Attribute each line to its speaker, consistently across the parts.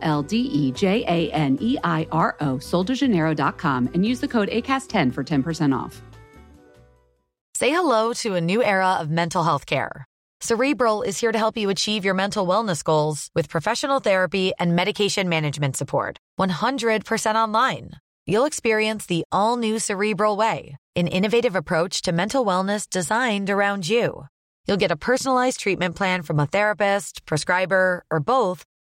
Speaker 1: L D E J A N E I R O, soldejaneiro.com, and use the code ACAST10 for 10% off.
Speaker 2: Say hello to a new era of mental health care. Cerebral is here to help you achieve your mental wellness goals with professional therapy and medication management support. 100% online. You'll experience the all new Cerebral Way, an innovative approach to mental wellness designed around you. You'll get a personalized treatment plan from a therapist, prescriber, or both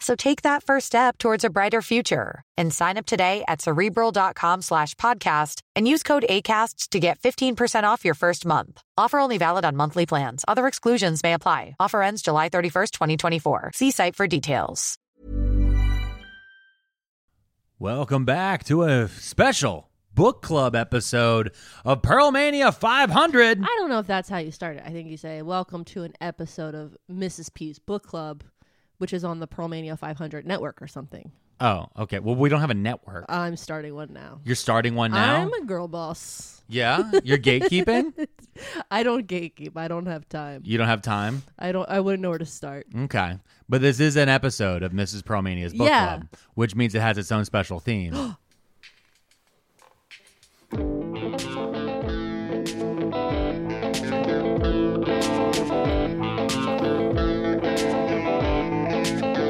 Speaker 2: So take that first step towards a brighter future and sign up today at cerebral.com slash podcast and use code ACasts to get 15% off your first month. Offer only valid on monthly plans. Other exclusions may apply. Offer ends July 31st, 2024. See site for details.
Speaker 3: Welcome back to a special book club episode of Pearl Mania 500.
Speaker 4: I don't know if that's how you start it. I think you say, Welcome to an episode of Mrs. P's Book Club, which is on the Pearlmania 500 network or something.
Speaker 3: Oh, okay. Well, we don't have a network.
Speaker 4: I'm starting one now.
Speaker 3: You're starting one now?
Speaker 4: Uh, I'm a girl boss.
Speaker 3: yeah? You're gatekeeping?
Speaker 4: I don't gatekeep. I don't have time.
Speaker 3: You don't have time?
Speaker 4: I don't. I wouldn't know where to start.
Speaker 3: Okay. But this is an episode of Mrs. Pearl Mania's Book
Speaker 4: Yeah.
Speaker 3: Club, which means it has its own special theme.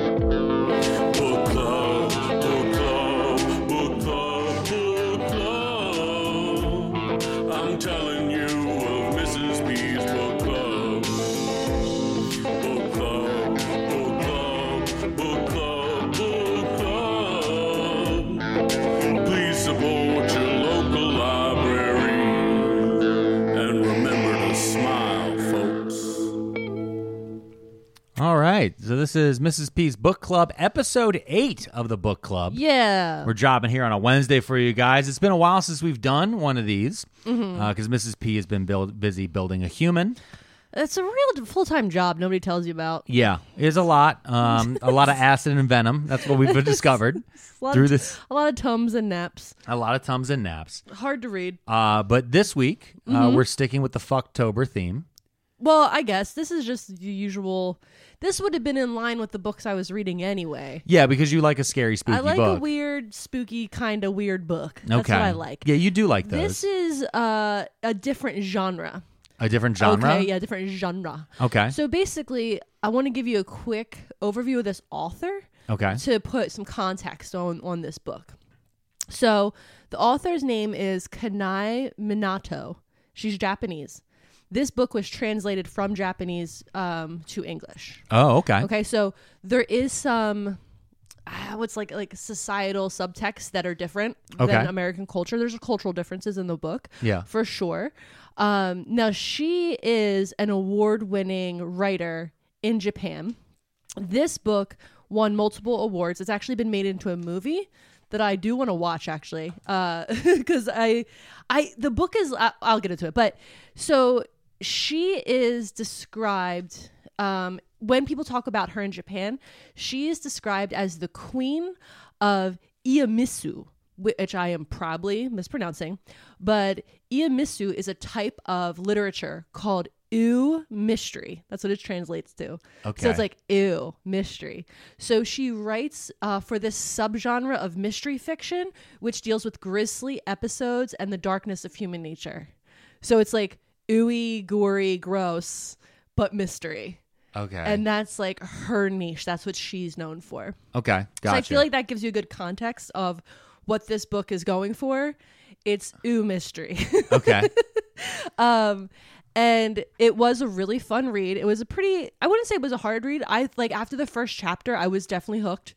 Speaker 5: Book club, book club, book club, book club. I'm telling you of Mrs. B's book club. Book club, book club, book club, book club. Please support your local library and remember to smile, folks.
Speaker 3: All right. So this is Mrs. P's Book Club, episode eight of the Book Club.
Speaker 4: Yeah.
Speaker 3: We're jobbing here on a Wednesday for you guys. It's been a while since we've done one of these because
Speaker 4: Mm-hmm.
Speaker 3: Mrs. P has been build- busy building a human.
Speaker 4: It's a real full time job nobody tells you about.
Speaker 3: Yeah, it is a lot. Um, a lot of acid and venom. That's what we've discovered
Speaker 4: A lot of-
Speaker 3: through this.
Speaker 4: A lot of tums and naps.
Speaker 3: A lot of tums and naps.
Speaker 4: Hard to read.
Speaker 3: Uh, but this week uh,
Speaker 4: Mm-hmm.
Speaker 3: we're sticking with the fucktober theme.
Speaker 4: Well, I guess this is just the usual. This would have been in line with the books I was reading anyway.
Speaker 3: Yeah, because you like a scary spooky
Speaker 4: I like
Speaker 3: book.
Speaker 4: a weird, spooky kind of weird book.
Speaker 3: okay,
Speaker 4: That's what I like.
Speaker 3: Yeah, you do like those.
Speaker 4: this is uh, a different genre.
Speaker 3: a different genre.
Speaker 4: Okay, yeah, different genre.
Speaker 3: Okay.
Speaker 4: So basically, I want to give you a quick overview of this author
Speaker 3: okay.
Speaker 4: to put some context on on this book. So the author's name is Kanai Minato. She's Japanese. This book was translated from Japanese um, to English.
Speaker 3: Oh, okay.
Speaker 4: Okay, so there is some ah, what's like like societal subtexts that are different
Speaker 3: Okay.
Speaker 4: than American culture. There's cultural differences in the book.
Speaker 3: Yeah.
Speaker 4: For sure. Um, now she is an award-winning writer in Japan. This book won multiple awards. It's actually been made into a movie that I do want to watch actually. Uh, cuz I I the book is I, I'll get into it. But so she is described um, when people talk about her in Japan, she is described as the queen of Iemisu, which I am probably mispronouncing, but Iemisu is a type of literature called ew mystery. That's what it translates to. So
Speaker 3: Okay.
Speaker 4: it's like ew mystery. So she writes uh, for this subgenre of mystery fiction, which deals with grisly episodes and the darkness of human nature. So it's like ooey, gory, gross, but mystery.
Speaker 3: Okay.
Speaker 4: And that's like her niche. That's what she's known for.
Speaker 3: okay. Gotcha.
Speaker 4: So I feel like that gives you a good context of what this book is going for. It's ooh mystery.
Speaker 3: okay.
Speaker 4: um and it was a really fun read. It was a pretty I wouldn't say it was a hard read. I like after the first chapter, I was definitely hooked.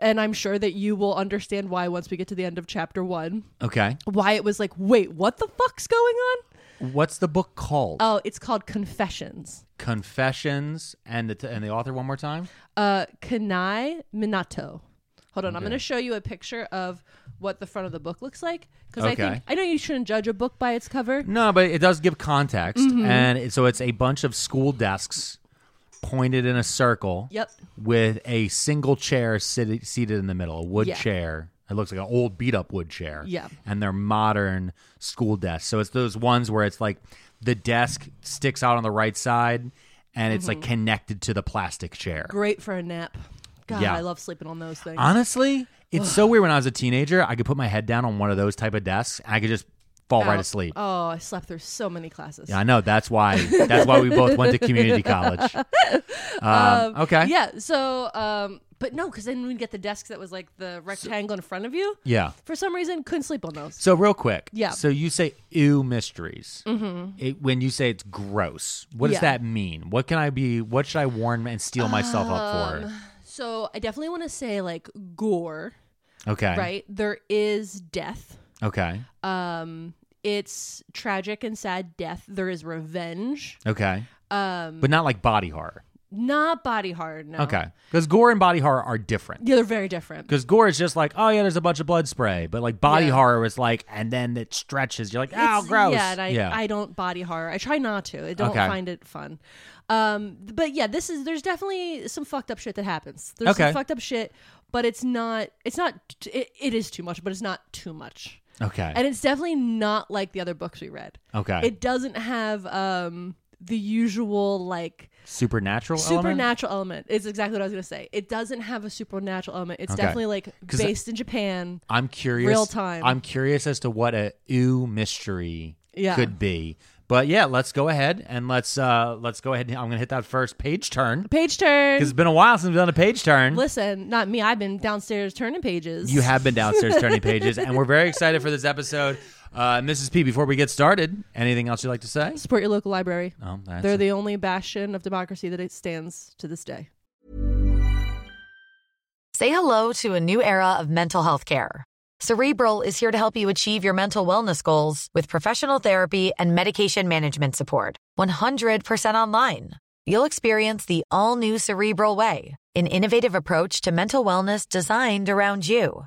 Speaker 4: And I'm sure that you will understand why once we get to the end of chapter 1.
Speaker 3: Okay.
Speaker 4: Why it was like, "Wait, what the fuck's going on?"
Speaker 3: What's the book called?
Speaker 4: Oh, it's called Confessions.
Speaker 3: Confessions and the t- and the author one more time.
Speaker 4: Uh, Kanai Minato. Hold on, I'm going to show you a picture of what the front of the book looks like because I
Speaker 3: Okay.
Speaker 4: think I know you shouldn't judge a book by its cover.
Speaker 3: No, but it does give context,
Speaker 4: Mm-hmm.
Speaker 3: and it, so it's a bunch of school desks pointed in a circle.
Speaker 4: Yep.
Speaker 3: With a single chair sit- seated in the middle, a wood
Speaker 4: Yeah.
Speaker 3: chair. It looks like an old beat up wood chair.
Speaker 4: Yeah.
Speaker 3: And they're modern school desks. So it's those ones where it's like the desk sticks out on the right side and it's like connected to the plastic chair.
Speaker 4: Mm-hmm. Great for a nap. God,
Speaker 3: Yeah.
Speaker 4: I love sleeping on those things.
Speaker 3: Honestly, it's so weird when I was a teenager, I could put my head down on one of those type of desks and I could just fall right
Speaker 4: Out.
Speaker 3: asleep.
Speaker 4: Oh, I slept through so many classes.
Speaker 3: Yeah, I know. That's why. That's why we both went to community college. Um, okay.
Speaker 4: Yeah. So, um, but no, because then we'd get the desk that was like the rectangle in front of you.
Speaker 3: Yeah.
Speaker 4: For some reason, couldn't sleep on those.
Speaker 3: So real quick.
Speaker 4: Yeah.
Speaker 3: So you say ew mysteries. Mm-hmm. It, when you say it's gross, what does
Speaker 4: Yeah.
Speaker 3: that mean? What can I be? What should I warn and steal myself up
Speaker 4: Um, So I definitely want to say like gore,
Speaker 3: for? Okay.
Speaker 4: right? There is death.
Speaker 3: Okay.
Speaker 4: Um, it's tragic and sad death. There is revenge.
Speaker 3: Okay.
Speaker 4: Um,
Speaker 3: But not like body horror.
Speaker 4: not body horror. No.
Speaker 3: Okay. Because gore and body horror are different.
Speaker 4: Yeah, they're very different.
Speaker 3: Because gore is just like, oh yeah, there's a bunch of blood spray, but like body
Speaker 4: Yeah.
Speaker 3: horror is like, and then it stretches. You're like, ow,
Speaker 4: It's-
Speaker 3: gross.
Speaker 4: Yeah, and I, I don't body horror. I try not to. I don't
Speaker 3: Okay.
Speaker 4: find it fun. Um, but yeah, this is there's definitely some fucked up shit that happens. There's
Speaker 3: Okay.
Speaker 4: some fucked up shit, but it's not. It's not. t- It, it is too much, but it's not too much.
Speaker 3: okay.
Speaker 4: And it's definitely not like the other books we read.
Speaker 3: okay.
Speaker 4: It doesn't have um the usual like
Speaker 3: supernatural. element?
Speaker 4: supernatural element. Is exactly what I was gonna say. It doesn't have a supernatural element. It's
Speaker 3: Okay.
Speaker 4: definitely like
Speaker 3: 'Cause I-
Speaker 4: based in Japan.
Speaker 3: I'm curious.
Speaker 4: Real time.
Speaker 3: I'm curious as to what a ooh mystery
Speaker 4: Yeah.
Speaker 3: could be. But yeah, let's go ahead and let's uh let's go ahead. and- I'm gonna hit that first page turn
Speaker 4: Page turn.
Speaker 3: 'Cause it's been a while since we've done a page turn.
Speaker 4: Listen, not me. I've been downstairs turning pages.
Speaker 3: You have been downstairs turning pages, and we're very excited for this episode. Uh, Mrs. P, before we get started, anything else you'd like to say?
Speaker 4: support your local library.
Speaker 3: Oh, that's
Speaker 4: They're the only bastion of democracy that it stands to this day.
Speaker 2: Say hello to a new era of mental health care. Cerebral is here to help you achieve your mental wellness goals with professional therapy and medication management support. 100% online. You'll experience the all new Cerebral Way, an innovative approach to mental wellness designed around you.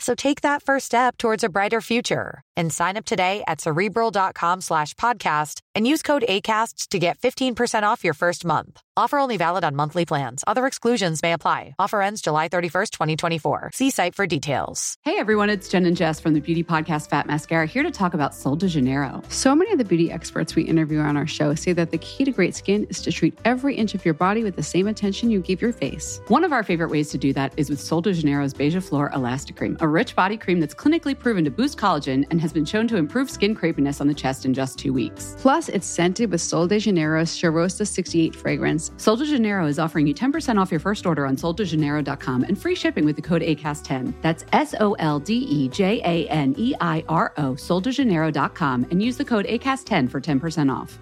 Speaker 2: So take that first step towards a brighter future and sign up today at cerebral.com slash podcast and use code ACAST to get 15% off your first month. Offer only valid on monthly plans. Other exclusions may apply. Offer ends July 31st, 2024. See site for details.
Speaker 1: Hey everyone, it's Jen and Jess from the beauty podcast Fat Mascara here to talk about Sol de Janeiro.
Speaker 6: So many of the beauty experts we interview on our show say that the key to great skin is to treat every inch of your body with the same attention you give your face.
Speaker 1: One of our favorite ways to do that is with Sol de Janeiro's Beija Flor Elastic Cream, a rich body cream that's clinically proven to boost collagen and has been shown to improve skin crepiness on the chest in just two weeks.
Speaker 6: Plus, it's scented with Sol de Janeiro's Charosta 68 fragrance.
Speaker 1: Sol de Janeiro is offering you 10% off your first order on soldejaneiro.com and free shipping with the code ACAST10. That's S O L D E J A N E I R O, soldejaneiro.com, and use the code ACAST10 for 10% off.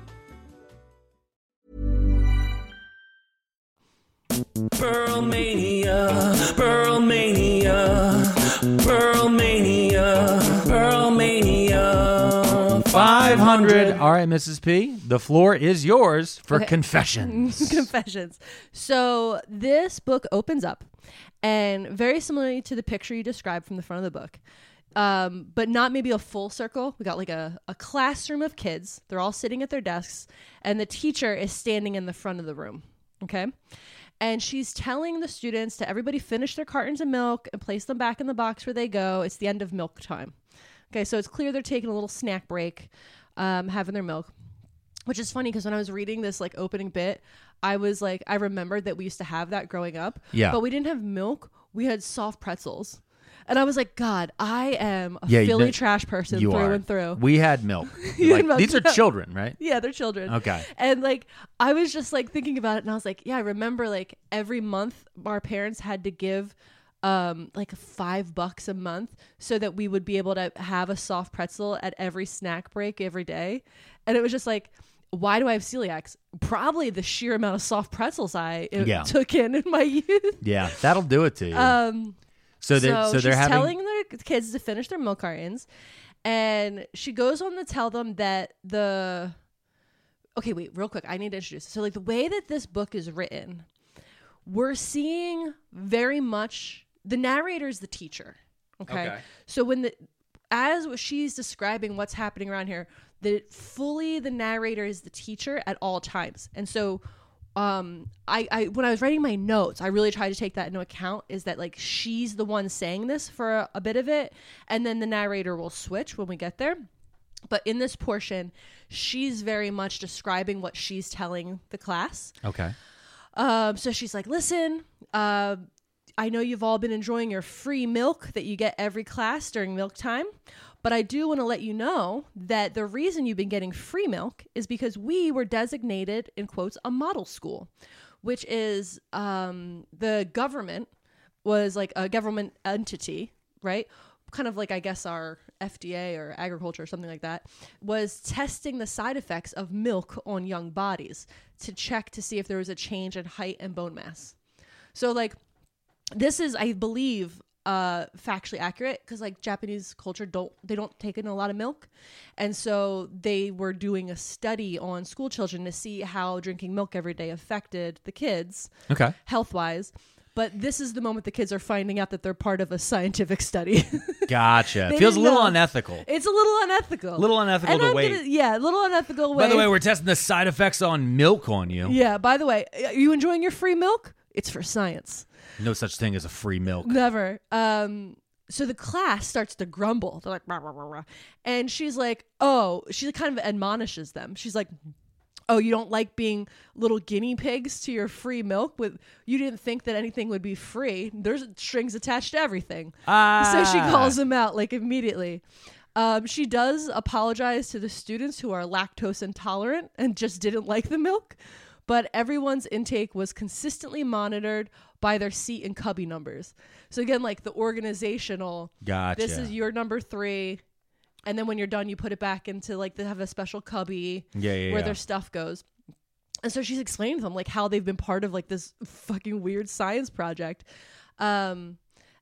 Speaker 7: Pearl Mania, Pearl Mania, Pearl Mania, Pearl Mania.
Speaker 3: 500. All right, Mrs. P, the floor is yours for confessions.
Speaker 4: Confessions. So this book opens up, and very similarly to the picture you described from the front of the book, um, but not maybe a full circle. We got like a, a classroom of kids. They're all sitting at their desks, and the teacher is standing in the front of the room. Okay. And she's telling the students to everybody finish their cartons of milk and place them back in the box where they go. It's the end of milk time. Okay, so it's clear they're taking a little snack break, um, having their milk which is funny because when I was reading this like opening bit, I was like, I remembered that we used to have that growing up.
Speaker 3: Yeah.
Speaker 4: But we didn't have milk. We had soft pretzels. And I was like, God, I am a
Speaker 3: Yeah, you
Speaker 4: Philly
Speaker 3: know-
Speaker 4: trash person
Speaker 3: you
Speaker 4: through
Speaker 3: are.
Speaker 4: and through.
Speaker 3: We had milk.
Speaker 4: You
Speaker 3: Like,
Speaker 4: had milk,
Speaker 3: these are
Speaker 4: yeah.
Speaker 3: children, right?
Speaker 4: yeah, they're children.
Speaker 3: Okay.
Speaker 4: And like I was just like thinking about it and I was like, yeah, I remember like every month our parents had to give um like 5 bucks a month so that we would be able to have a soft pretzel at every snack break every day. And it was just like why do I have celiacs? Probably the sheer amount of soft pretzels I uh,
Speaker 3: Yeah.
Speaker 4: took in in my youth.
Speaker 3: Yeah, that'll do it to you.
Speaker 4: Um
Speaker 3: so they
Speaker 4: so,
Speaker 3: so they're
Speaker 4: she's
Speaker 3: having
Speaker 4: telling their kids to finish their milk cartons, and she goes on to tell them that the. Okay, wait, real quick. I need to introduce. So, like the way that this book is written, we're seeing very much the narrator is the teacher. Okay?
Speaker 3: Okay.
Speaker 4: So when the as she's describing what's happening around here, the fully the narrator is the teacher at all times. And so um I, I when I was writing my notes, I really tried to take that into account is that like she's the one saying this for a, a bit of it, and then the narrator will switch when we get there. But in this portion, she's very much describing what she's telling the class.
Speaker 3: Okay.
Speaker 4: Um, so she's like, listen, uh, I know you've all been enjoying your free milk that you get every class during milk time, but I do want to let you know that the reason you've been getting free milk is because we were designated, in quotes, a model school, which is um, the government was like a government entity, right? Kind of like I guess our FDA or agriculture or something like that was testing the side effects of milk on young bodies to check to see if there was a change in height and bone mass. So like this is I believe uh factually accurate because like Japanese culture don't they don't take in a lot of milk and so they were doing a study on school children to see how drinking milk every day affected the kids
Speaker 3: Okay.
Speaker 4: health wise. But this is the moment the kids are finding out that they're part of a scientific study.
Speaker 3: Gotcha.
Speaker 4: They
Speaker 3: Feels a
Speaker 4: didn't
Speaker 3: little
Speaker 4: know.
Speaker 3: unethical.
Speaker 4: it's a little unethical.
Speaker 3: Little unethical
Speaker 4: And
Speaker 3: to
Speaker 4: I'm
Speaker 3: wait.
Speaker 4: gonna- yeah, a little unethical way.
Speaker 3: By the way, we're testing the side effects on milk on you.
Speaker 4: yeah. By the way, are you enjoying your free milk? It's for science.
Speaker 3: No such thing as a free milk.
Speaker 4: Never. Um, so the class starts to grumble. They're like, rah, rah, rah, rah. and she's like, oh, she kind of admonishes them. She's like, oh, you don't like being little guinea pigs to your free milk. With you didn't think that anything would be free. There's strings attached to everything.
Speaker 3: Ah.
Speaker 4: So she calls him out like immediately. Um, she does apologize to the students who are lactose intolerant and just didn't like the milk, but everyone's intake was consistently monitored by their seat and cubby numbers. So again, like the organizational,
Speaker 3: Gotcha.
Speaker 4: this is your number three, and then when you're done, you put it back into like they have a special cubby
Speaker 3: Yeah, yeah,
Speaker 4: where
Speaker 3: yeah.
Speaker 4: their stuff goes. And so she's explaining to them like how they've been part of like this fucking weird science project. Um,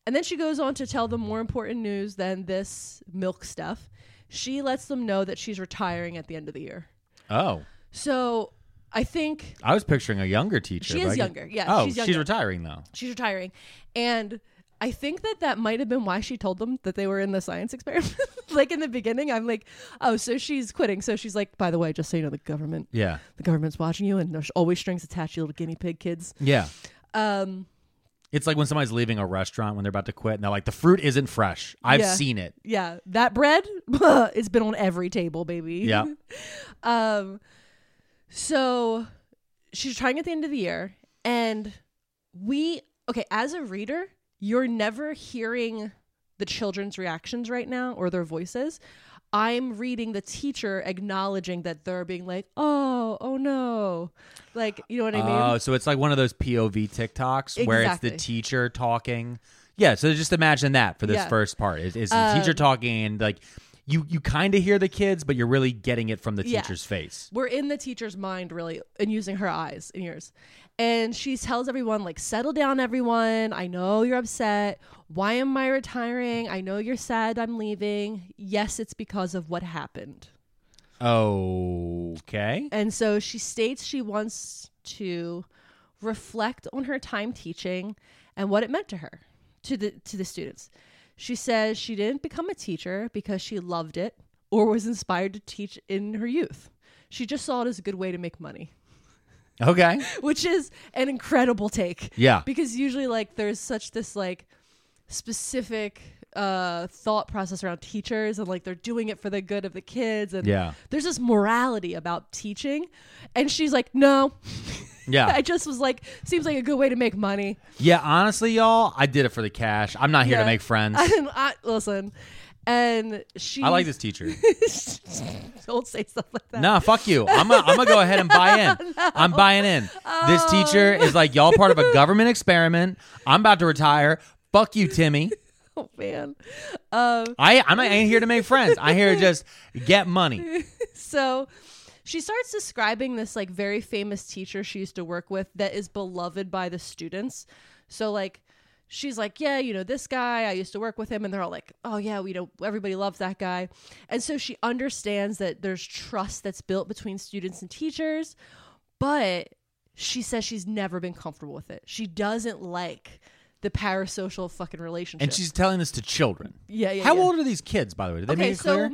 Speaker 4: and then she goes on to tell them more important news than this milk stuff. She lets them know that she's retiring at the end of the year.
Speaker 3: Oh,
Speaker 4: So I think
Speaker 3: I was picturing a younger teacher.
Speaker 4: She
Speaker 3: but
Speaker 4: is
Speaker 3: I get-
Speaker 4: younger. Yeah,
Speaker 3: Oh,
Speaker 4: she's younger.
Speaker 3: retiring though.
Speaker 4: she's retiring. And I think that that might have been why she told them that they were in the science experiment. like in the beginning, I'm like, oh, so she's quitting. So she's like, by the way, just so you know, the government,
Speaker 3: Yeah.
Speaker 4: the government's watching you, and there's always strings attached, you little guinea pig kids.
Speaker 3: Yeah.
Speaker 4: Um,
Speaker 3: It's like when somebody's leaving a restaurant when they're about to quit and they're like, the fruit isn't fresh. I've
Speaker 4: Yeah.
Speaker 3: seen it.
Speaker 4: yeah, that bread, it's been on every table, baby.
Speaker 3: Yeah.
Speaker 4: Um, so she's trying at the end of the year, and we okay as a reader, you're never hearing the children's reactions right now or their voices. I'm reading the teacher acknowledging that they're being like, "Oh, oh no," like you know what I mean?
Speaker 3: Oh, so it's like one of those POV TikToks where it's the
Speaker 4: Exactly.
Speaker 3: teacher talking. Yeah, so just imagine that for this
Speaker 4: Yeah. Um,
Speaker 3: first part. Is, is the teacher talking and like you you kind of hear the kids, but you're really getting it from the
Speaker 4: Yeah.
Speaker 3: teacher's face.
Speaker 4: we're in the teacher's mind really and using her eyes and ears and she tells everyone like settle down everyone i know you're upset why am i retiring i know you're sad i'm leaving yes it's because of what happened
Speaker 3: Okay.
Speaker 4: and so she states she wants to reflect on her time teaching and what it meant to her, to the to the students. She says she didn't become a teacher because she loved it or was inspired to teach in her youth. She just saw it as a good way to make money,
Speaker 3: Okay.
Speaker 4: which is an incredible take.
Speaker 3: Yeah.
Speaker 4: Because usually like there's such this like specific uh thought process around teachers and like they're doing it for the good of the kids and
Speaker 3: Yeah.
Speaker 4: there's this morality about teaching and she's like no
Speaker 3: Yeah.
Speaker 4: I just was like, seems like a good way to make money.
Speaker 3: Yeah, honestly, y'all, I did it for the cash. I'm not here
Speaker 4: Yeah.
Speaker 3: to make friends. I,
Speaker 4: And I, listen, and she.
Speaker 3: like this teacher.
Speaker 4: Don't say stuff like that.
Speaker 3: nah, fuck you. I'm gonna I'm gonna go ahead and buy in. I'm buying in. This teacher is like y'all part of a government experiment. I'm about to retire. Fuck you, Timmy.
Speaker 4: Oh man. Um.
Speaker 3: I I'm not I ain't here to make friends. I'm here to just get money.
Speaker 4: So she starts describing this like very famous teacher she used to work with that is beloved by the students. So like she's like, "Yeah, you know, this guy, I used to work with him." And they're all like, "Oh yeah, we know everybody loves that guy." And so she understands that there's trust that's built between students and teachers, but she says she's never been comfortable with it. She doesn't like the parasocial fucking relationship.
Speaker 3: And she's telling this to children.
Speaker 4: Yeah, yeah,
Speaker 3: How
Speaker 4: yeah.
Speaker 3: old are these kids, by the way? Did they make it clear?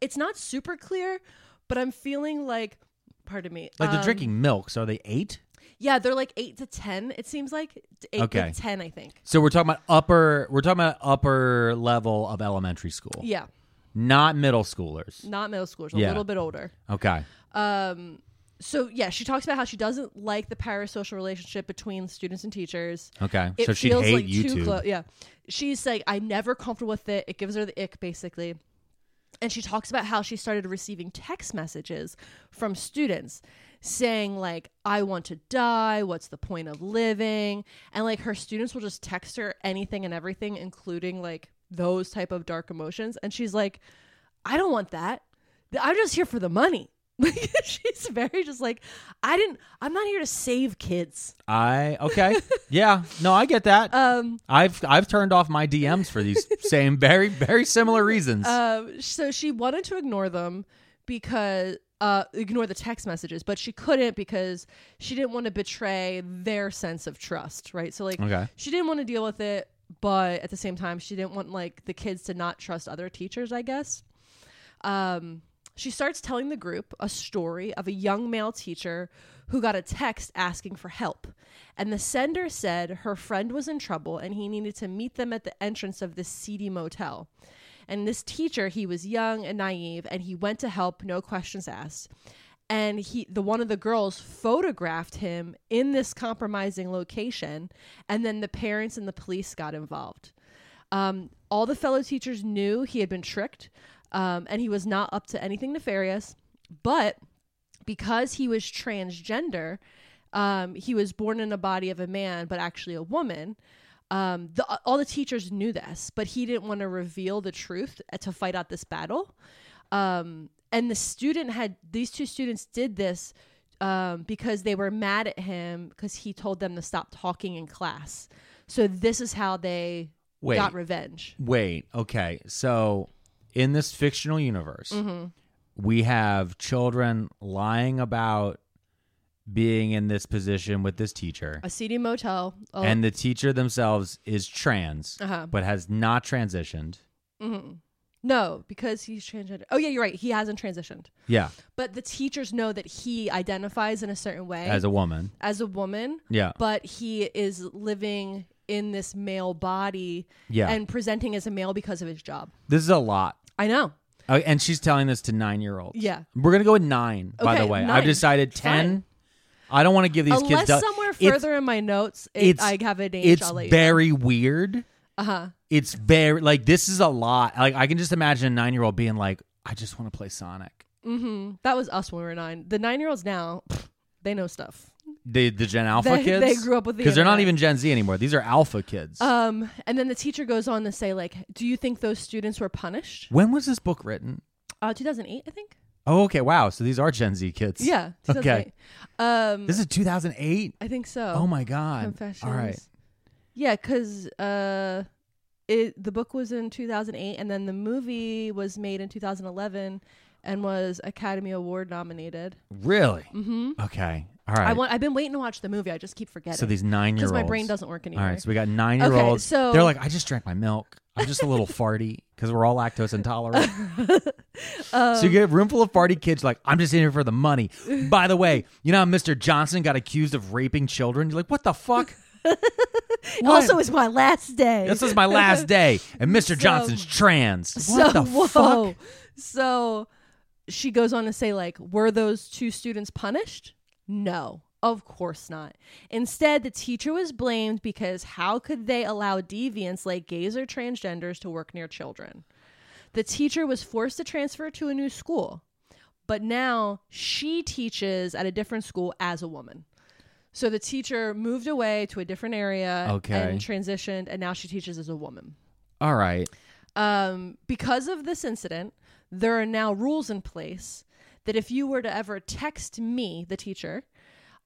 Speaker 4: it's not super clear, but I'm feeling like, pardon me,
Speaker 3: like they're
Speaker 4: um,
Speaker 3: drinking milk, so are they eight?
Speaker 4: Yeah, they're like eight to ten. It seems like T- eight
Speaker 3: Okay.
Speaker 4: to ten. I think.
Speaker 3: So we're talking about upper we're talking about upper level of elementary school.
Speaker 4: Yeah,
Speaker 3: Not middle schoolers.
Speaker 4: not middle schoolers.
Speaker 3: Yeah.
Speaker 4: A little bit older.
Speaker 3: Okay.
Speaker 4: Um. So yeah, she talks about how she doesn't like the parasocial relationship between students and teachers.
Speaker 3: Okay.
Speaker 4: It
Speaker 3: so she'd
Speaker 4: feels
Speaker 3: hate
Speaker 4: like
Speaker 3: YouTube.
Speaker 4: too close. Yeah, she's like, I'm never comfortable with it. It gives her the ick, basically. And she talks about how she started receiving text messages from students saying like, "I want to die. What's the point of living?" And like her students will just text her anything and everything, including like those type of dark emotions. And she's like, "I don't want that. Th- I'm just here for the money." Like she's very just like, "I didn't. I'm not here to save kids."
Speaker 3: I okay. yeah. No, I get that.
Speaker 4: Um.
Speaker 3: I've I've turned off my DMs for these same very very similar reasons.
Speaker 4: Um, so she wanted to ignore them because uh, ignore the text messages, but she couldn't because she didn't want to betray their sense of trust, right? So like,
Speaker 3: Okay.
Speaker 4: she didn't want to deal with it, but at the same time, she didn't want like the kids to not trust other teachers, I guess. Um, she starts telling the group a story of a young male teacher who got a text asking for help. And the sender said her friend was in trouble and he needed to meet them at the entrance of this seedy motel. And this teacher, he was young and naive and he went to help, no questions asked. And he the one of the girls photographed him in this compromising location and then the parents and the police got involved. Um, all the fellow teachers knew he had been tricked um, and he was not up to anything nefarious. But because he was transgender, um, he was born in the body of a man, but actually a woman. Um, the, all the teachers knew this, but he didn't want to reveal the truth to fight out this battle. Um, and the student had these two students did this um, because they were mad at him because he told them to stop talking in class. So this is how they
Speaker 3: Wait.
Speaker 4: got revenge.
Speaker 3: Wait. Okay. So in this fictional universe,
Speaker 4: Mm-hmm.
Speaker 3: we have children lying about being in this position with this teacher.
Speaker 4: A seedy motel. Oh,
Speaker 3: And the teacher themselves is trans,
Speaker 4: Uh-huh.
Speaker 3: but has not transitioned.
Speaker 4: no, because he's transgender. Oh yeah, you're right. He hasn't transitioned.
Speaker 3: Yeah,
Speaker 4: But the teachers know that he identifies in a certain way
Speaker 3: as a woman.
Speaker 4: as a woman.
Speaker 3: Yeah.
Speaker 4: But he is living in this male body
Speaker 3: Yeah.
Speaker 4: and presenting as a male because of his job.
Speaker 3: This is a lot.
Speaker 4: I know.
Speaker 3: Uh, and she's telling this to nine year olds.
Speaker 4: Yeah.
Speaker 3: We're going to go with nine, by
Speaker 4: Okay,
Speaker 3: the way. i I've
Speaker 4: nine.
Speaker 3: decided 10. I don't want to give these
Speaker 4: Unless
Speaker 3: kids. du-
Speaker 4: somewhere
Speaker 3: It's-
Speaker 4: further in my notes it, I have an age,
Speaker 3: It's
Speaker 4: I'll let you know. Uh-huh.
Speaker 3: very weird. Uh huh. It's very like this is a lot. Like I can just imagine a nine year old being like, I just want to play Sonic.
Speaker 4: That was us when we were nine. The nine year olds now, pfft, they know stuff.
Speaker 3: The the Gen Alpha
Speaker 4: They-
Speaker 3: kids.
Speaker 4: they grew up with the
Speaker 3: because they're not
Speaker 4: internet.
Speaker 3: even Gen Z anymore. These are Alpha kids.
Speaker 4: Um, and then the teacher goes on to say, like, do you think those students were punished?
Speaker 3: when was this book written?
Speaker 4: Uh, 2008, I think.
Speaker 3: Oh, okay. Wow. So these are Gen Z kids.
Speaker 4: Yeah. 2008.
Speaker 3: Okay.
Speaker 4: Um,
Speaker 3: This is 2008.
Speaker 4: I think so.
Speaker 3: Oh my god.
Speaker 4: Confessions.
Speaker 3: All right.
Speaker 4: Yeah, because uh, it the book was in 2008, and then the movie was made in 2011, and was Academy Award nominated.
Speaker 3: Really? Mm-hmm. Okay. All right.
Speaker 4: I want. I've been waiting to watch the movie. I just keep forgetting.
Speaker 3: so these nine year
Speaker 4: because
Speaker 3: olds.
Speaker 4: my brain doesn't work anymore.
Speaker 3: All right. So we got nine year olds.
Speaker 4: so-
Speaker 3: they're like, I just drank my milk. I'm just a little farty because we're all lactose intolerant.
Speaker 4: Um,
Speaker 3: so you get a room full of farty kids like, I'm just in here for the money. By the way, you know how Mr. Johnson got accused of raping children? You're like, what the fuck? What?
Speaker 4: Also, it's my last day.
Speaker 3: this is my last day, and Mr. Johnson's trans. What
Speaker 4: so
Speaker 3: the
Speaker 4: whoa.
Speaker 3: fuck?
Speaker 4: So she goes on to say, like, were those two students punished? No. Of course not. Instead, the teacher was blamed because how could they allow deviants like gays or transgenders to work near children? The teacher was forced to transfer to a new school, but now she teaches at a different school as a woman. So the teacher moved away to a different area
Speaker 3: Okay.
Speaker 4: and transitioned, and now she teaches as a woman.
Speaker 3: All right.
Speaker 4: Um, because of this incident, there are now rules in place that if you were to ever text me, the teacher,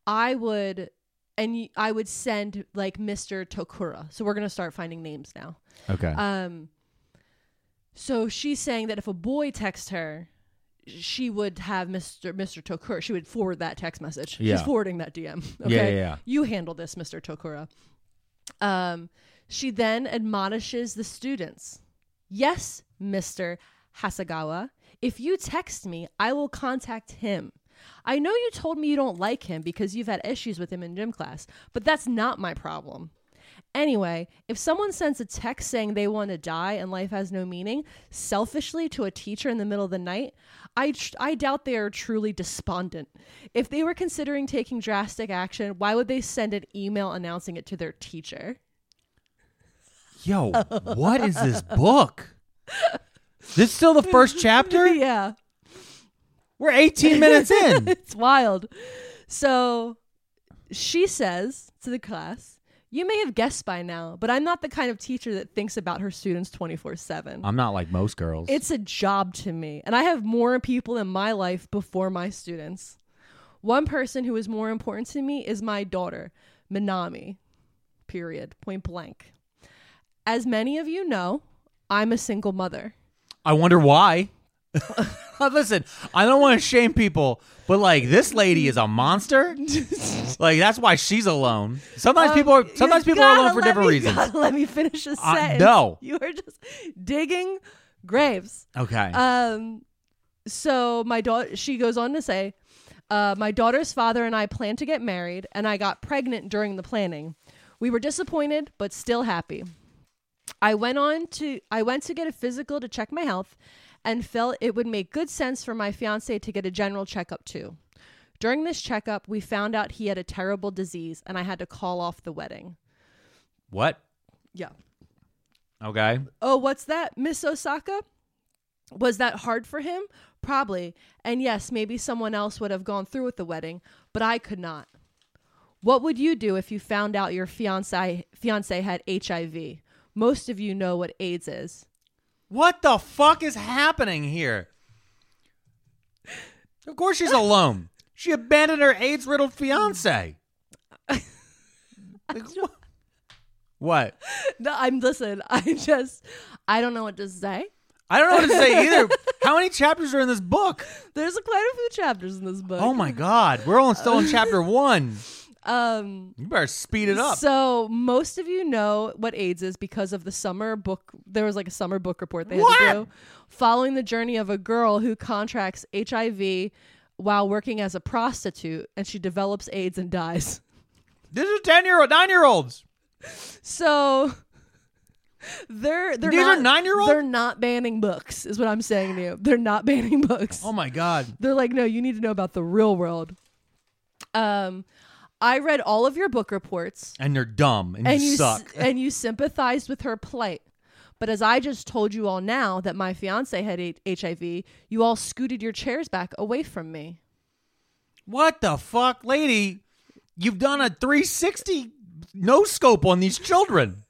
Speaker 4: I would and y- I would send like Mr. Tokura. So we're gonna start finding names now.
Speaker 3: Okay.
Speaker 4: Um, so she's saying that if a boy texts her, she would have Mr. Mr. Tokura. She would forward that text message.
Speaker 3: Yeah.
Speaker 4: She's forwarding that DM.
Speaker 3: Yeah,
Speaker 4: Okay?
Speaker 3: yeah, yeah.
Speaker 4: You handle this, Mr. Tokura. Um, she then admonishes the students. Yes, Mr. Hasagawa. If you text me, I will contact him. I know you told me you don't like him because you've had issues with him in gym class, but that's not my problem. Anyway, if someone sends a text saying they want to die and life has no meaning, selfishly to a teacher in the middle of the night, I, tr- I doubt they are truly despondent. If they were considering taking drastic action, why would they send an email announcing it to their teacher?
Speaker 3: Yo, what is this book? This still the first chapter?
Speaker 4: Yeah.
Speaker 3: We're 18 minutes in.
Speaker 4: it's wild. So she says to the class, You may have guessed by now, but I'm not the kind of teacher that thinks about her students 24 7.
Speaker 3: I'm not like most girls.
Speaker 4: It's a job to me, and I have more people in my life before my students. One person who is more important to me is my daughter, Minami. Period. Point blank. As many of you know, I'm a single mother.
Speaker 3: I wonder why. Listen, I don't want to shame people, but like this lady is a monster. like that's why she's alone. Sometimes people are sometimes
Speaker 4: Um, You
Speaker 3: people are
Speaker 4: gotta
Speaker 3: alone for
Speaker 4: let
Speaker 3: different
Speaker 4: me-
Speaker 3: reasons.
Speaker 4: gotta let me finish this
Speaker 3: Uh,
Speaker 4: sentence.
Speaker 3: no.
Speaker 4: you are just digging graves.
Speaker 3: Okay.
Speaker 4: Um, so my daughter, she goes on to say, uh, my daughter's father and I plan to get married, and I got pregnant during the planning. We were disappointed, but still happy. I went on to I went to get a physical to check my health, and felt it would make good sense for my fiance to get a general checkup too. During this checkup, we found out he had a terrible disease, and I had to call off the wedding.
Speaker 3: what?
Speaker 4: Yeah.
Speaker 3: Okay.
Speaker 4: Oh, what's that? Miss Osaka? Was that hard for him? Probably. And yes, maybe someone else would have gone through with the wedding, but I could not. What would you do if you found out your fiance fiance had HIV? Most of you know what AIDS is.
Speaker 3: What the fuck is happening here? Of course she's alone. She abandoned her AIDS riddled fiance. what?
Speaker 4: No, I'm listen, I just I don't know what to say.
Speaker 3: I don't know what to say either. How many chapters are in this book?
Speaker 4: There's quite a few chapters in this book.
Speaker 3: Oh my god, we're only still in chapter one.
Speaker 4: um
Speaker 3: You better speed it up.
Speaker 4: So most of you know what AIDS is because of the summer book. There was like a summer book report they had
Speaker 3: What?
Speaker 4: to do, following the journey of a girl who contracts HIV while working as a prostitute, and she develops AIDS and dies.
Speaker 3: These are ten year old, nine year olds.
Speaker 4: So they're they're
Speaker 3: These are
Speaker 4: not,
Speaker 3: nine-year-olds?
Speaker 4: They're not banning books, is what I'm saying to you. They're not banning books.
Speaker 3: Oh my god.
Speaker 4: They're like, no, you need to know about the real world. Um, I read all of your book reports.
Speaker 3: And you're dumb and,
Speaker 4: and
Speaker 3: you,
Speaker 4: you s-
Speaker 3: suck.
Speaker 4: and you sympathized with her plight. But as I just told you all now that my fiance had H- HIV, you all scooted your chairs back away from me.
Speaker 3: what the fuck, lady? You've done a 360 no scope on these children.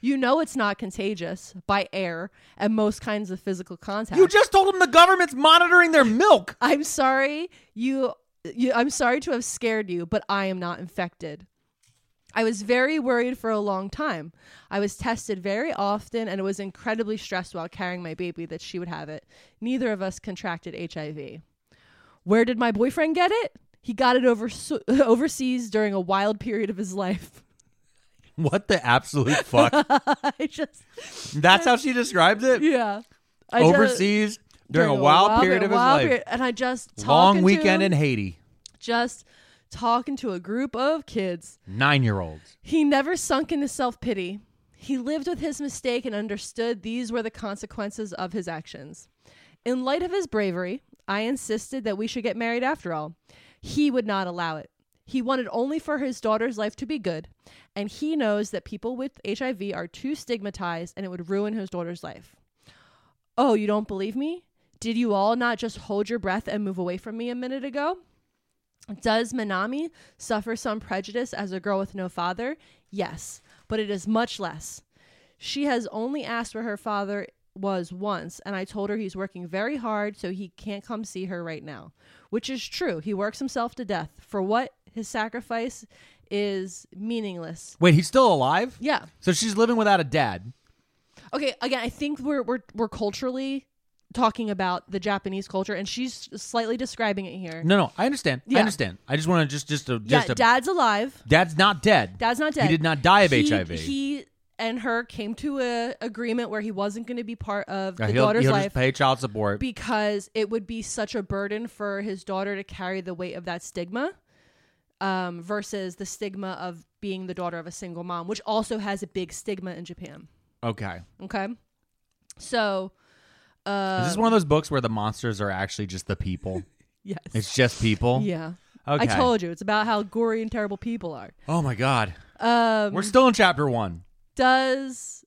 Speaker 4: You know it's not contagious by air and most kinds of physical contact.
Speaker 3: You just told them the government's monitoring their milk.
Speaker 4: I'm sorry you, you I'm sorry to have scared you, but I am not infected. I was very worried for a long time. I was tested very often and it was incredibly stressed while carrying my baby that she would have it. Neither of us contracted HIV. Where did my boyfriend get it? He got it over overseas during a wild period of his life.
Speaker 3: What the absolute fuck?
Speaker 4: I just
Speaker 3: That's how she described it?
Speaker 4: yeah. I just-
Speaker 3: Overseas during, a wild, period of his
Speaker 4: wild
Speaker 3: life.
Speaker 4: period- and I just talking
Speaker 3: Long
Speaker 4: to
Speaker 3: weekend
Speaker 4: him-
Speaker 3: in Haiti.
Speaker 4: just talking to a group of kids.
Speaker 3: Nine year olds.
Speaker 4: He never sunk into self pity. He lived with his mistake and understood these were the consequences of his actions. In light of his bravery, I insisted that we should get married after all. He would not allow it. He wanted only for his daughter's life to be good, and he knows that people with HIV are too stigmatized and it would ruin his daughter's life. Oh, you don't believe me? Did you all not just hold your breath and move away from me a minute ago? Does Minami suffer some prejudice as a girl with no father? Yes, but it is much less. She has only asked where her father was once, and I told her he's working very hard, so he can't come see her right now. Which is true. He works himself to death. For what his sacrifice is meaningless.
Speaker 3: Wait, he's still alive?
Speaker 4: Yeah.
Speaker 3: So she's living without a dad.
Speaker 4: Okay, again, I think we're we're we're culturally talking about the Japanese culture, and she's slightly describing it here.
Speaker 3: No, no, I understand.
Speaker 4: Yeah.
Speaker 3: I understand. I just want to just just a,
Speaker 4: yeah,
Speaker 3: just a,
Speaker 4: dad's alive.
Speaker 3: dad's not dead.
Speaker 4: Dad's not dead.
Speaker 3: He did not die of
Speaker 4: He-
Speaker 3: HIV.
Speaker 4: He and her came to a agreement where he wasn't going to be part of
Speaker 3: Yeah,
Speaker 4: the
Speaker 3: he'll,
Speaker 4: daughter's
Speaker 3: he'll
Speaker 4: life
Speaker 3: just pay child support.
Speaker 4: because it would be such a burden for his daughter to carry the weight of that stigma um, versus the stigma of being the daughter of a single mom, which also has a big stigma in Japan.
Speaker 3: okay.
Speaker 4: Okay. So, uh,
Speaker 3: Is this one of those books where the monsters are actually just the people?
Speaker 4: yes.
Speaker 3: It's just people.
Speaker 4: yeah.
Speaker 3: Okay.
Speaker 4: I told you. It's about how gory and terrible people are.
Speaker 3: Oh my god.
Speaker 4: Um,
Speaker 3: We're still in chapter one.
Speaker 4: does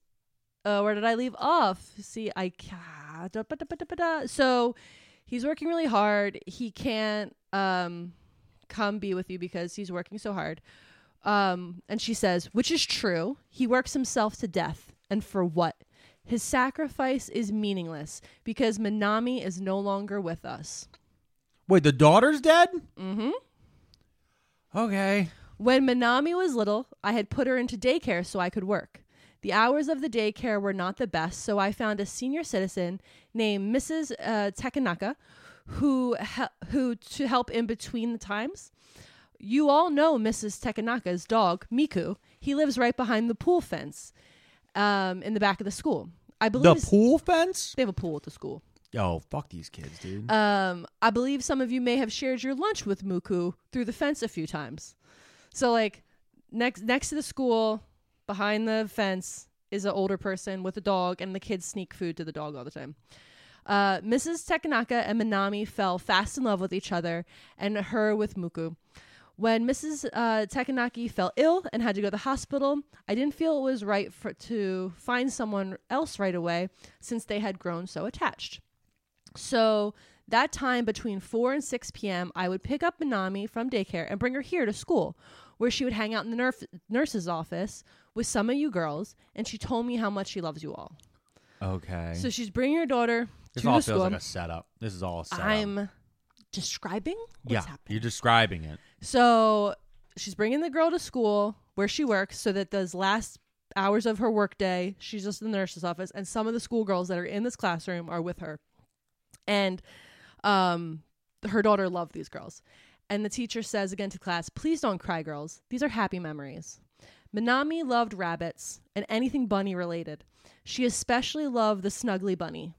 Speaker 4: uh, where did I leave off? See, I ca- da- ba- da- ba- da- ba- da. so he's working really hard. He can't um come be with you because he's working so hard. Um, and she says, which is true. He works himself to death, and for what? His sacrifice is meaningless because Minami is no longer with us.
Speaker 3: Wait, the daughter's dead? Mm-hmm. Okay.
Speaker 4: When Minami was little, I had put her into daycare so I could work. The hours of the daycare were not the best, so I found a senior citizen named Mrs. Uh, Takanaka who hel- who to help in between the times. You all know Mrs. Takanaka's dog, Miku. He lives right behind the pool fence um, in the back of the school. I believe
Speaker 3: The
Speaker 4: s-
Speaker 3: pool fence?
Speaker 4: they have a pool at the school.
Speaker 3: Oh, fuck these kids, dude.
Speaker 4: Um, I believe some of you may have shared your lunch with Muku through the fence a few times. So like next next to the school, behind the fence is an older person with a dog, and the kids sneak food to the dog all the time. Uh, Mrs. Takanaka and Minami fell fast in love with each other, and her with Muku. When Mrs. Uh, Takanaki fell ill and had to go to the hospital, I didn't feel it was right for, to find someone else right away since they had grown so attached. So that time between 4 and 6 p.m., I would pick up Minami from daycare and bring her here to school, where she would hang out in the nerf- nurse's office with some of you girls. And she told me how much she loves you all.
Speaker 3: okay.
Speaker 4: So she's bringing her daughter
Speaker 3: this
Speaker 4: to
Speaker 3: all
Speaker 4: the
Speaker 3: feels
Speaker 4: school.
Speaker 3: like a setup. This is all a setup.
Speaker 4: I'm describing what's
Speaker 3: yeah,
Speaker 4: happening.
Speaker 3: you're describing it.
Speaker 4: So she's bringing the girl to school where she works so that those last hours of her workday, she's just in the nurse's office, and some of the schoolgirls that are in this classroom are with her. And um, her daughter loved these girls. And the teacher says again to class, please don't cry, girls. These are happy memories. Minami loved rabbits and anything bunny related. She especially loved the Snuggly Bunny.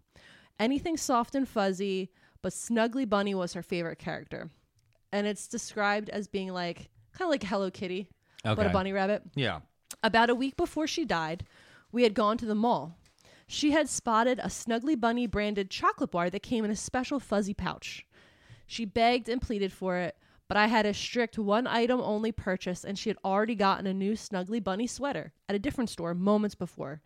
Speaker 4: Anything soft and fuzzy, but Snuggly Bunny was her favorite character. And it's described as being like kind of like Hello Kitty, but
Speaker 3: Okay.
Speaker 4: a bunny rabbit.
Speaker 3: Yeah.
Speaker 4: About a week before she died, we had gone to the mall. She had spotted a Snuggly Bunny branded chocolate bar that came in a special fuzzy pouch. She begged and pleaded for it, but I had a strict one item only purchase, and she had already gotten a new Snuggly Bunny sweater at a different store moments before.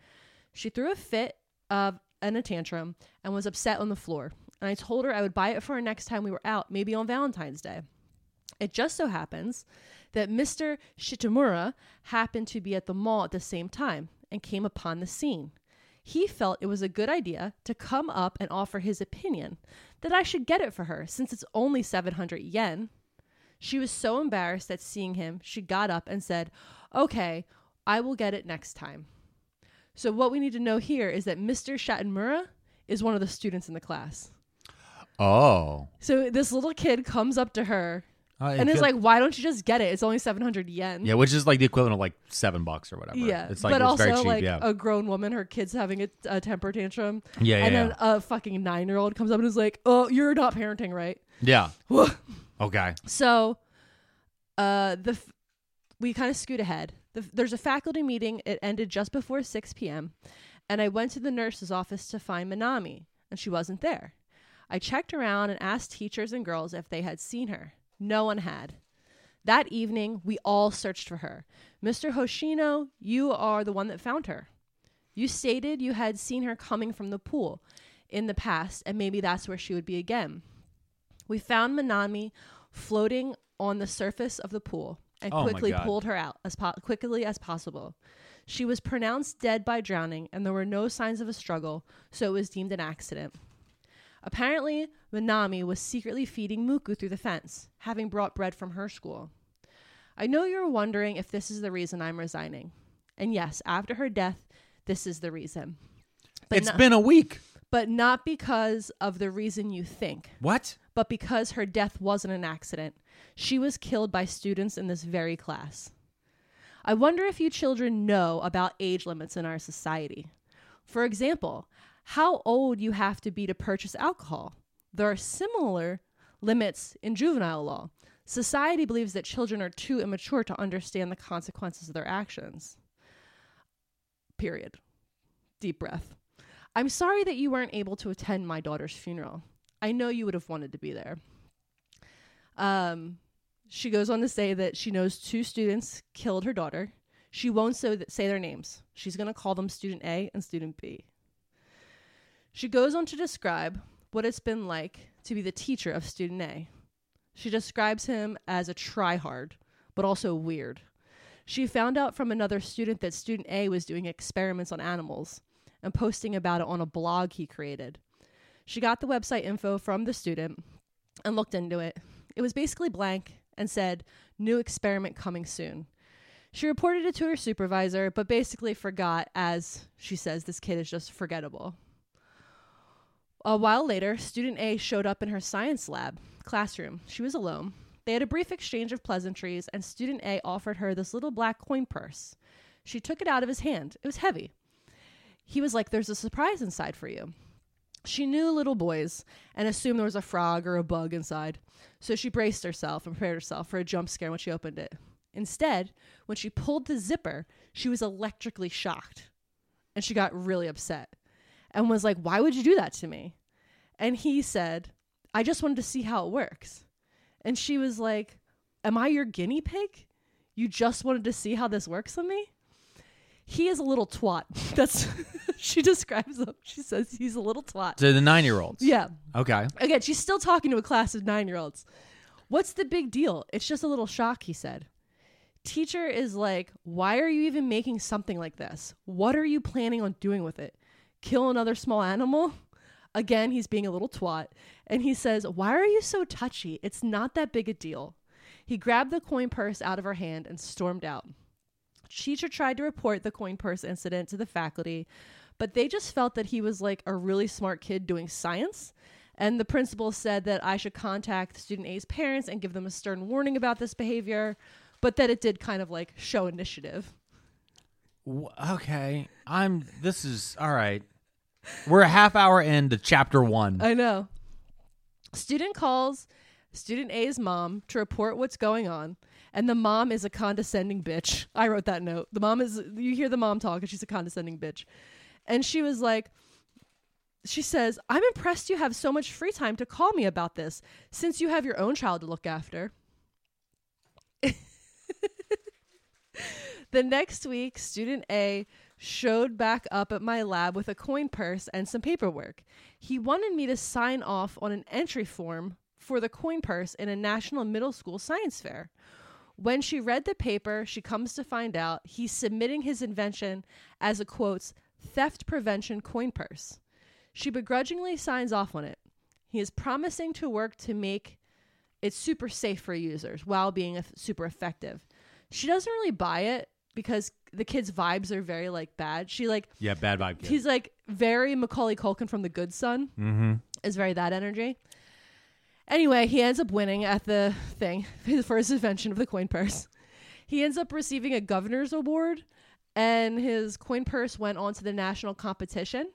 Speaker 4: She threw a fit of and a tantrum and was upset on the floor. And I told her I would buy it for her next time we were out, maybe on Valentine's Day. It just so happens that Mr. Shitamura happened to be at the mall at the same time and came upon the scene. He felt it was a good idea to come up and offer his opinion that I should get it for her since it's only 700 yen. She was so embarrassed at seeing him, she got up and said, Okay, I will get it next time. So, what we need to know here is that Mr. Shitamura is one of the students in the class.
Speaker 3: Oh.
Speaker 4: So, this little kid comes up to her
Speaker 3: Uh, it
Speaker 4: and it's
Speaker 3: feel-
Speaker 4: like, why don't you just get it? It's only 700 yen.
Speaker 3: yeah, which is like the equivalent of like seven bucks or whatever.
Speaker 4: Yeah.
Speaker 3: It's like
Speaker 4: but
Speaker 3: it's
Speaker 4: also,
Speaker 3: very cheap.
Speaker 4: like,
Speaker 3: yeah.
Speaker 4: a grown woman, her kid's having a, a temper tantrum.
Speaker 3: Yeah, yeah,
Speaker 4: And then
Speaker 3: yeah.
Speaker 4: a fucking nine year old comes up and is like, oh, you're not parenting right.
Speaker 3: yeah. okay.
Speaker 4: So, uh, the f- we kind of scoot ahead. The, f- there's a faculty meeting. It ended just before 6 p.m. And I went to the nurse's office to find Minami, and she wasn't there. I checked around and asked teachers and girls if they had seen her. No one had. That evening, we all searched for her. Mr. Hoshino, you are the one that found her. You stated you had seen her coming from the pool in the past, and maybe that's where she would be again. We found Manami floating on the surface of the pool and
Speaker 3: Oh my
Speaker 4: quickly
Speaker 3: God.
Speaker 4: pulled her out as po- quickly as possible. She was pronounced dead by drowning, and there were no signs of a struggle, so it was deemed an accident. Apparently, Manami was secretly feeding Muku through the fence, having brought bread from her school. I know you're wondering if this is the reason I'm resigning. And yes, after her death, this is the reason. But
Speaker 3: It's
Speaker 4: not-
Speaker 3: been a week.
Speaker 4: but not because of the reason you think,
Speaker 3: What?
Speaker 4: but because her death wasn't an accident. She was killed by students in this very class. I wonder if you children know about age limits in our society. For example, how old you have to be to purchase alcohol. There are similar limits in juvenile law. Society believes that children are too immature to understand the consequences of their actions. Period. Deep breath. I'm sorry that you weren't able to attend my daughter's funeral. I know you would have wanted to be there. Um, she goes on to say that she knows two students killed her daughter. She won't so th- say their names. She's going to call them student A and student B. She goes on to describe what it's been like to be the teacher of student A. She describes him as a tryhard, but also weird. She found out from another student that student A was doing experiments on animals and posting about it on a blog he created. She got the website info from the student and looked into it. It was basically blank and said, New experiment coming soon. She reported it to her supervisor, but basically forgot, as she says, this kid is just forgettable. A while later, student A showed up in her science lab classroom. She was alone. They had a brief exchange of pleasantries, and student A offered her this little black coin purse. She took it out of his hand. It was heavy. He was like, There's a surprise inside for you. She knew little boys and assumed there was a frog or a bug inside, so she braced herself and prepared herself for a jump scare when she opened it. Instead, when she pulled the zipper, she was electrically shocked and she got really upset and was like, Why would you do that to me? And he said, I just wanted to see how it works. And she was like, Am I your guinea pig? You just wanted to see how this works on me? He is a little twat. That's she describes him. She says he's a little twat.
Speaker 3: To the nine year olds.
Speaker 4: Yeah.
Speaker 3: Okay.
Speaker 4: Again, she's still talking to a class of nine year olds. What's the big deal? It's just a little shock, he said. Teacher is like, Why are you even making something like this? What are you planning on doing with it? Kill another small animal? Again, he's being a little twat. And he says, Why are you so touchy? It's not that big a deal. He grabbed the coin purse out of her hand and stormed out. Teacher tried to report the coin purse incident to the faculty, but they just felt that he was like a really smart kid doing science. And the principal said that I should contact student A's parents and give them a stern warning about this behavior, but that it did kind of like show initiative.
Speaker 3: W- Okay. I'm. This is all right. We're a half hour into chapter one.
Speaker 4: I know. Student calls student A's mom to report what's going on, and the mom is a condescending bitch. I wrote that note. The mom is, you hear the mom talk, and she's a condescending bitch. And she was like, she says, I'm impressed you have so much free time to call me about this since you have your own child to look after. the next week, student A showed back up at my lab with a coin purse and some paperwork. He wanted me to sign off on an entry form for the coin purse in a national middle school science fair. When she read the paper, she comes to find out he's submitting his invention as a quotes theft prevention coin purse. She begrudgingly signs off on it. He is promising to work to make it super safe for users while being eff- super effective. She doesn't really buy it because the kid's vibes are very like bad. She like
Speaker 3: Yeah, bad vibe. Kid.
Speaker 4: he's like very Macaulay Culkin from The Good Son. Mm-hmm. Is very that energy. Anyway, he ends up winning at the thing his first invention of the coin purse. He ends up receiving a governor's award, and his coin purse went on to the national competition,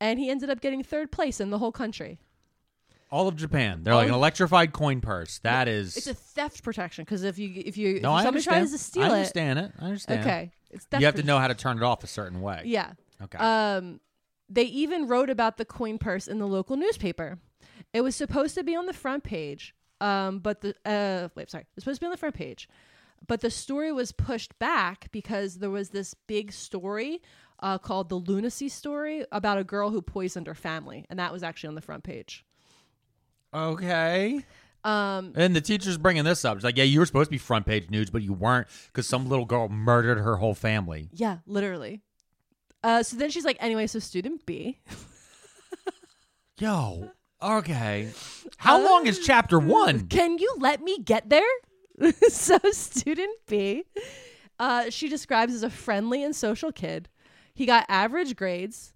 Speaker 4: and he ended up getting third place in the whole country.
Speaker 3: all of Japan. They're like an electrified coin purse. That is.
Speaker 4: It's a theft protection because if you if you
Speaker 3: no,
Speaker 4: if
Speaker 3: I
Speaker 4: somebody
Speaker 3: understand.
Speaker 4: tries to steal
Speaker 3: I
Speaker 4: it,
Speaker 3: understand it. I understand.
Speaker 4: okay, it's theft
Speaker 3: You have to
Speaker 4: protection.
Speaker 3: know how to turn it off a certain way.
Speaker 4: Yeah.
Speaker 3: Okay.
Speaker 4: Um, they even wrote about the coin purse in the local newspaper. It was supposed to be on the front page Um, but the uh, wait, sorry, it was supposed to be on the front page, but the story was pushed back because there was this big story uh, called the lunacy story about a girl who poisoned her family, and that was actually on the front page.
Speaker 3: Okay.
Speaker 4: Um,
Speaker 3: And the teacher's bringing this up. She's like, yeah, you were supposed to be front page news, but you weren't because some little girl murdered her whole family.
Speaker 4: yeah, literally. Uh, so then she's like, anyway, so student B,
Speaker 3: Yo. Okay. How
Speaker 4: Uh,
Speaker 3: long is chapter one?
Speaker 4: Can you let me get there? so, student B, uh, she describes as a friendly and social kid. He got average grades.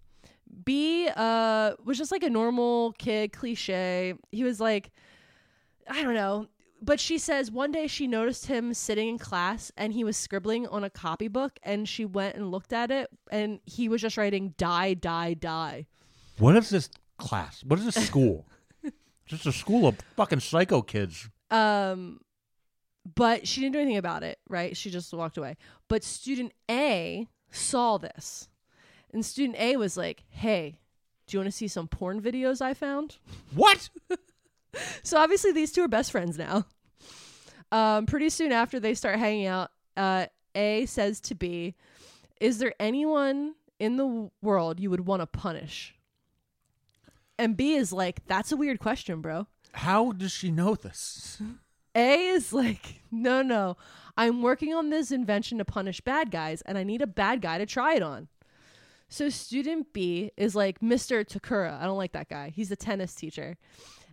Speaker 4: B uh, was just like a normal kid, cliche. He was like, I don't know. But she says one day she noticed him sitting in class and he was scribbling on a copybook and she went and looked at it and he was just writing die, die, die.
Speaker 3: What is this class? What is this school? Just a school of fucking psycho kids.
Speaker 4: Um, but she didn't do anything about it, right? She just walked away. But student A saw this, and student A was like, "Hey, do you want to see some porn videos I found?"
Speaker 3: What?
Speaker 4: So obviously, these two are best friends now. Um, pretty soon after they start hanging out, uh, A says to B, "Is there anyone in the w- world you would want to punish?" And B is like, "That's a weird question, bro."
Speaker 3: How does she know this?
Speaker 4: A is like, no, no, I'm working on this invention to punish bad guys, and I need a bad guy to try it on. So student B is like, Mr. Takura, I don't like that guy. He's the tennis teacher.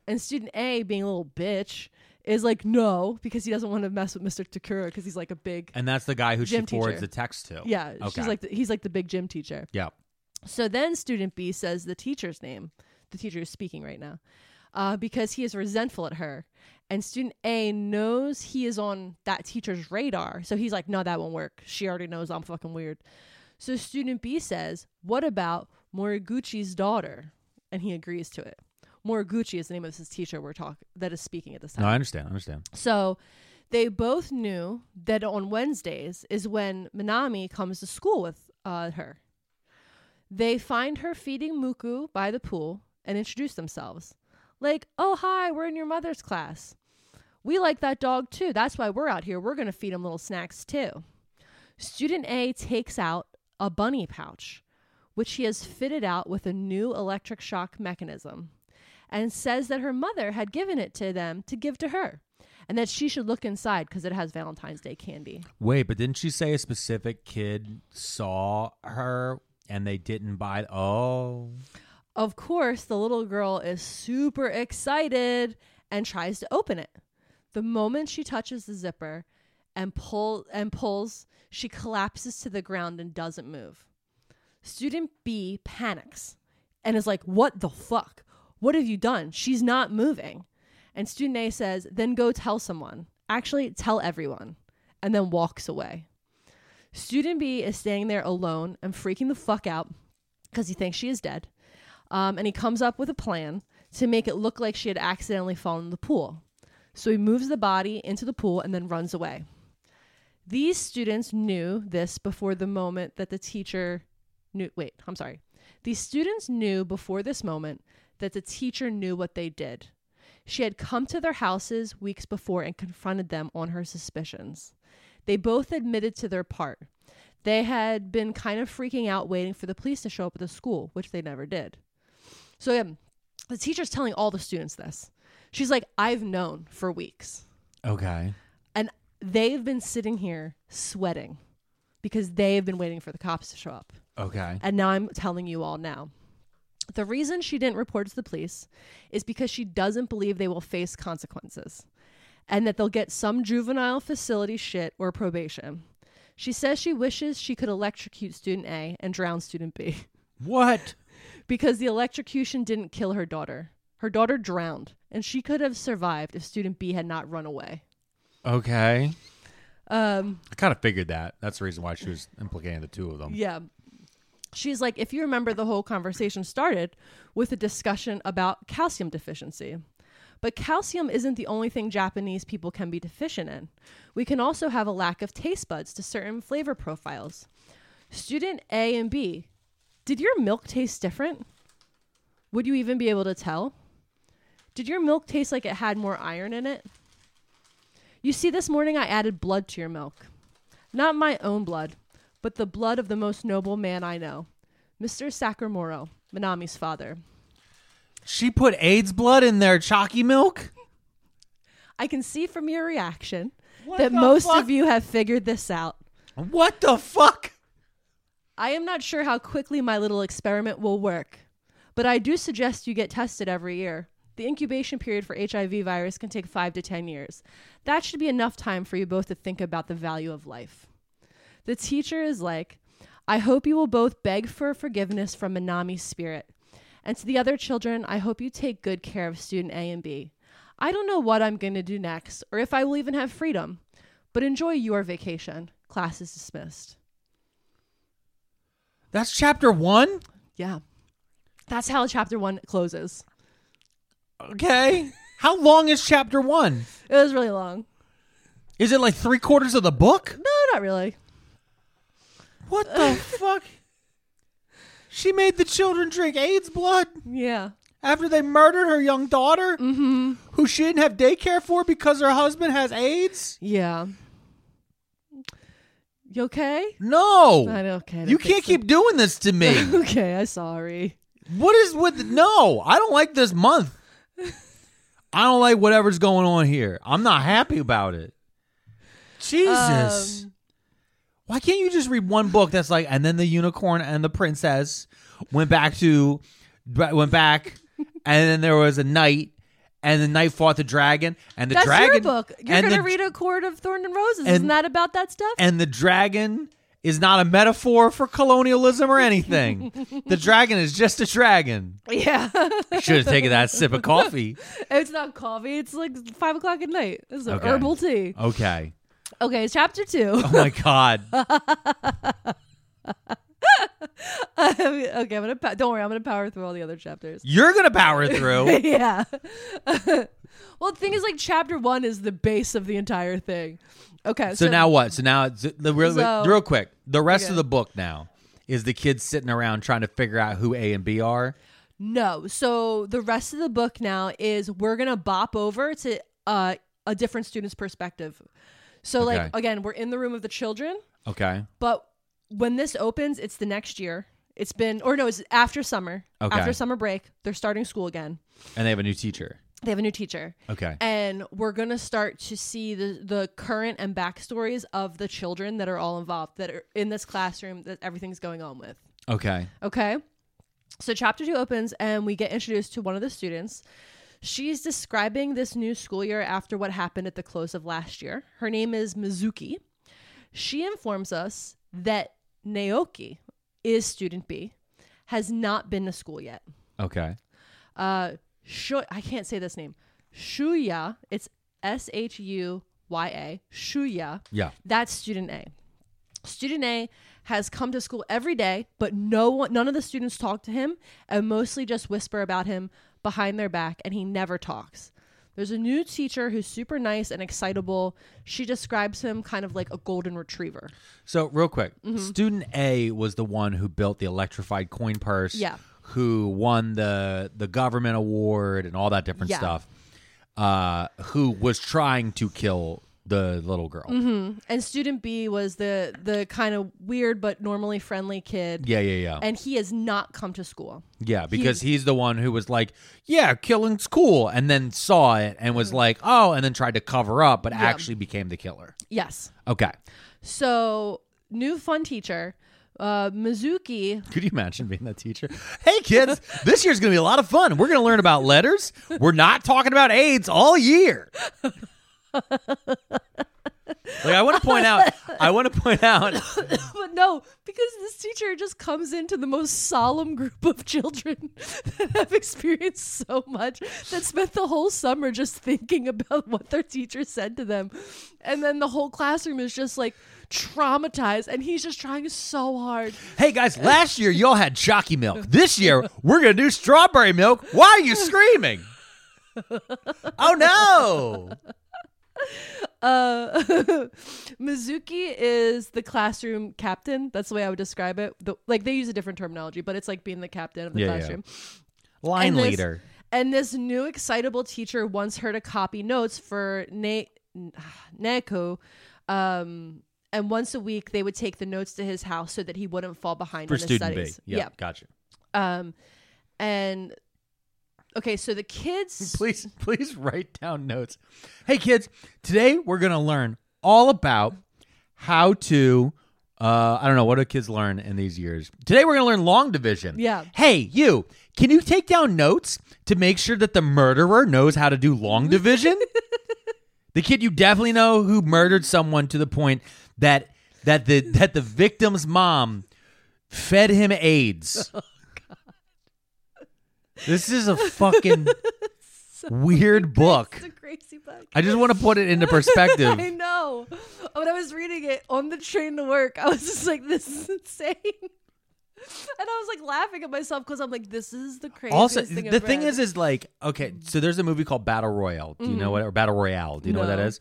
Speaker 4: And student A, being a little bitch, is like, no, because he doesn't want to mess with Mr. Takura because he's like a big,
Speaker 3: And that's the guy who
Speaker 4: Gym
Speaker 3: she forwards
Speaker 4: teacher.
Speaker 3: the text to.
Speaker 4: yeah,
Speaker 3: Okay.
Speaker 4: she's like, the, he's like the big gym teacher.
Speaker 3: yeah.
Speaker 4: So then student B says the teacher's name, the teacher is speaking right now, uh, because he is resentful at her. And student A knows he is on that teacher's radar. So he's like, no, that won't work. She already knows I'm fucking weird. So student B says, what about Moriguchi's daughter? And he agrees to it. Moriguchi is the name of this teacher we're talk that is speaking at this time.
Speaker 3: No, I understand. I understand.
Speaker 4: So they both knew that on Wednesdays is when Minami comes to school with uh, her. They find her feeding Muku by the pool and introduce themselves. Like, oh, hi, we're in your mother's class. We like that dog too. That's why we're out here. We're going to feed him little snacks too. Student A takes out a bunny pouch, which he has fitted out with a new electric shock mechanism, and says that her mother had given it to them to give to her, and that she should look inside because it has Valentine's Day candy.
Speaker 3: Wait, but didn't she say a specific kid saw her and they didn't buy? Oh.
Speaker 4: Of course, the little girl is super excited and tries to open it. The moment she touches the zipper and pull and pulls, she collapses to the ground and doesn't move. Student B panics and is like, "What the fuck? What have you done? She's not moving." And student A says, "Then go tell someone. Actually, tell everyone." And then walks away. Student B is standing there alone and freaking the fuck out because he thinks she is dead um, and he comes up with a plan to make it look like she had accidentally fallen in the pool. So he moves the body into the pool and then runs away. These students knew this before the moment that the teacher knew. Wait, I'm sorry. These students knew before this moment that the teacher knew what they did. She had come to their houses weeks before and confronted them on her suspicions. They both admitted to their part. They had been kind of freaking out waiting for the police to show up at the school, which they never did. So yeah, the teacher's telling all the students this. She's like, I've known for weeks.
Speaker 3: Okay.
Speaker 4: And they've been sitting here sweating because they've been waiting for the cops to show up.
Speaker 3: Okay.
Speaker 4: And now I'm telling you all now. The reason she didn't report it to the police is because she doesn't believe they will face consequences and that they'll get some juvenile facility shit or probation. She says she wishes she could electrocute student A and drown student B
Speaker 3: What?
Speaker 4: because the electrocution didn't kill her daughter. Her daughter drowned, and she could have survived if student B had not run away.
Speaker 3: Okay.
Speaker 4: Um,
Speaker 3: I kind of figured that. That's the reason why she was implicating the two of them.
Speaker 4: yeah. She's like, if you remember, the whole conversation started with a discussion about calcium deficiency. But calcium isn't the only thing Japanese people can be deficient in. We can also have a lack of taste buds to certain flavor profiles. Student A and B, did your milk taste different? Would you even be able to tell? Did your milk taste like it had more iron in it? You see, this morning I added blood to your milk. Not my own blood, but the blood of the most noble man I know, Mr. Sakamoro, Minami's father.
Speaker 3: She put AIDS blood in their chalky milk?
Speaker 4: I can see from your reaction
Speaker 3: What
Speaker 4: that
Speaker 3: the
Speaker 4: most
Speaker 3: fuck?
Speaker 4: of you have figured this out.
Speaker 3: What the fuck?
Speaker 4: I am not sure how quickly my little experiment will work, but I do suggest you get tested every year. The incubation period for HIV virus can take five to 10 years. That should be enough time for you both to think about the value of life. The teacher is like, I hope you will both beg for forgiveness from Minami's spirit. And to the other children, I hope you take good care of student A and B. I don't know what I'm going to do next or if I will even have freedom, but enjoy your vacation. Class is dismissed.
Speaker 3: That's chapter one?
Speaker 4: Yeah. That's how chapter one closes.
Speaker 3: Okay. How long is chapter one?
Speaker 4: It was really long.
Speaker 3: Is it like three quarters of the book?
Speaker 4: No, not really.
Speaker 3: What the fuck? She made the children drink AIDS blood
Speaker 4: Yeah.
Speaker 3: after they murdered her young daughter,
Speaker 4: Mm-hmm.
Speaker 3: who she didn't have daycare for because her husband has AIDS?
Speaker 4: Yeah. You okay?
Speaker 3: No.
Speaker 4: I know, okay, I
Speaker 3: You
Speaker 4: don't
Speaker 3: can't
Speaker 4: think so.
Speaker 3: keep doing this to me.
Speaker 4: Okay, I'm sorry.
Speaker 3: What is with no? I don't like this month. I don't like whatever's going on here. I'm not happy about it.
Speaker 4: Um,
Speaker 3: Jesus. Why can't you just read one book that's like and then the unicorn and the princess went back to went back and then there was a knight and the knight fought the dragon and the
Speaker 4: That's
Speaker 3: dragon
Speaker 4: your book. You're
Speaker 3: and
Speaker 4: going to
Speaker 3: the-
Speaker 4: read A Court of Thorn and Roses. Isn't
Speaker 3: and-
Speaker 4: that about that stuff?
Speaker 3: and the dragon is not a metaphor for colonialism or anything. the dragon is just a dragon.
Speaker 4: yeah.
Speaker 3: Should have taken that sip of coffee.
Speaker 4: it's not coffee. It's like 5 o'clock at night. It's a
Speaker 3: Okay.
Speaker 4: herbal tea.
Speaker 3: Okay.
Speaker 4: Okay, it's chapter two.
Speaker 3: Oh my god.
Speaker 4: okay, I'm going to, pa- don't worry, I'm going to power through all the other chapters.
Speaker 3: You're gonna power through.
Speaker 4: yeah. well, the thing is, like, chapter one is the base of the entire thing. Okay.
Speaker 3: So now what? So now it's- the real,
Speaker 4: So-
Speaker 3: real quick. The rest of the book now is the kids sitting around trying to figure out who A and B are.
Speaker 4: No. So the rest of the book now is we're going to bop over to uh, a different student's perspective. So,
Speaker 3: Okay.
Speaker 4: like, again, we're in the room of the children,
Speaker 3: Okay.
Speaker 4: but when this opens, it's the next year. It's been, or no, it's after summer.
Speaker 3: Okay.
Speaker 4: After summer break, they're starting school again.
Speaker 3: And they have a new teacher.
Speaker 4: They have a new teacher.
Speaker 3: Okay.
Speaker 4: and we're gonna start to see the the current and backstories of the children that are all involved that are in this classroom that everything's going on with
Speaker 3: Okay.
Speaker 4: okay so chapter two opens and we get introduced to one of the students she's describing this new school year after what happened at the close of last year her name is mizuki she informs us that naoki is student b has not been to school yet
Speaker 3: Okay.
Speaker 4: uh Shu- I can't say this name. Shuya. It's S H U Y A. Shuya.
Speaker 3: Yeah.
Speaker 4: That's student A. Student A has come to school every day, but no one none of the students talk to him and mostly just whisper about him behind their back and he never talks. There's a new teacher who's super nice and excitable. She describes him kind of like a golden retriever.
Speaker 3: So real quick,
Speaker 4: Mm-hmm.
Speaker 3: student A was the one who built the electrified coin purse.
Speaker 4: Yeah.
Speaker 3: Who won the the government award and all that different
Speaker 4: Yeah.
Speaker 3: stuff. Uh, who was trying to kill the little girl.
Speaker 4: Mm-hmm. And student B was the the kind of weird but normally friendly kid.
Speaker 3: Yeah, yeah, yeah.
Speaker 4: And he has not come to school.
Speaker 3: Yeah, because he's the one who was like, "Yeah, killing's cool," and then saw it and
Speaker 4: Mm-hmm.
Speaker 3: was like, "Oh," and then tried to cover up, but actually became the killer.
Speaker 4: Yes.
Speaker 3: Okay,
Speaker 4: So, new fun teacher, uh, Mizuki.
Speaker 3: could you imagine being that teacher? Hey, kids, this year's gonna be a lot of fun. We're gonna learn about letters. We're not talking about AIDS all year. like, I want to point out, I want to point out,
Speaker 4: But no, because this teacher just comes into the most solemn group of children that have experienced so much, that spent the whole summer just thinking about what their teacher said to them. And then the whole classroom is just like traumatized, and he's just trying so hard.
Speaker 3: hey guys, last year y'all had chalky milk. This year we're gonna do strawberry milk. Why are you screaming? Oh no!
Speaker 4: Uh, Mizuki is the classroom captain. That's the way I would describe it. The, like, they use a different terminology, but it's like being the captain of the
Speaker 3: Yeah, yeah.
Speaker 4: classroline
Speaker 3: Line leader.
Speaker 4: And this new excitable teacher wants her to copy notes for Na- Neko. Um, and once a week, they would take the notes to his house so that he wouldn't fall behind
Speaker 3: for
Speaker 4: in his
Speaker 3: student
Speaker 4: studies.
Speaker 3: B. Yeah, gotcha.
Speaker 4: Yeah. Um, and okay, so the kids.
Speaker 3: Please, please write down notes. Hey kids, today we're gonna learn all about how to. Uh, I don't know what do kids learn in these years. Today we're gonna learn long division.
Speaker 4: Yeah.
Speaker 3: Hey you, can you take down notes to make sure that the murderer knows how to do long division? the kid you definitely know who murdered someone to the point that that the that the victim's mom fed him AIDS.
Speaker 4: Oh,
Speaker 3: This is a fucking weird book.
Speaker 4: It's a crazy book.
Speaker 3: I just want to put it into perspective.
Speaker 4: I know. When I was reading it on the train to work, I was just like, this is insane. And I was like laughing at myself because I'm like, this is the craziest
Speaker 3: also,
Speaker 4: thing.
Speaker 3: the
Speaker 4: I've
Speaker 3: thing
Speaker 4: read.
Speaker 3: is, is like, okay, so there's a movie called Battle Royale. Do you know what? Or Battle Royale. Do you know what that
Speaker 4: Mm-hmm. No.
Speaker 3: is?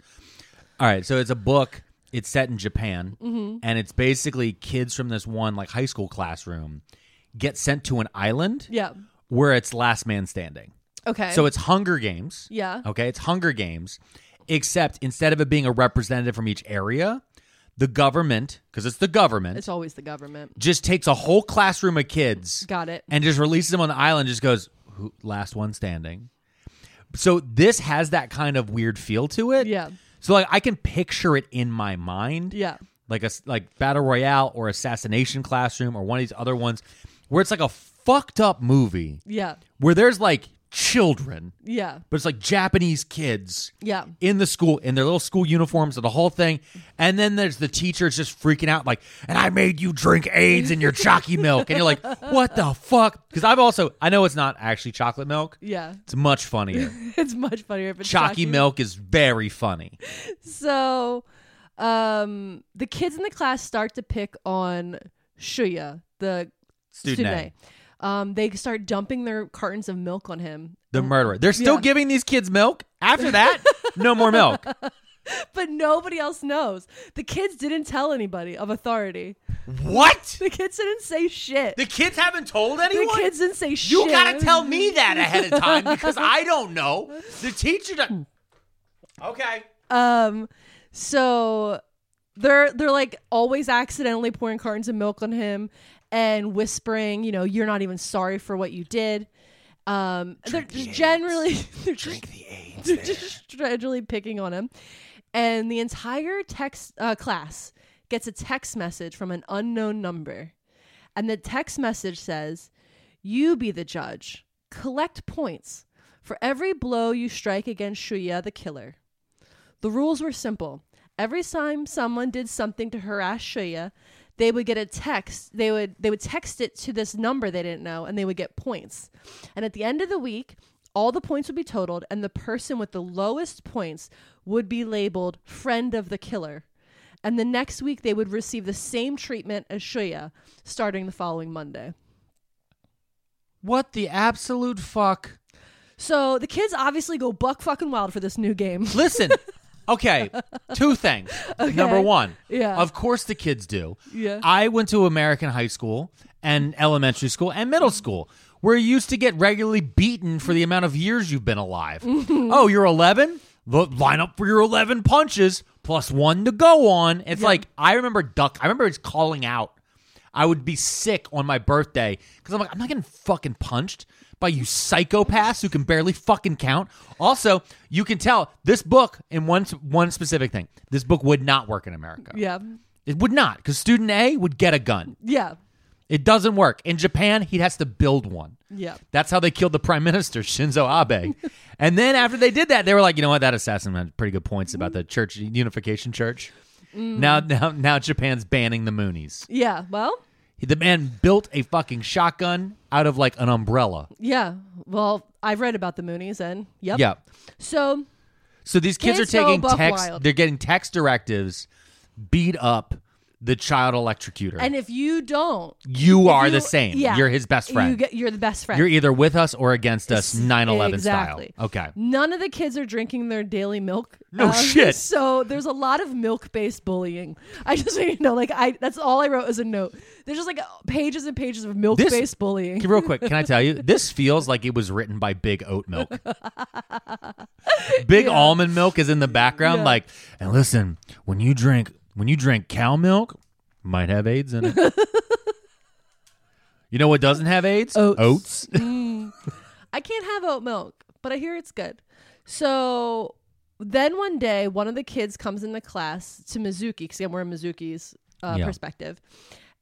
Speaker 3: All right, so it's a book. It's set in Japan,
Speaker 4: Mm-hmm.
Speaker 3: and it's basically kids from this one like high school classroom get sent to an island
Speaker 4: yeah.
Speaker 3: where it's last man standing.
Speaker 4: Okay.
Speaker 3: So Oh. it's Hunger Games.
Speaker 4: Yeah.
Speaker 3: Okay, it's Hunger Games, except instead of it being a representative from each area, the government, because it's the government,
Speaker 4: it's always the government.
Speaker 3: just takes a whole classroom of kids
Speaker 4: Got it.
Speaker 3: and just releases them on the island just goes "Who- last one standing so this has that kind of weird feel to it
Speaker 4: Yeah.
Speaker 3: so like i can picture it in my mind
Speaker 4: Yeah.
Speaker 3: like a s- like battle royale or assassination classroom or one of these other ones where it's like a fucked up movie
Speaker 4: Yeah.
Speaker 3: where there's like children
Speaker 4: Yeah.
Speaker 3: but it's like japanese kids
Speaker 4: Yeah.
Speaker 3: in the school in their little school uniforms and the whole thing. And then there's the teachers just freaking out, like, and I made you drink AIDS in your chalky milk. And you're like, what the fuck? Because I've also, I know it's not actually chocolate milk.
Speaker 4: Yeah.
Speaker 3: It's much funnier.
Speaker 4: It's much funnier if it's
Speaker 3: Chalky
Speaker 4: Shocky.
Speaker 3: milk is very funny.
Speaker 4: So um the kids in the class start to pick on Shuya, the
Speaker 3: Student
Speaker 4: student.
Speaker 3: A.
Speaker 4: A. Um, they start dumping their cartons of milk on him.
Speaker 3: The murderer. They're still
Speaker 4: Oh. Yeah.
Speaker 3: giving these kids milk. After that, no more milk.
Speaker 4: but nobody else knows. The kids didn't tell anybody of authority.
Speaker 3: What?
Speaker 4: The kids didn't say shit.
Speaker 3: The kids haven't told
Speaker 4: The
Speaker 3: anyone?
Speaker 4: kids didn't say shit.
Speaker 3: You gotta tell me that ahead of time because I don't know. The teacher doesn't. Okay.
Speaker 4: Um, so they're they're like always accidentally pouring cartons of milk on him and whispering, you know, you're not even sorry for what you did. Um, they're just generally they're just, they're just generally picking on him, and the entire text uh, class gets a text message from an unknown number, and the text message says, "You be the judge. Collect points for every blow you strike against Shuya the killer." The rules were simple. Every time someone did something to harass Shuya, they would get a text. They would they would text it to this number they didn't know, and they would get points. And at the end of the week, all the points would be totaled, and the person with the lowest points would be labeled friend of the killer. And the next week, they would receive the same treatment as Shuya, starting the following Monday.
Speaker 3: What the absolute fuck?
Speaker 4: So the kids obviously go buck fucking wild for this new game.
Speaker 3: Listen. Okay, two things. Number one,
Speaker 4: Yeah.
Speaker 3: of course the kids do.
Speaker 4: Yeah.
Speaker 3: I went to American high school and elementary school and middle school where you used to get regularly beaten for the amount of years you've been alive. oh, you're 11? Lo- Line up for your 11 punches plus one to go on. It's like, I remember duck. I remember it's calling out. I would be sick on my birthday because I'm like, I'm not getting fucking punched by you psychopaths who can barely fucking count. Also, you can tell this book in one one specific thing. This book would not work in America.
Speaker 4: yeah,
Speaker 3: It would not because student A would get a gun.
Speaker 4: yeah,
Speaker 3: It doesn't work in Japan. He has to build one.
Speaker 4: yeah.
Speaker 3: That's how they killed the prime minister Shinzo Abe. and then after they did that, they were like, you know what? That assassin had pretty good points about the church unification church.
Speaker 4: Mm.
Speaker 3: Now, now, now, Japan's banning the Moonies.
Speaker 4: Yeah, well,
Speaker 3: The man built a fucking shotgun out of like an umbrella.
Speaker 4: yeah. Well, I've read about the Moonies and yep.
Speaker 3: Yeah.
Speaker 4: So
Speaker 3: So these kids,
Speaker 4: Kids
Speaker 3: are
Speaker 4: go
Speaker 3: taking
Speaker 4: buck
Speaker 3: text.
Speaker 4: wild.
Speaker 3: They're getting text directives, beat up. the child electrocutor.
Speaker 4: And if you don't,
Speaker 3: you
Speaker 4: if
Speaker 3: are
Speaker 4: you-
Speaker 3: the same.
Speaker 4: yeah.
Speaker 3: You're his best friend.
Speaker 4: you get you're the best friend.
Speaker 3: You're either with us or against us 9 11
Speaker 4: Exactly.
Speaker 3: style. Okay.
Speaker 4: None of the kids are drinking their daily milk. Um,
Speaker 3: No shit.
Speaker 4: So there's a lot of milk-based bullying. I just want you to know, like, I that's all I wrote as a note. There's just like pages and pages of milk-based bullying.
Speaker 3: Real quick, can I tell you? This feels like it was written by Big Oat Milk. Big almond milk is in the background, like, and listen, when you drink when you drink cow milk, might have AIDS in it. you know what doesn't have AIDS? Oats.
Speaker 4: Oats. I can't have oat milk, but I hear it's good. So then one day, one of the kids comes into class to Mizuki because again, we're in Mizuki's uh,
Speaker 3: Yeah.
Speaker 4: perspective,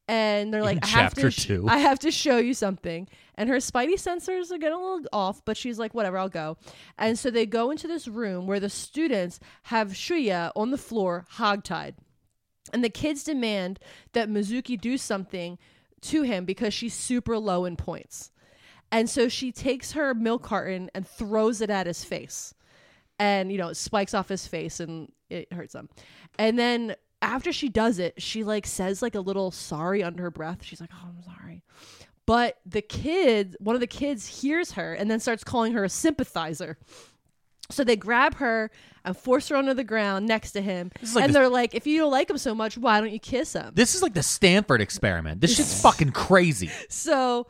Speaker 4: and they're like, I
Speaker 3: chapter
Speaker 4: have to sh-
Speaker 3: two.
Speaker 4: I have to show you something." And her spidey sensors are getting a little off, but she's like, "Whatever, I'll go." And so they go into this room where the students have Shuya on the floor, hogtied. And the kids demand that Mizuki do something to him because she's super low in points. And so she takes her milk carton and throws it at his face. And, you know, it spikes off his face and it hurts him. And then after she does it, she like says like a little sorry under her breath. She's like, oh, I'm sorry. But the kid, one of the kids hears her and then starts calling her a sympathizer. So they grab her and force her onto the ground next to him.
Speaker 3: is like
Speaker 4: and
Speaker 3: this-
Speaker 4: they're like, if you don't like him so much, why don't you kiss him?
Speaker 3: This is like the Stanford experiment. This shit's fucking crazy.
Speaker 4: so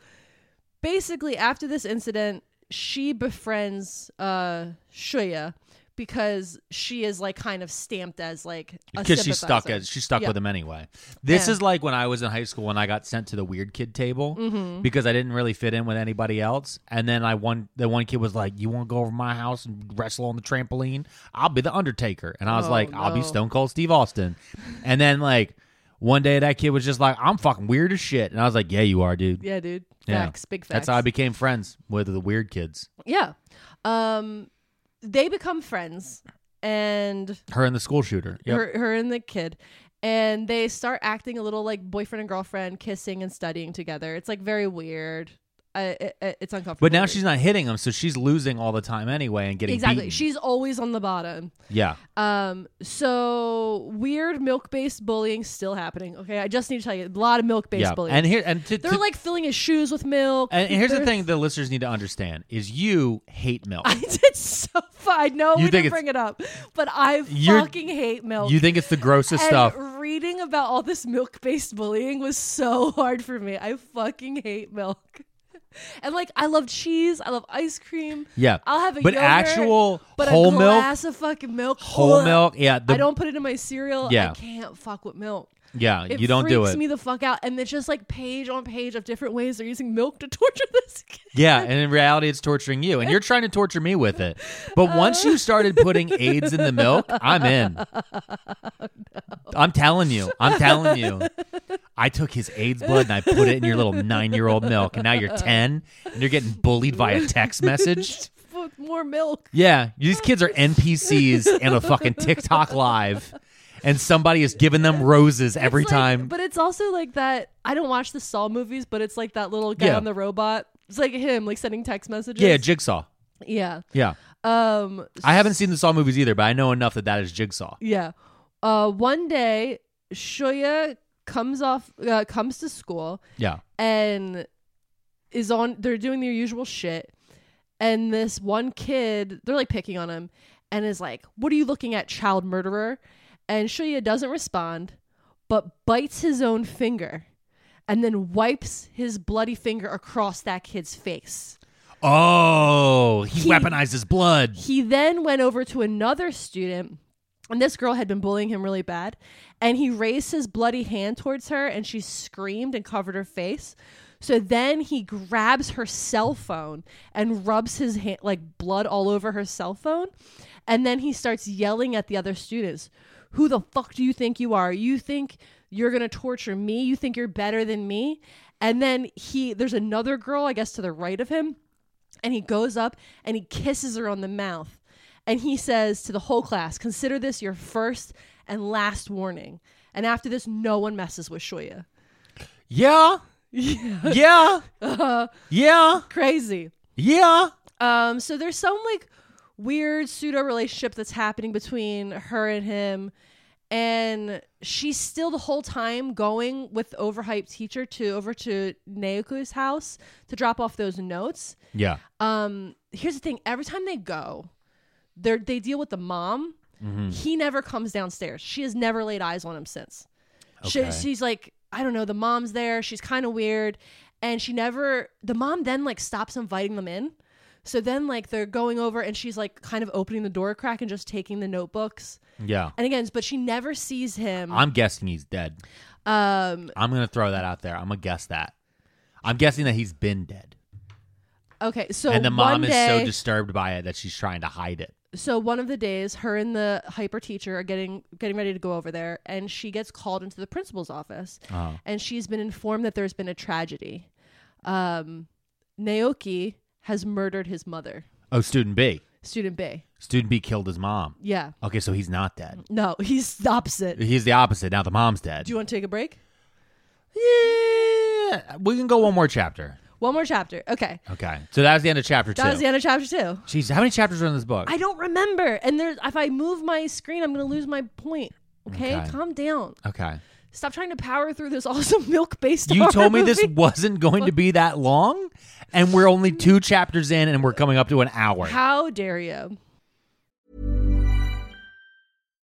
Speaker 4: basically after this incident she befriends uh shuya because she is like kind of stamped as like a
Speaker 3: because she's stuck
Speaker 4: sympathizer.
Speaker 3: as she's stuck
Speaker 4: Yeah.
Speaker 3: with him anyway. This
Speaker 4: Yeah.
Speaker 3: is like when I was in high school and I got sent to the weird kid table
Speaker 4: Mm-hmm.
Speaker 3: because I didn't really fit in with anybody else. And then I one the one kid was like, "You want to go over to my house and wrestle on the trampoline? I'll be the Undertaker." And I was
Speaker 4: Oh,
Speaker 3: like, "I'll be
Speaker 4: no.
Speaker 3: Stone Cold Steve Austin." and then like one day that kid was just like, "I'm fucking weird as shit," and I was like, "Yeah, you are, dude."
Speaker 4: yeah dude
Speaker 3: Yeah.
Speaker 4: facts big facts
Speaker 3: That's how I became friends with the weird kids.
Speaker 4: yeah um they become friends and
Speaker 3: Her and the school shooter. Yep.
Speaker 4: her, her and the kid and they start acting a little like boyfriend and girlfriend kissing and studying together it's like very weird I, it, it- it's uncomfortable
Speaker 3: but now she's not hitting him, so she's losing all the time anyway and getting
Speaker 4: exactly
Speaker 3: beaten.
Speaker 4: she's always on the bottom
Speaker 3: yeah.
Speaker 4: Um, so weird milk based bullying still happening. Okay, I just need to tell you a lot of milk based
Speaker 3: yeah.
Speaker 4: bullying.
Speaker 3: And here and to,
Speaker 4: they're
Speaker 3: to-
Speaker 4: like filling his shoes with milk.
Speaker 3: And here's the
Speaker 4: They're-
Speaker 3: thing the listeners need to understand is you hate milk.
Speaker 4: I did so fun. I know
Speaker 3: You
Speaker 4: we
Speaker 3: think
Speaker 4: didn't
Speaker 3: it's-
Speaker 4: bring it up, but I
Speaker 3: You're-
Speaker 4: fucking hate milk.
Speaker 3: You think it's the grossest
Speaker 4: and
Speaker 3: stuff.
Speaker 4: reading about all this milk based bullying was so hard for me. I fucking hate milk. And like I love cheese, I love ice cream.
Speaker 3: Yeah.
Speaker 4: I'll have a
Speaker 3: But
Speaker 4: yogurt,
Speaker 3: actual
Speaker 4: but
Speaker 3: whole
Speaker 4: a
Speaker 3: milk-
Speaker 4: glass of fucking milk,
Speaker 3: Whole
Speaker 4: Ugh.
Speaker 3: milk. Yeah. The,
Speaker 4: I don't put it in my cereal.
Speaker 3: Yeah.
Speaker 4: I can't fuck with milk.
Speaker 3: yeah,
Speaker 4: It
Speaker 3: you don't do
Speaker 4: freaks
Speaker 3: it.
Speaker 4: me the fuck out. And it's just like page on page of different ways they're using milk to torture this kid.
Speaker 3: yeah, and in reality it's torturing you and you're trying to torture me with it.
Speaker 4: Uh.
Speaker 3: But once you started putting AIDS in the milk, I'm in.
Speaker 4: Oh,
Speaker 3: I'm telling you. I'm telling you. I took his AIDS blood and I put it in your little 9-year-old milk and now you're 10 and you're getting bullied via text message.
Speaker 4: With more milk.
Speaker 3: Yeah, these kids are NPCs in a fucking TikTok live, and somebody is giving them roses every
Speaker 4: It's like-
Speaker 3: time.
Speaker 4: But it's also like that. I don't watch the Saw movies, but it's like that little guy
Speaker 3: Yeah.
Speaker 4: on the robot. It's like him, like sending text messages.
Speaker 3: yeah, Jigsaw.
Speaker 4: yeah.
Speaker 3: Yeah,
Speaker 4: Um,
Speaker 3: I haven't seen the Saw movies either, but I know enough that that is Jigsaw.
Speaker 4: Yeah. Uh, one day, Shoya comes off, uh, comes to school,
Speaker 3: Yeah,
Speaker 4: and is on they're doing their usual shit and this one kid they're like picking on him and is like what are you looking at child murderer and shuya doesn't respond but bites his own finger and then wipes his bloody finger across that kid's face
Speaker 3: Oh, he,
Speaker 4: He-
Speaker 3: weaponized his blood.
Speaker 4: he then went over to another student and this girl had been bullying him really bad and he raised his bloody hand towards her and she screamed and covered her face so then he grabs her cell phone and rubs his hand like blood all over her cell phone and then he starts yelling at the other students who the fuck do you think you are you think you're going to torture me you think you're better than me and then he there's another girl i guess to the right of him and he goes up and he kisses her on the mouth. And he says to the whole class, consider this your first and last warning. And after this, no one messes with Shoya.
Speaker 3: Yeah, yeah,
Speaker 4: Uh-huh.
Speaker 3: yeah,
Speaker 4: Crazy.
Speaker 3: yeah.
Speaker 4: Um, so there's some like weird pseudo relationship that's happening between her and him. and she's still the whole time going with the overhyped teacher to over to Naoku's house to drop off those notes.
Speaker 3: Yeah.
Speaker 4: Um, here's the thing: every time they go, they they deal with the mom.
Speaker 3: Mm-hmm.
Speaker 4: He never comes downstairs. She has never laid eyes on him since.
Speaker 3: Okay.
Speaker 4: She, she's like, I don't know. The mom's there. She's kind of weird, and she never. The mom then like stops inviting them in. So then like they're going over, and she's like kind of opening the door crack and just taking the notebooks.
Speaker 3: Yeah.
Speaker 4: And again, but she never sees him.
Speaker 3: I'm guessing he's dead.
Speaker 4: Um.
Speaker 3: I'm gonna throw that out there. I'm gonna guess that. I'm guessing that he's been dead,
Speaker 4: Okay. So
Speaker 3: and the
Speaker 4: one
Speaker 3: mom
Speaker 4: day,
Speaker 3: is so disturbed by it that she's trying to hide it.
Speaker 4: so one of the days her and the hyper teacher are getting getting ready to go over there and she gets called into the principal's office
Speaker 3: Uh-huh.
Speaker 4: and she's been informed that there's been a tragedy um naoki has murdered his mother
Speaker 3: Oh, student B.
Speaker 4: student b
Speaker 3: Student B killed his mom.
Speaker 4: yeah
Speaker 3: Okay, so he's not dead.
Speaker 4: no he's the opposite do
Speaker 3: He's the opposite. Now the mom's dead.
Speaker 4: you want to take a break
Speaker 3: yeah, we can go one more chapter.
Speaker 4: one more chapter okay
Speaker 3: Okay, so that was the end of chapter
Speaker 4: that
Speaker 3: two.
Speaker 4: was the end of chapter two
Speaker 3: Jeez, how many chapters are in this book?
Speaker 4: i don't remember and there's if i move my screen i'm gonna lose my point okay,
Speaker 3: Okay.
Speaker 4: calm down
Speaker 3: okay,
Speaker 4: stop trying to power through this awesome milk based
Speaker 3: you told me this wasn't going to be that long, and we're only two chapters in, and we're coming up to an hour.
Speaker 4: how dare you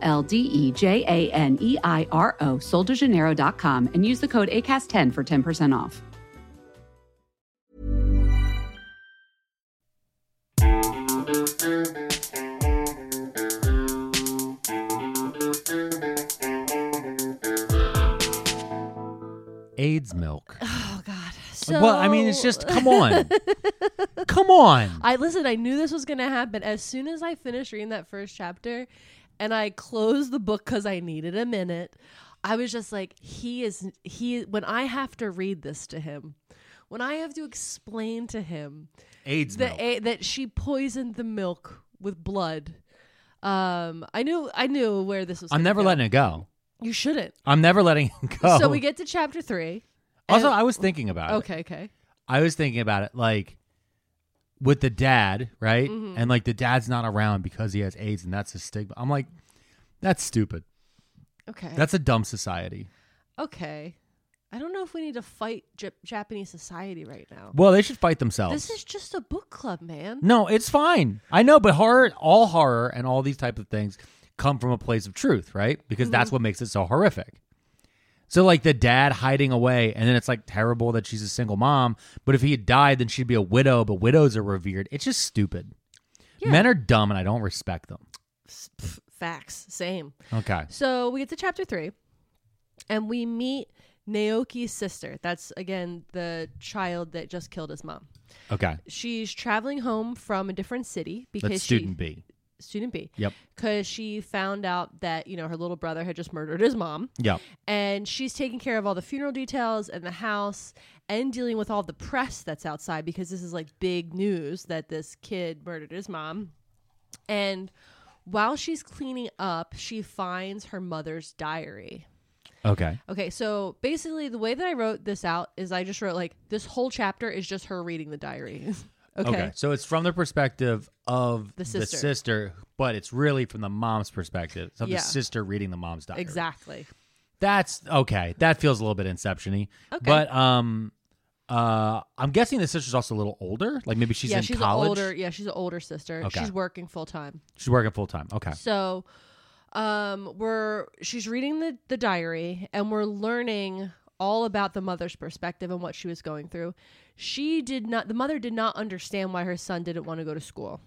Speaker 1: L D E J A N E I R O, soldejaneiro.com, and use the code ACAST10 for 10% off.
Speaker 3: AIDS milk.
Speaker 4: Oh God. So
Speaker 3: Like, well, I mean, it's just come on, come on.
Speaker 4: I listen. I knew this was gonna happen as soon as I finished reading that first chapter, and I closed the book because I needed a minute. I was just like, he is he. When I have to read this to him, when I have to explain to him
Speaker 3: AIDS
Speaker 4: that
Speaker 3: milk.
Speaker 4: a, that she poisoned the milk with blood, um, I knew I knew where this was.
Speaker 3: I'm
Speaker 4: gonna
Speaker 3: never
Speaker 4: go.
Speaker 3: letting it Oh. go.
Speaker 4: you shouldn't.
Speaker 3: I'm never letting it go.
Speaker 4: So we get to chapter three.
Speaker 3: Also,
Speaker 4: and-
Speaker 3: I was thinking about it.
Speaker 4: Okay, okay.
Speaker 3: I was thinking about it like with the dad, right?
Speaker 4: Mm-hmm.
Speaker 3: And like the dad's not around because he has AIDS and that's his stigma. I'm like, that's stupid.
Speaker 4: Okay.
Speaker 3: That's a dumb society.
Speaker 4: Okay. I don't know if we need to fight J- Japanese society right now.
Speaker 3: Well, they should fight themselves.
Speaker 4: This is just a book club, man.
Speaker 3: no, it's fine. I know, but horror, all horror and all these type of things come from a place of truth, right? Because
Speaker 4: Mm-hmm.
Speaker 3: that's what makes it so horrific. So like the dad hiding away and then it's like terrible that she's a single mom, but if he had died then she'd be a widow, but widows are revered. It's just stupid. Men are dumb and I don't respect them.
Speaker 4: S- pff, Facts. Same.
Speaker 3: Okay.
Speaker 4: So we get to chapter three, and we meet Naoki's sister. That's, again, the child that just killed his mom.
Speaker 3: Okay.
Speaker 4: She's traveling home from a different city because
Speaker 3: That's
Speaker 4: she,
Speaker 3: student B.
Speaker 4: student B.
Speaker 3: Yep.
Speaker 4: Because she found out that, you know, her little brother had just murdered his mom.
Speaker 3: Yep.
Speaker 4: and she's taking care of all the funeral details and the house and dealing with all the press that's outside because this is like big news that this kid murdered his mom. And while she's cleaning up, she finds her mother's diary.
Speaker 3: Okay.
Speaker 4: Okay, so basically the way that I wrote this out is I just wrote like this whole chapter is just her reading the diary. okay.
Speaker 3: okay. So it's from the perspective of
Speaker 4: The sister.
Speaker 3: sister, but it's really from the mom's perspective. So
Speaker 4: Yeah.
Speaker 3: the sister reading the mom's diary.
Speaker 4: Exactly.
Speaker 3: That's okay. That feels a little bit inception-y.
Speaker 4: Okay.
Speaker 3: But um uh I'm guessing the sister's also a little older. Like maybe she's
Speaker 4: yeah,
Speaker 3: in
Speaker 4: she's an
Speaker 3: college.
Speaker 4: older. Yeah, she's an older sister.
Speaker 3: Okay.
Speaker 4: She's working full time.
Speaker 3: She's working full time. Okay.
Speaker 4: So um we're she's reading the the diary and we're learning all about the mother's perspective and what she was going through. She did not the mother did not understand why her son didn't want to go to school.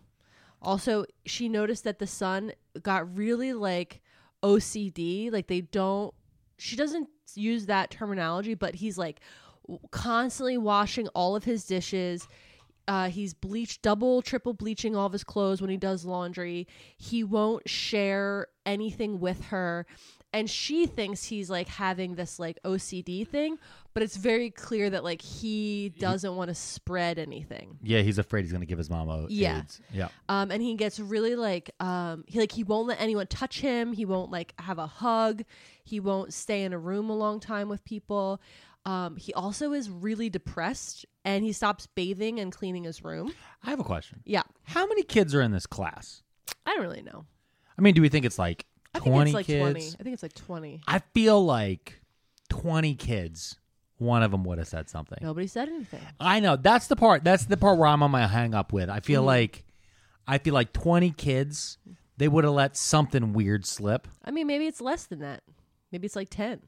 Speaker 4: Also, she noticed that the son got really like OCD, like they don't she doesn't use that terminology, but he's like w- constantly washing all of his dishes. Uh, he's bleached double, triple bleaching all of his clothes when he does laundry. He won't share anything with her. And she thinks he's like having this like OCD thing, but it's very clear that like he doesn't want to spread anything.
Speaker 3: Yeah, he's afraid he's gonna give his mom a
Speaker 4: Yeah.
Speaker 3: AIDS. Yeah.
Speaker 4: Um, and he gets really like um, he like he won't let anyone touch him. He won't like have a hug. He won't stay in a room a long time with people. Um, he also is really depressed, and he stops bathing and cleaning his room.
Speaker 3: I have a question.
Speaker 4: Yeah,
Speaker 3: How many kids are in this class?
Speaker 4: I don't really know.
Speaker 3: I mean, do we think it's like
Speaker 4: I think
Speaker 3: twenty
Speaker 4: it's like
Speaker 3: kids?
Speaker 4: twenty. I think it's like twenty.
Speaker 3: I feel like 20 kids, one of them would have said something.
Speaker 4: Nobody said anything.
Speaker 3: I know. That's the part. That's the part where I'm on my hang up with. I
Speaker 4: Mm-hmm.
Speaker 3: feel like I feel like 20 kids, they would have let something weird slip.
Speaker 4: I mean, maybe it's less than that. Maybe it's like ten.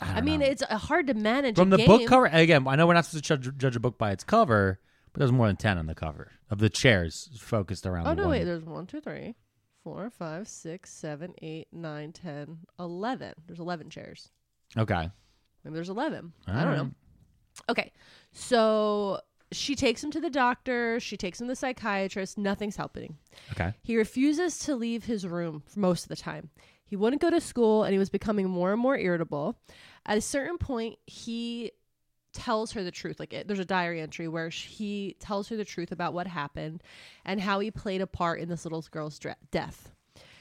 Speaker 3: don't
Speaker 4: I, mean,
Speaker 3: know.
Speaker 4: it's uh, hard to manage
Speaker 3: From the
Speaker 4: a game.
Speaker 3: book cover, again, I know we're not supposed to judge, judge a book by its cover, but there's more than 10 on the cover of the chairs focused around
Speaker 4: Oh
Speaker 3: the
Speaker 4: no!
Speaker 3: one-
Speaker 4: Wait, there's one, two, three, four, five, six, seven, eight, nine, ten, eleven. There's eleven chairs.
Speaker 3: Okay.
Speaker 4: Maybe there's 11.
Speaker 3: All
Speaker 4: I don't
Speaker 3: right.
Speaker 4: know. Okay. So she takes him to the doctor. She takes him to the psychiatrist. Nothing's helping.
Speaker 3: Okay.
Speaker 4: He refuses to leave his room for most of the time. He wouldn't go to school and he was becoming more and more irritable. At a certain point, he tells her the truth. Like, it, there's a diary entry where sh- he tells her the truth about what happened and how he played a part in this little girl's dra- death.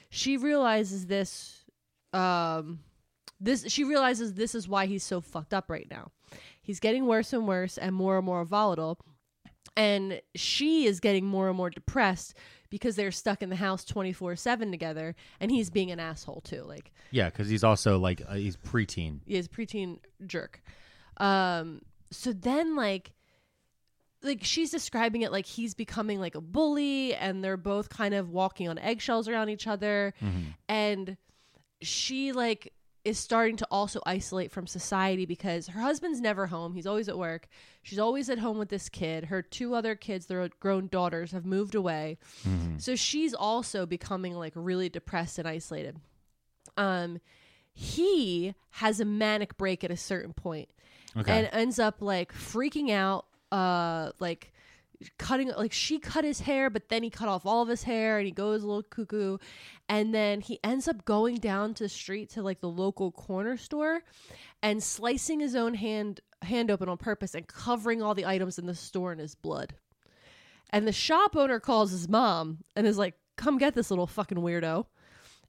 Speaker 4: She realizes this. Um, this she realizes this is why he's so fucked up right now. He's getting worse and worse and more and more volatile and she is getting more and more depressed because they're stuck in the house 24/7 together and he's being an asshole too like
Speaker 3: Yeah, because he's also like, uh, he's preteen.
Speaker 4: is preteen jerk. Um, so then like like she's describing it like he's becoming like a bully and they're both kind of walking on eggshells around each other and she like is starting to also isolate from society because her husband's never home he's always at work she's always at home with this kid her two other kids their grown daughters have moved away so she's also becoming like really depressed and isolated um he has a manic break at a certain point and ends up like freaking out uh like cutting like she cut his hair but then he cut off all of his hair and he goes a little cuckoo and then he ends up going down to the street to like the local corner store and slicing his own hand hand open on purpose and covering all the items in the store in his blood and the shop owner calls his mom and is like come get this little fucking weirdo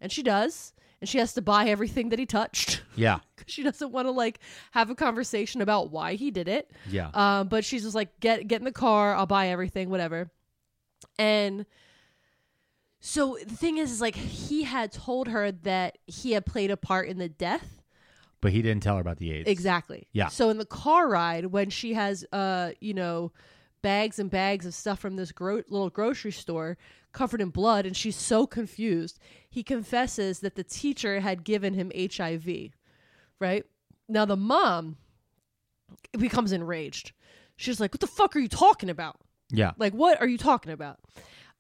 Speaker 4: and she does and she has to buy everything that he touched
Speaker 3: Yeah.
Speaker 4: because she doesn't want to like have a conversation about why he did it.
Speaker 3: Yeah.
Speaker 4: Um, but she's just like, get get in the car. I'll buy everything, whatever. And so the thing is, is like he had told her that he had played a part in the death.
Speaker 3: but he didn't tell her about the AIDS.
Speaker 4: Exactly.
Speaker 3: Yeah.
Speaker 4: So in the car ride, when she has, uh, you know, bags and bags of stuff from this gro- little grocery store covered in blood, and she's so confused, he confesses that the teacher had given him HIV. Right now, the mom becomes enraged. She's like, "What the fuck are you talking about?
Speaker 3: Yeah.
Speaker 4: Like, what are you talking about?"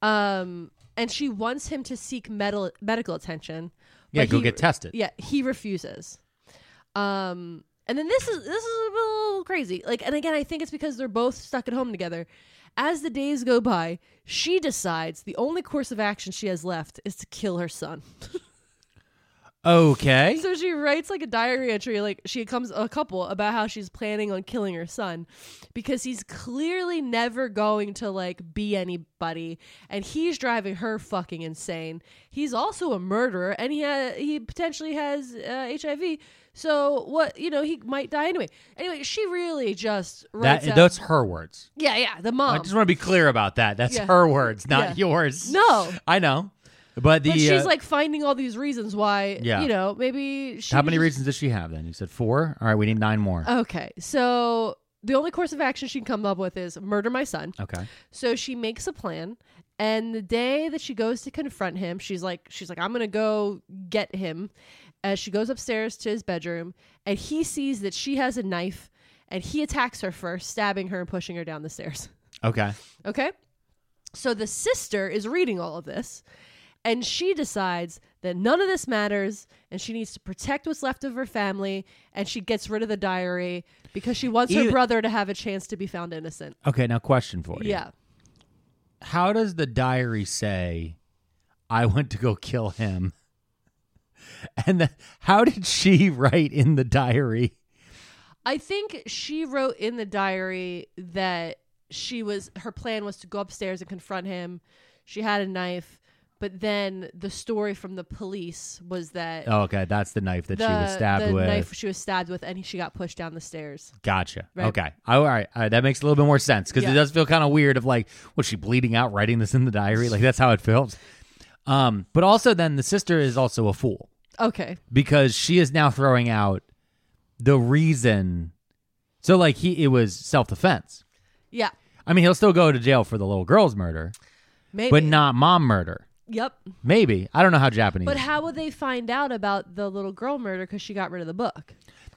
Speaker 4: Um, and she wants him to seek medical medical attention.
Speaker 3: Yeah,
Speaker 4: but
Speaker 3: go
Speaker 4: he-
Speaker 3: get tested.
Speaker 4: yeah, he refuses. Um, and then this is this is a little crazy. Like, and again, I think it's because they're both stuck at home together. As the days go by, she decides the only course of action she has left is to kill her son.
Speaker 3: Okay.
Speaker 4: So she writes like a diary entry, like she comes a couple about how she's planning on killing her son because he's clearly never going to like be anybody, and he's driving her fucking insane. He's also a murderer, and he ha- he potentially has uh, HIV. So what you know he might die anyway. Anyway, she really just
Speaker 3: that,
Speaker 4: writes out-
Speaker 3: that's her words.
Speaker 4: yeah yeah the mom.
Speaker 3: I just want to be clear about that. That's
Speaker 4: Um, Yeah.
Speaker 3: her words, not
Speaker 4: Yeah.
Speaker 3: yours.
Speaker 4: No.
Speaker 3: I know. But the
Speaker 4: but she's
Speaker 3: uh,
Speaker 4: like finding all these reasons why
Speaker 3: Yeah.
Speaker 4: you know maybe she
Speaker 3: how
Speaker 4: could
Speaker 3: many
Speaker 4: just-
Speaker 3: reasons does she have then? You said four? All right, we need nine more.
Speaker 4: Okay, so the only course of action she can come up with is murder my son.
Speaker 3: okay.
Speaker 4: So she makes a plan, and the day that she goes to confront him, she's like, she's like, I'm gonna go get him. As she goes upstairs to his bedroom, and he sees that she has a knife, and he attacks her first, stabbing her and pushing her down the stairs.
Speaker 3: Okay.
Speaker 4: Okay. So the sister is reading all of this and she decides that none of this matters and she needs to protect what's left of her family and she gets rid of the diary because she wants her
Speaker 3: Even-
Speaker 4: brother to have a chance to be found innocent.
Speaker 3: Okay, now question for you.
Speaker 4: Yeah.
Speaker 3: How does the diary say I went to go kill him And then, how did she write in the diary?
Speaker 4: I think she wrote in the diary that she was her plan was to go upstairs and confront him. She had a knife, but then the story from the police was that
Speaker 3: Oh, okay, that's the knife that
Speaker 4: the,
Speaker 3: she was stabbed
Speaker 4: the
Speaker 3: with.
Speaker 4: knife she was stabbed with, and she got pushed down the stairs.
Speaker 3: Gotcha.
Speaker 4: Right.
Speaker 3: Okay. All right. All right. That makes a little bit more sense because it
Speaker 4: Yeah.
Speaker 3: does feel kind of weird. Of like, was she bleeding out writing this in the diary? Like that's how it felt. Um, but also then the sister is also a fool
Speaker 4: Okay,
Speaker 3: because she is now throwing out the reason. So like he, it was self defense.
Speaker 4: yeah,
Speaker 3: I mean, he'll still go to jail for the little girl's murder,
Speaker 4: maybe,
Speaker 3: but not mom murder.
Speaker 4: Yep.
Speaker 3: Maybe I don't know how Japanese.
Speaker 4: But how would they find out about the little girl murder? Because she got rid of the book.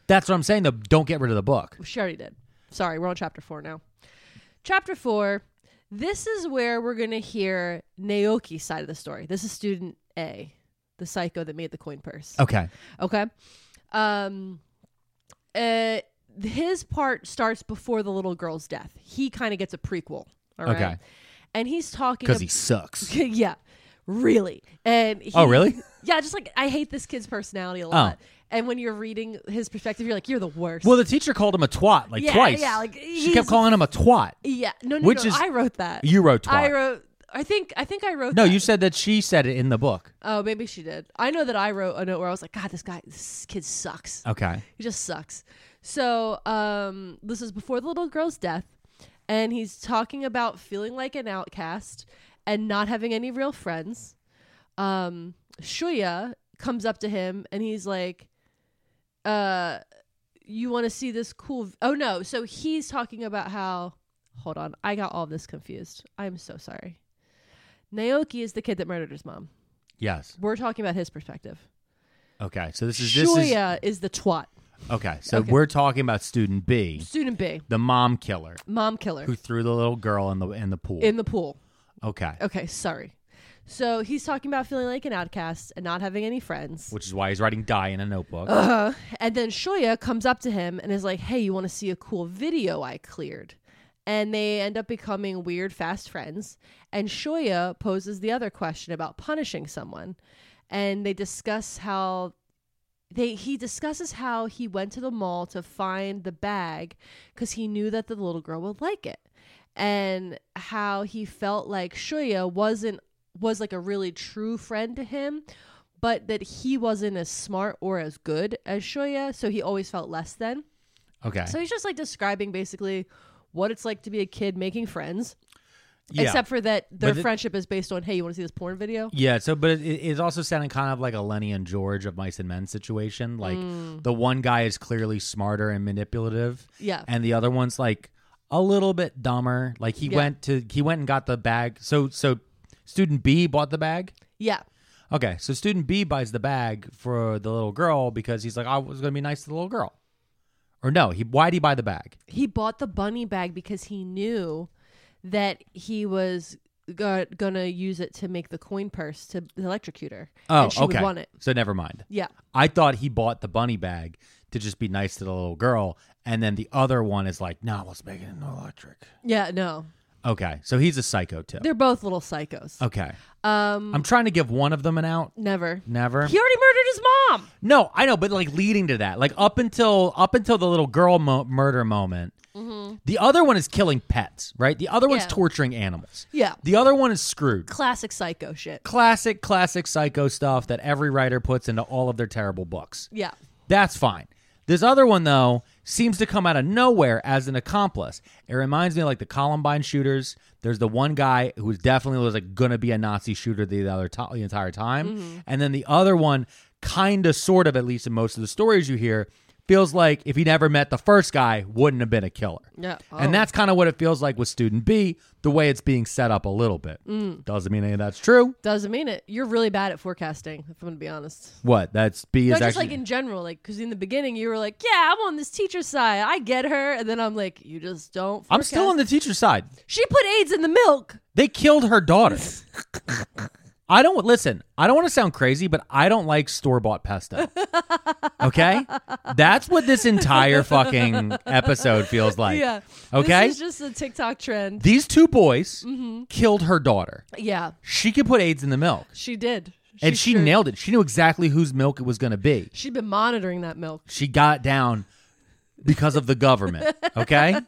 Speaker 3: that's what I'm saying. Though, don't get rid of the book.
Speaker 4: She already did. Sorry, we're on chapter four now. Chapter four. This is where we're gonna hear Naoki's side of the story. This is student A, the psycho that made the coin purse.
Speaker 3: Okay.
Speaker 4: Okay. Um uh his part starts before the little girl's death. He kind of gets a prequel. All right.
Speaker 3: Okay.
Speaker 4: And he's talking
Speaker 3: Because
Speaker 4: ab-
Speaker 3: he sucks.
Speaker 4: yeah. Really. And he,
Speaker 3: Oh, really? Oh.
Speaker 4: Yeah, just like I hate this kid's personality a lot. And when you're reading his perspective, you're like, you're the worst.
Speaker 3: Well, the teacher called him a twat like
Speaker 4: Yeah,
Speaker 3: twice.
Speaker 4: yeah, like,
Speaker 3: she
Speaker 4: he's-
Speaker 3: kept calling him a twat.
Speaker 4: yeah. No, no,
Speaker 3: which
Speaker 4: no.
Speaker 3: is-
Speaker 4: I wrote that.
Speaker 3: You wrote twat.
Speaker 4: I wrote I think I think I wrote
Speaker 3: No,
Speaker 4: that.
Speaker 3: you said that she said it in the book.
Speaker 4: Oh, maybe she did. I know that I wrote a note where I was like, God, this guy this kid sucks.
Speaker 3: Okay.
Speaker 4: He just sucks. So um, this is before the little girl's death, and he's talking about feeling like an outcast and not having any real friends. Um, Shuya comes up to him, and he's like, "Uh, you want to see this cool? v- oh no!" So he's talking about how. Hold on, I got all this confused. I'm so sorry. Naoki is the kid that murdered his mom.
Speaker 3: Yes.
Speaker 4: We're talking about his perspective.
Speaker 3: Okay. So this is this is
Speaker 4: Shuya is the twat,
Speaker 3: okay. So
Speaker 4: Okay.
Speaker 3: we're talking about student B,
Speaker 4: student B,
Speaker 3: the mom killer
Speaker 4: mom killer.
Speaker 3: who threw the little girl in the in the pool.
Speaker 4: in Oh. the pool.
Speaker 3: okay.
Speaker 4: Okay, sorry. So he's talking about feeling like an outcast and not having any friends.
Speaker 3: Which is why he's writing die in a notebook.
Speaker 4: Uh, and then Shoya comes up to him and is like, "Hey, you want to see a cool video I cleared?" And they end up becoming weird fast friends. And Shoya poses the other question about punishing someone, and they discuss how they he discusses how he went to the mall to find the bag because he knew that the little girl would like it and how he felt like Shuya wasn't was like a really true friend to him but that he wasn't as smart or as good as Shuya so he always felt less than
Speaker 3: okay.
Speaker 4: Oh. so he's just like describing basically what it's like to be a kid making friends
Speaker 3: yeah.
Speaker 4: except for that their
Speaker 3: But it-
Speaker 4: friendship is based on hey you want to see this porn video
Speaker 3: yeah, so but it, it's also sounding kind of like a Lenny and George of Mice and Men situation. Like
Speaker 4: Mm.
Speaker 3: the one guy is clearly smarter and manipulative,
Speaker 4: yeah
Speaker 3: and the other one's like a little bit dumber. Like he
Speaker 4: Yeah.
Speaker 3: went to he went and got the bag. So so student B bought the bag.
Speaker 4: yeah
Speaker 3: Okay, so student B buys the bag for the little girl because he's like, I was going to be nice to the little girl. Or no, he why'd he buy the bag?
Speaker 4: he bought the bunny bag because he knew that he was go- gonna use it to make the coin purse to the electrocutor.
Speaker 3: Oh,
Speaker 4: and she
Speaker 3: okay.
Speaker 4: would want it.
Speaker 3: So never mind.
Speaker 4: Yeah,
Speaker 3: I thought he bought the bunny bag to just be nice to the little girl, and then the other one is like, No, let's make it an electric.
Speaker 4: yeah, no,
Speaker 3: Oh. Okay, so he's a psycho too.
Speaker 4: they're both little psychos.
Speaker 3: Okay,
Speaker 4: Um,
Speaker 3: I'm trying to give one of them an out.
Speaker 4: never.
Speaker 3: Never.
Speaker 4: He already murdered his mom.
Speaker 3: No, I know, but like leading to that, like up until up until the little girl mo- murder moment, the other one is killing pets, right? The other one's
Speaker 4: Mm-hmm. Yeah.
Speaker 3: torturing animals.
Speaker 4: Yeah,
Speaker 3: The other one is screwed.
Speaker 4: classic psycho shit.
Speaker 3: classic, classic psycho stuff that every writer puts into all of their terrible books.
Speaker 4: Yeah,
Speaker 3: That's fine. This other one, though, seems to come out of nowhere as an accomplice. It reminds me of like the Columbine shooters. There's the one guy who was definitely was like gonna be a Nazi shooter the other to- the entire time,
Speaker 4: Mm-hmm.
Speaker 3: and then the other one, kind of, sort of, at least in most of the stories you hear, feels like if he never met the first guy, wouldn't have been a killer.
Speaker 4: yeah, Oh.
Speaker 3: And that's kind of what it feels like with student B, the way it's being set up a little bit.
Speaker 4: Mm.
Speaker 3: Doesn't mean any of that's true.
Speaker 4: doesn't mean it. You're really bad at forecasting. If I'm gonna be honest.
Speaker 3: What? That's B
Speaker 4: No,
Speaker 3: is
Speaker 4: just
Speaker 3: actually.
Speaker 4: like in general, like because in the beginning you were like, "Yeah, I'm on this teacher's side. I get her," and then I'm like, "You just don't."
Speaker 3: I'm still
Speaker 4: forecast."
Speaker 3: on the teacher's side.
Speaker 4: She put AIDS in the milk.
Speaker 3: They killed her daughter. I don't listen. I don't want to sound crazy, but I don't like store bought pesto. Okay, that's what this entire fucking episode feels like.
Speaker 4: Yeah.
Speaker 3: Okay.
Speaker 4: This is just Mm-hmm. a TikTok trend.
Speaker 3: These two boys killed her daughter.
Speaker 4: yeah,
Speaker 3: She could put AIDS in the milk.
Speaker 4: she did.
Speaker 3: and she
Speaker 4: sure-
Speaker 3: nailed it. She knew exactly whose milk it was going to be.
Speaker 4: She'd been monitoring that milk.
Speaker 3: She got down because of the government. Okay.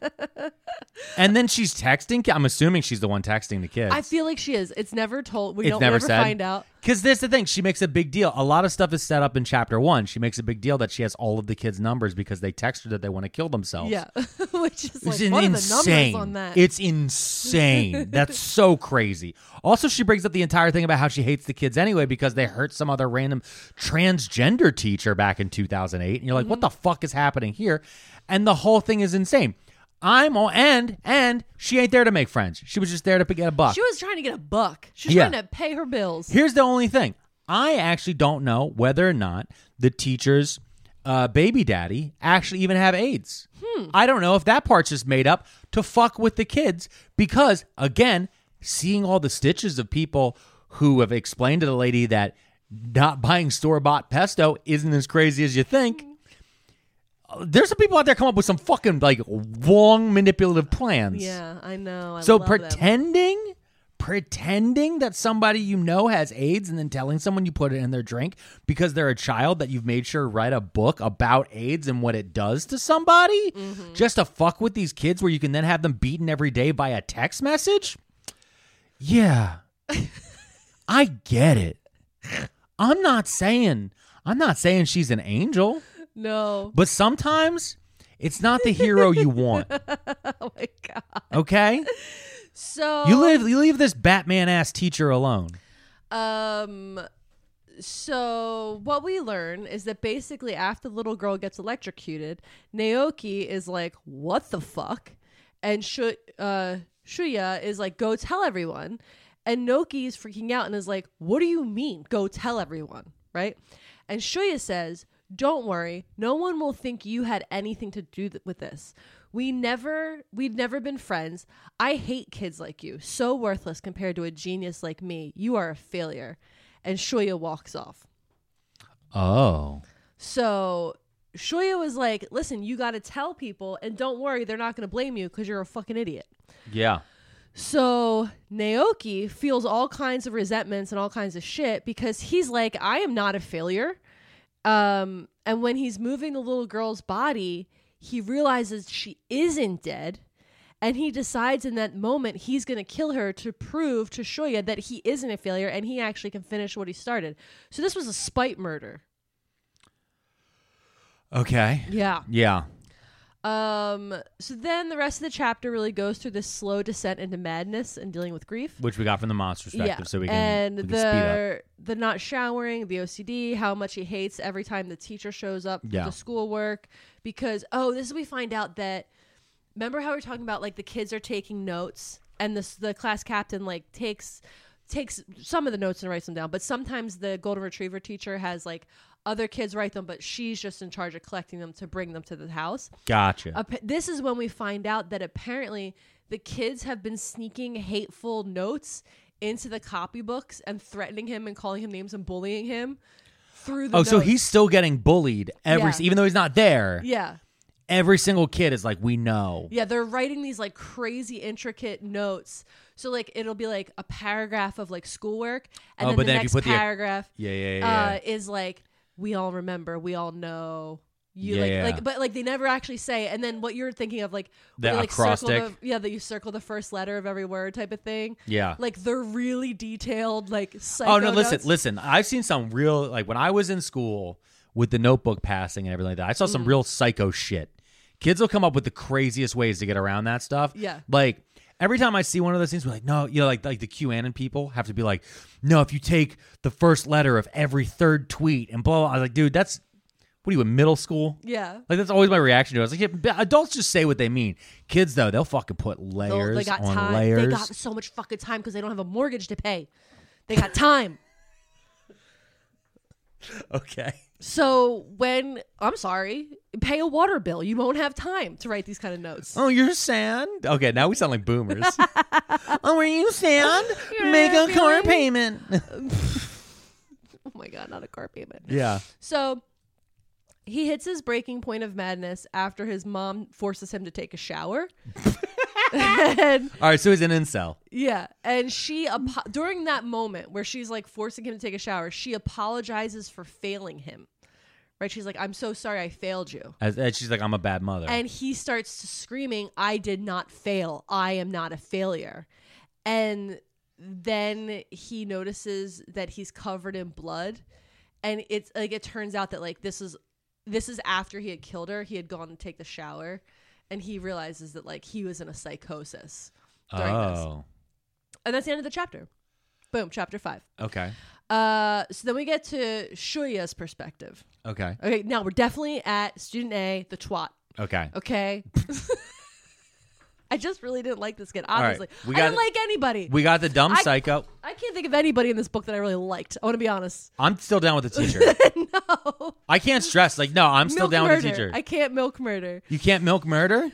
Speaker 3: and then she's texting. ki- I'm assuming she's the one texting the kids.
Speaker 4: I feel like she is. It's never told. We
Speaker 3: It's
Speaker 4: don't
Speaker 3: never
Speaker 4: ever
Speaker 3: said.
Speaker 4: find out.
Speaker 3: Because that's the thing. She makes a big deal. A lot of stuff is set up in chapter one. She makes a big deal that she has all of the kids' numbers because they text her that they want to kill themselves.
Speaker 4: Yeah, which is like
Speaker 3: It's
Speaker 4: what are the
Speaker 3: insane.
Speaker 4: numbers on that?
Speaker 3: It's insane. That's so crazy. Also, she brings up the entire thing about how she hates the kids anyway because they hurt some other random transgender teacher back in 2008. And you're like,
Speaker 4: Mm-hmm.
Speaker 3: what the fuck is happening here? And the whole thing is insane. I'm all and and she ain't there to make friends. She was just there to p- get a buck.
Speaker 4: she was trying to get a buck. She was
Speaker 3: Yeah.
Speaker 4: trying to pay her bills.
Speaker 3: Here's the only thing. I actually don't know whether or not the teacher's uh, baby daddy actually even have AIDS. I don't know if that part's just made up to fuck with the kids because, again, seeing all the stitches of people who have explained to the lady that not buying store bought pesto isn't as crazy as you think. uh, There's some people out there come up with some fucking like wrong manipulative plans.
Speaker 4: Yeah, I know. I
Speaker 3: So
Speaker 4: love them.
Speaker 3: pretending, pretending that somebody you know has AIDS and then telling someone you put it in their drink because they're a child that you've made sure to write a book about AIDS and what it does to somebody
Speaker 4: Mm-hmm.
Speaker 3: just to fuck with these kids where you can then have them beaten every day by a text message? Yeah. I get it. I'm not saying I'm not saying she's an angel,
Speaker 4: no.
Speaker 3: but sometimes it's not the hero you want,
Speaker 4: Oh my god.
Speaker 3: okay?
Speaker 4: So
Speaker 3: You live you leave this Batman ass teacher alone.
Speaker 4: Um. So what we learn is that basically after the little girl gets electrocuted, Naoki is like, "What the fuck?" and Shu- uh, Shuya is like, "Go tell everyone." And Noki is freaking out and is like, "What do you mean? Go tell everyone, right?" And Shuya says, "Don't worry, no one will think you had anything to do th- with this. We never, we've never been friends. I hate kids like you. So worthless compared to a genius like me. You are a failure." And Shuya walks off.
Speaker 3: Oh.
Speaker 4: So Shuya was like, "Listen, you got to tell people, and don't worry, they're not going to blame you because you're a fucking idiot."
Speaker 3: Yeah.
Speaker 4: So Naoki feels all kinds of resentments and all kinds of shit because he's like, I am not a failure. Um, and when he's moving the little girl's body, he realizes she isn't dead. And he decides in that moment he's going to kill her to prove to Shoya that he isn't a failure and he actually can finish what he started. So this was a spite murder.
Speaker 3: Okay.
Speaker 4: Yeah.
Speaker 3: Yeah.
Speaker 4: Um, so then the rest of the chapter really goes through this slow descent into madness and dealing with grief.
Speaker 3: Which we got from the monster's perspective, so we can,
Speaker 4: and
Speaker 3: we can speed up.
Speaker 4: the the not showering, the OCD, how much he hates every time the teacher shows up
Speaker 3: Yeah.
Speaker 4: to schoolwork because oh, this is we find out that remember how we are talking about like the kids are taking notes and this the class captain like takes takes some of the notes and writes them down, but sometimes the golden retriever teacher has like other kids write them, but she's just in charge of collecting them to bring them to the house.
Speaker 3: Gotcha.
Speaker 4: Appa- this is when we find out that apparently the kids have been sneaking hateful notes into the copybooks and threatening him and calling him names and bullying him through the
Speaker 3: oh, so
Speaker 4: notes.
Speaker 3: he's still getting bullied every
Speaker 4: Yeah.
Speaker 3: even though he's not there.
Speaker 4: yeah
Speaker 3: Every single kid is like, we know.
Speaker 4: yeah they're writing these like crazy intricate notes so like it'll be like a paragraph of like schoolwork and
Speaker 3: Oh,
Speaker 4: then
Speaker 3: but
Speaker 4: the
Speaker 3: then if you
Speaker 4: next
Speaker 3: put the-
Speaker 4: paragraph
Speaker 3: Yeah, yeah,
Speaker 4: uh, is like we all remember we all know you
Speaker 3: Yeah.
Speaker 4: like like but like they never actually say and then what you're thinking of like
Speaker 3: The
Speaker 4: where you, like circle the,
Speaker 3: acrostic.
Speaker 4: yeah that you circle the first letter of every word type of thing
Speaker 3: Yeah.
Speaker 4: like they're really detailed like psycho
Speaker 3: oh no, listen,
Speaker 4: notes.
Speaker 3: listen. I've seen some real like when I was in school with the notebook passing and everything like that, I saw some
Speaker 4: Mm.
Speaker 3: real psycho shit. Kids will come up with the craziest ways to get around that stuff.
Speaker 4: Yeah.
Speaker 3: Like every time I see one of those things, we're like, no, you know, like like the QAnon people have to be like, no, if you take the first letter of every third tweet and blah, blah, blah. I was like, dude, that's what are you in middle school?
Speaker 4: yeah
Speaker 3: Like that's always my reaction to it. I was like, yeah, but adults just say what they mean. Kids though, they'll fucking put
Speaker 4: They'll-
Speaker 3: layers
Speaker 4: they got
Speaker 3: on
Speaker 4: time
Speaker 3: layers.
Speaker 4: they got so much fucking time because they don't have a mortgage to pay they got time
Speaker 3: okay.
Speaker 4: so when i'm sorry pay a water bill you won't have time to write these kind of notes
Speaker 3: Oh, you're sad. Okay, now we sound like boomers. oh, are you sad? Make a car payment.
Speaker 4: oh my god not a car payment
Speaker 3: yeah.
Speaker 4: So he hits his breaking point of madness after his mom forces him to take a shower. and
Speaker 3: All right, so he's an incel.
Speaker 4: yeah, and she apo- during that moment where she's like forcing him to take a shower, she apologizes for failing him. Right? She's like, "I'm so sorry I failed you."
Speaker 3: As, and she's like, I'm a bad mother.
Speaker 4: And he starts screaming, I did not fail. I am not a failure. And then he notices that he's covered in blood. And it's like it turns out that like this is this is after he had killed her. He had gone to take the shower and he realizes that like he was in a psychosis during this.
Speaker 3: oh,
Speaker 4: And that's the end of the chapter. Boom, chapter five.
Speaker 3: okay,
Speaker 4: Uh so then we get to Shuya's perspective.
Speaker 3: okay,
Speaker 4: Okay, now we're definitely at student A, the twat.
Speaker 3: okay.
Speaker 4: Okay. I just really didn't like this kid.
Speaker 3: right,
Speaker 4: Honestly,
Speaker 3: we
Speaker 4: I
Speaker 3: got
Speaker 4: didn't
Speaker 3: it.
Speaker 4: like anybody.
Speaker 3: We got the dumb
Speaker 4: I-
Speaker 3: psycho.
Speaker 4: I can't think of anybody in this book that I really liked. I want to be honest.
Speaker 3: I'm still down with the teacher.
Speaker 4: no,
Speaker 3: I can't stress. Like, no, I'm still
Speaker 4: Milk
Speaker 3: down with the
Speaker 4: murder.
Speaker 3: teacher.
Speaker 4: I can't milk murder.
Speaker 3: You can't milk murder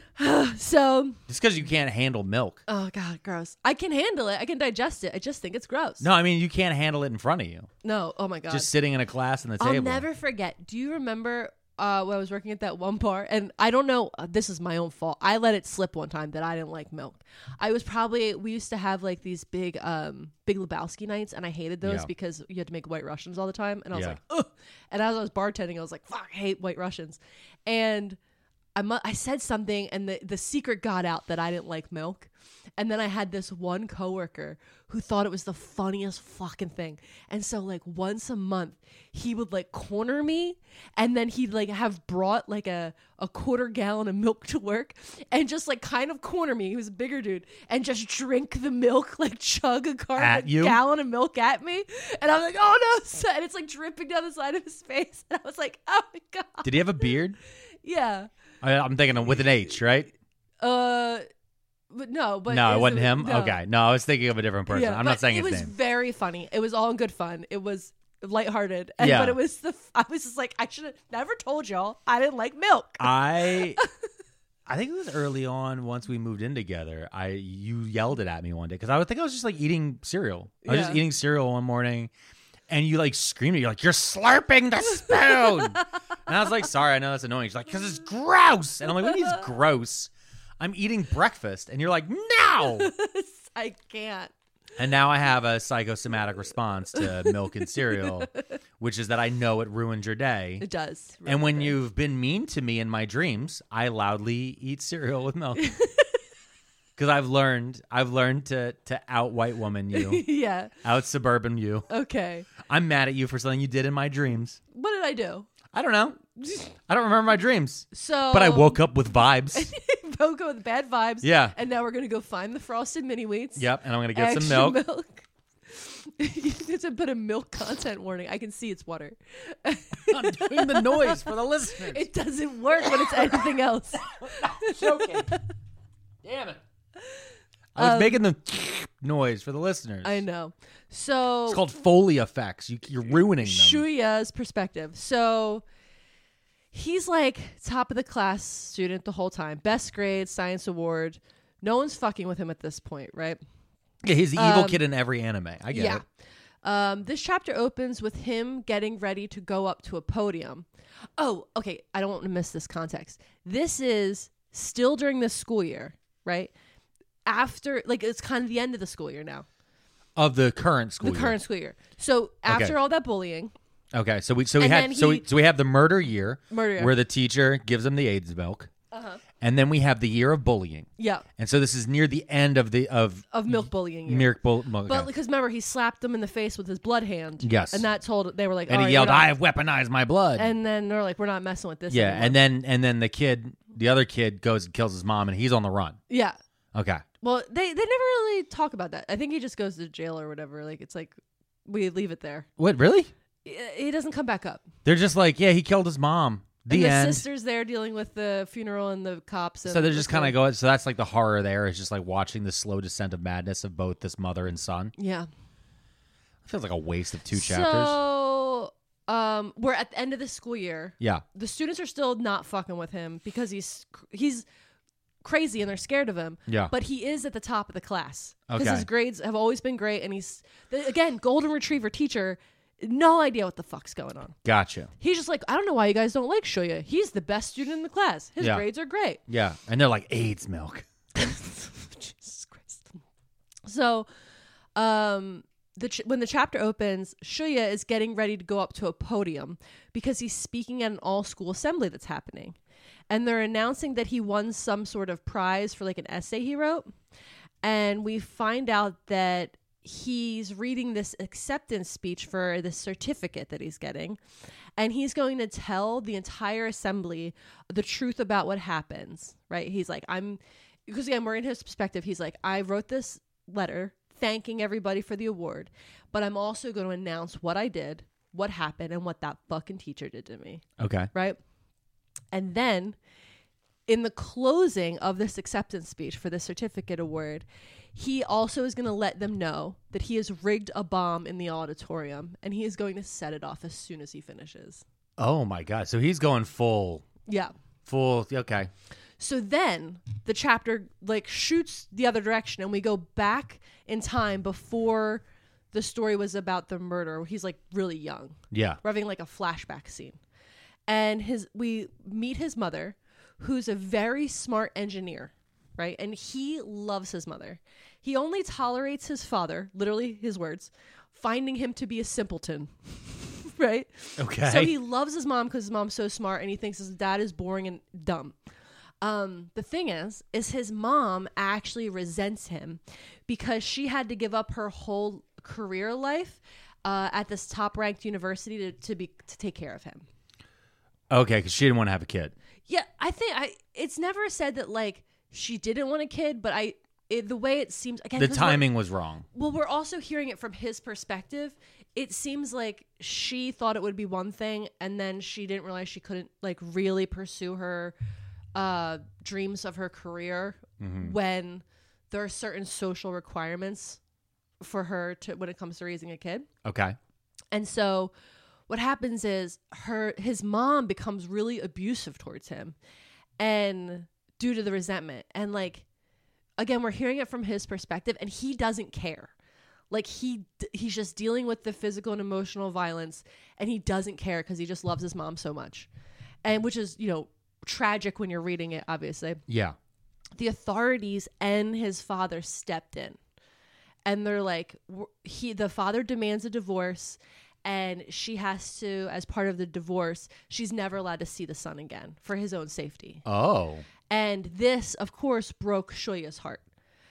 Speaker 4: So,
Speaker 3: just because you can't handle milk.
Speaker 4: oh god, gross. I can handle it. I can digest it. I just think it's gross.
Speaker 3: No, I mean you can't handle it in front of you.
Speaker 4: no. Oh my god.
Speaker 3: Just sitting in a class in the
Speaker 4: I'll
Speaker 3: table.
Speaker 4: never forget. Do you remember uh, when I was working at that one bar? And I don't know. Uh, this is my own fault. I let it slip one time that I didn't like milk. I was probably we used to have like these big, um, big Lebowski nights, and I hated those
Speaker 3: Yeah.
Speaker 4: because you had to make White Russians all the time, and I was
Speaker 3: Yeah.
Speaker 4: like, ugh. And as I was bartending, I was like, fuck, I hate White Russians, and. I, mu- I said something and the, the secret got out that I didn't like milk. And then I had this one coworker who thought it was the funniest fucking thing. And so like once a month he would like corner me and then he'd like have brought like a, a quarter gallon of milk to work and just like kind of corner me. He was a bigger dude and just drink the milk, like chug a car
Speaker 3: At you?
Speaker 4: gallon of milk at me. And I'm like, oh no. So, and it's like dripping down the side of his face. And I was like, oh my God.
Speaker 3: Did he have a beard?
Speaker 4: Yeah.
Speaker 3: I, I'm thinking of with an H, right?
Speaker 4: Uh, but no, but
Speaker 3: no, it
Speaker 4: is
Speaker 3: wasn't him. Okay, no, I was thinking of a different person. I'm
Speaker 4: but
Speaker 3: not saying
Speaker 4: it
Speaker 3: his
Speaker 4: was
Speaker 3: name.
Speaker 4: very funny. It was all in good fun. It was lighthearted, and,
Speaker 3: Yeah.
Speaker 4: but it was the f- I was just like I should have never told y'all I didn't like milk.
Speaker 3: I. I think it was early on. Once we moved in together, I you yelled it at me one day because I would think I was just like eating cereal. I was just
Speaker 4: Yeah.
Speaker 3: eating cereal one morning, and you like screamed. at me, You're like, "You're slurping the spoon," and I was like, "Sorry, I know that's annoying." She's like, "Cause it's gross," and I'm like, "What is gross?" I'm eating breakfast, and you're like, "No."
Speaker 4: I can't.
Speaker 3: And now I have a psychosomatic response to milk and cereal, which is that I know it ruined your day.
Speaker 4: It does.
Speaker 3: and when you've been mean to me in my dreams, I loudly eat cereal with milk. Cuz I've learned I've learned to to out white woman you,
Speaker 4: yeah.
Speaker 3: out suburban you.
Speaker 4: Okay.
Speaker 3: I'm mad at you for something you did in my dreams.
Speaker 4: What did I do?
Speaker 3: I don't know. I don't remember my dreams.
Speaker 4: So,
Speaker 3: But I woke up with vibes.
Speaker 4: woke up with bad vibes.
Speaker 3: Yeah.
Speaker 4: And now we're gonna go find the frosted mini wheats.
Speaker 3: yep, and I'm going to get some
Speaker 4: Extra
Speaker 3: milk.
Speaker 4: milk. you need to put a milk content warning. I can see it's water.
Speaker 3: I'm doing the noise for the listeners.
Speaker 4: It doesn't work when it's anything else.
Speaker 3: I was making the noise for the listeners.
Speaker 4: I know. So
Speaker 3: It's called Foley effects. You, you're ruining them.
Speaker 4: Shuya's perspective. So he's like top of the class student the whole time, best grade, science award. No one's fucking with him at this point, right?
Speaker 3: Yeah, he's the evil kid in every anime. I get it.
Speaker 4: Um, this chapter opens with him getting ready to go up to a podium. Oh, okay. I don't want to miss this context. This is still during the school year, right? After, like, it's kind of the end of the school year now,
Speaker 3: Of the current school.
Speaker 4: the current school year. So after all that bullying,
Speaker 3: Year. Okay, so we so we
Speaker 4: And
Speaker 3: had
Speaker 4: then
Speaker 3: so
Speaker 4: he-
Speaker 3: we, so we have the murder year,
Speaker 4: Murder year. Uh-huh.
Speaker 3: where the teacher gives him the AIDS milk, and then we have the year of bullying,
Speaker 4: yeah,
Speaker 3: and so this is near the end of the of
Speaker 4: of milk bullying. year.
Speaker 3: Mirk bull. okay.
Speaker 4: Oh, But because remember, he slapped them in the face with his blood hand.
Speaker 3: Yes.
Speaker 4: and that told they were like,
Speaker 3: and
Speaker 4: "All
Speaker 3: he
Speaker 4: right,
Speaker 3: yelled,
Speaker 4: we're not-"
Speaker 3: "I have weaponized my blood."
Speaker 4: And then they're like, "We're not messing with this."
Speaker 3: yeah,
Speaker 4: anymore."
Speaker 3: and then and then the kid, the other kid, goes and kills his mom, and he's on the run.
Speaker 4: yeah.
Speaker 3: Okay,
Speaker 4: Well, they they never really talk about that. I think he just goes to jail or whatever. Like it's like we leave it there.
Speaker 3: what really?
Speaker 4: I- He doesn't come back up.
Speaker 3: They're just like, yeah, he killed his mom. The
Speaker 4: and the
Speaker 3: end.
Speaker 4: sisters there dealing with the funeral and the cops. And
Speaker 3: So they're just kind of going. So that's like the horror there is just like watching the slow descent of madness of both this mother and son.
Speaker 4: yeah.
Speaker 3: It feels like a waste of two chapters.
Speaker 4: So um, we're at the end of the school year.
Speaker 3: Yeah.
Speaker 4: the students are still not fucking with him because he's he's crazy and they're scared of him.
Speaker 3: Yeah.
Speaker 4: But he is at the top of the class because
Speaker 3: Okay.
Speaker 4: his grades have always been great, and he's the, again golden retriever teacher. No idea what the fuck's going on.
Speaker 3: Gotcha.
Speaker 4: He's just like, I don't know why you guys don't like Shoya. He's the best student in the class. His
Speaker 3: Yeah.
Speaker 4: grades are great.
Speaker 3: Yeah. And they're like AIDS milk.
Speaker 4: So, um, the ch- when the chapter opens, Shuya is getting ready to go up to a podium because he's speaking at an all school assembly that's happening. And they're announcing that he won some sort of prize for like an essay he wrote. And we find out that he's reading this acceptance speech for this certificate that he's getting. And he's going to tell the entire assembly the truth about what happens, right? He's like, I'm, because again, we're in his perspective. He's like, I wrote this letter thanking everybody for the award, but I'm also going to announce what I did, what happened, and what that fucking teacher did to me,
Speaker 3: Okay.
Speaker 4: right? And then in the closing of this acceptance speech for the certificate award, he also is going to let them know that he has rigged a bomb in the auditorium and he is going to set it off as soon as he finishes.
Speaker 3: Oh my god. So he's going full,
Speaker 4: Yeah.
Speaker 3: full. Okay.
Speaker 4: So then the chapter like shoots the other direction and we go back in time before the story was about the murder. He's like really young.
Speaker 3: Yeah.
Speaker 4: We're having like a flashback scene. And his we meet his mother, who's a very smart engineer, right? And he loves his mother. He only tolerates his father, literally his words, finding him to be a simpleton. right?
Speaker 3: Okay.
Speaker 4: So he loves his mom because his mom's so smart and he thinks his dad is boring and dumb. Um, the thing is, is his mom actually resents him because she had to give up her whole career life uh, at this top ranked university to, to be to take care of him.
Speaker 3: okay, because she didn't want to have a kid.
Speaker 4: Yeah, I think I. It's never said that like she didn't want a kid, but I. It, the way it seems again,
Speaker 3: The
Speaker 4: 'cause we're-
Speaker 3: timing was wrong.
Speaker 4: well, we're also hearing it from his perspective. It seems like she thought it would be one thing, and then she didn't realize she couldn't like really pursue her uh, dreams of her career when there are certain social requirements for her to when it comes to raising a kid.
Speaker 3: Okay.
Speaker 4: And so what happens is her his mom becomes really abusive towards him and due to the resentment and like again we're hearing it from his perspective and he doesn't care. Like he d- he's just dealing with the physical and emotional violence and he doesn't care cuz he just loves his mom so much. And which is, you know, tragic when you're reading it obviously
Speaker 3: Yeah.
Speaker 4: the authorities and his father stepped in and they're like w- he the father demands a divorce and she has to as part of the divorce she's never allowed to see the son again for his own safety
Speaker 3: Oh.
Speaker 4: and this of course broke shoya's heart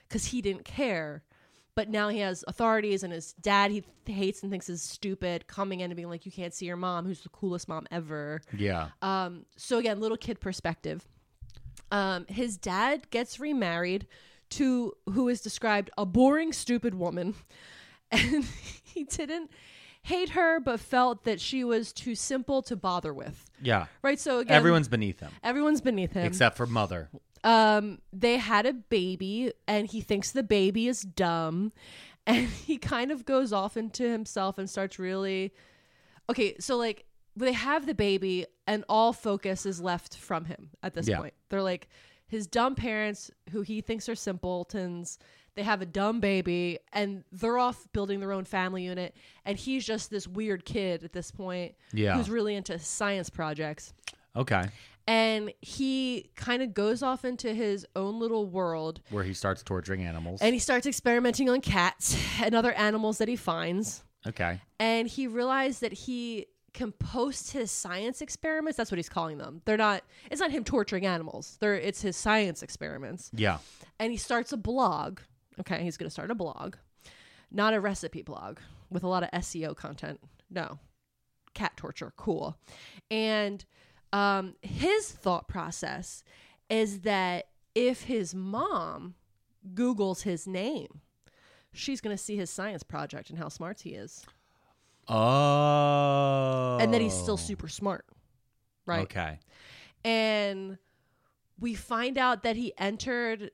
Speaker 4: because he didn't care but now he has authorities and his dad he th- hates and thinks is stupid coming in and being like you can't see your mom who's the coolest mom ever
Speaker 3: Yeah.
Speaker 4: um, so again, little kid perspective. Um, his dad gets remarried to who is described a boring, stupid woman, and he didn't hate her, but felt that she was too simple to bother with.
Speaker 3: yeah.
Speaker 4: Right. So again,
Speaker 3: Everyone's beneath him
Speaker 4: everyone's beneath him.
Speaker 3: except for mother.
Speaker 4: Um, they had a baby, and he thinks the baby is dumb, and he kind of goes off into himself and starts really. Okay, so like they have the baby, and all focus is left from him at this
Speaker 3: Yeah.
Speaker 4: point. They're like his dumb parents, who he thinks are simpletons. They have a dumb baby, and they're off building their own family unit, and he's just this weird kid at this point,
Speaker 3: Yeah.
Speaker 4: who's really into science projects
Speaker 3: Okay.
Speaker 4: and he kind of goes off into his own little world
Speaker 3: Where he starts torturing animals.
Speaker 4: and he starts experimenting on cats and other animals that he finds
Speaker 3: okay.
Speaker 4: and he realized that he can post his science experiments that's what he's calling them they're not it's not him torturing animals they're it's his science experiments
Speaker 3: Yeah.
Speaker 4: and he starts a blog okay he's going to start a blog not a recipe blog with a lot of seo content no cat torture cool and um, his thought process is that if his mom googles his name she's going to see his science project and how smart he is
Speaker 3: Oh.
Speaker 4: and that he's still super smart right
Speaker 3: Okay.
Speaker 4: and we find out that he entered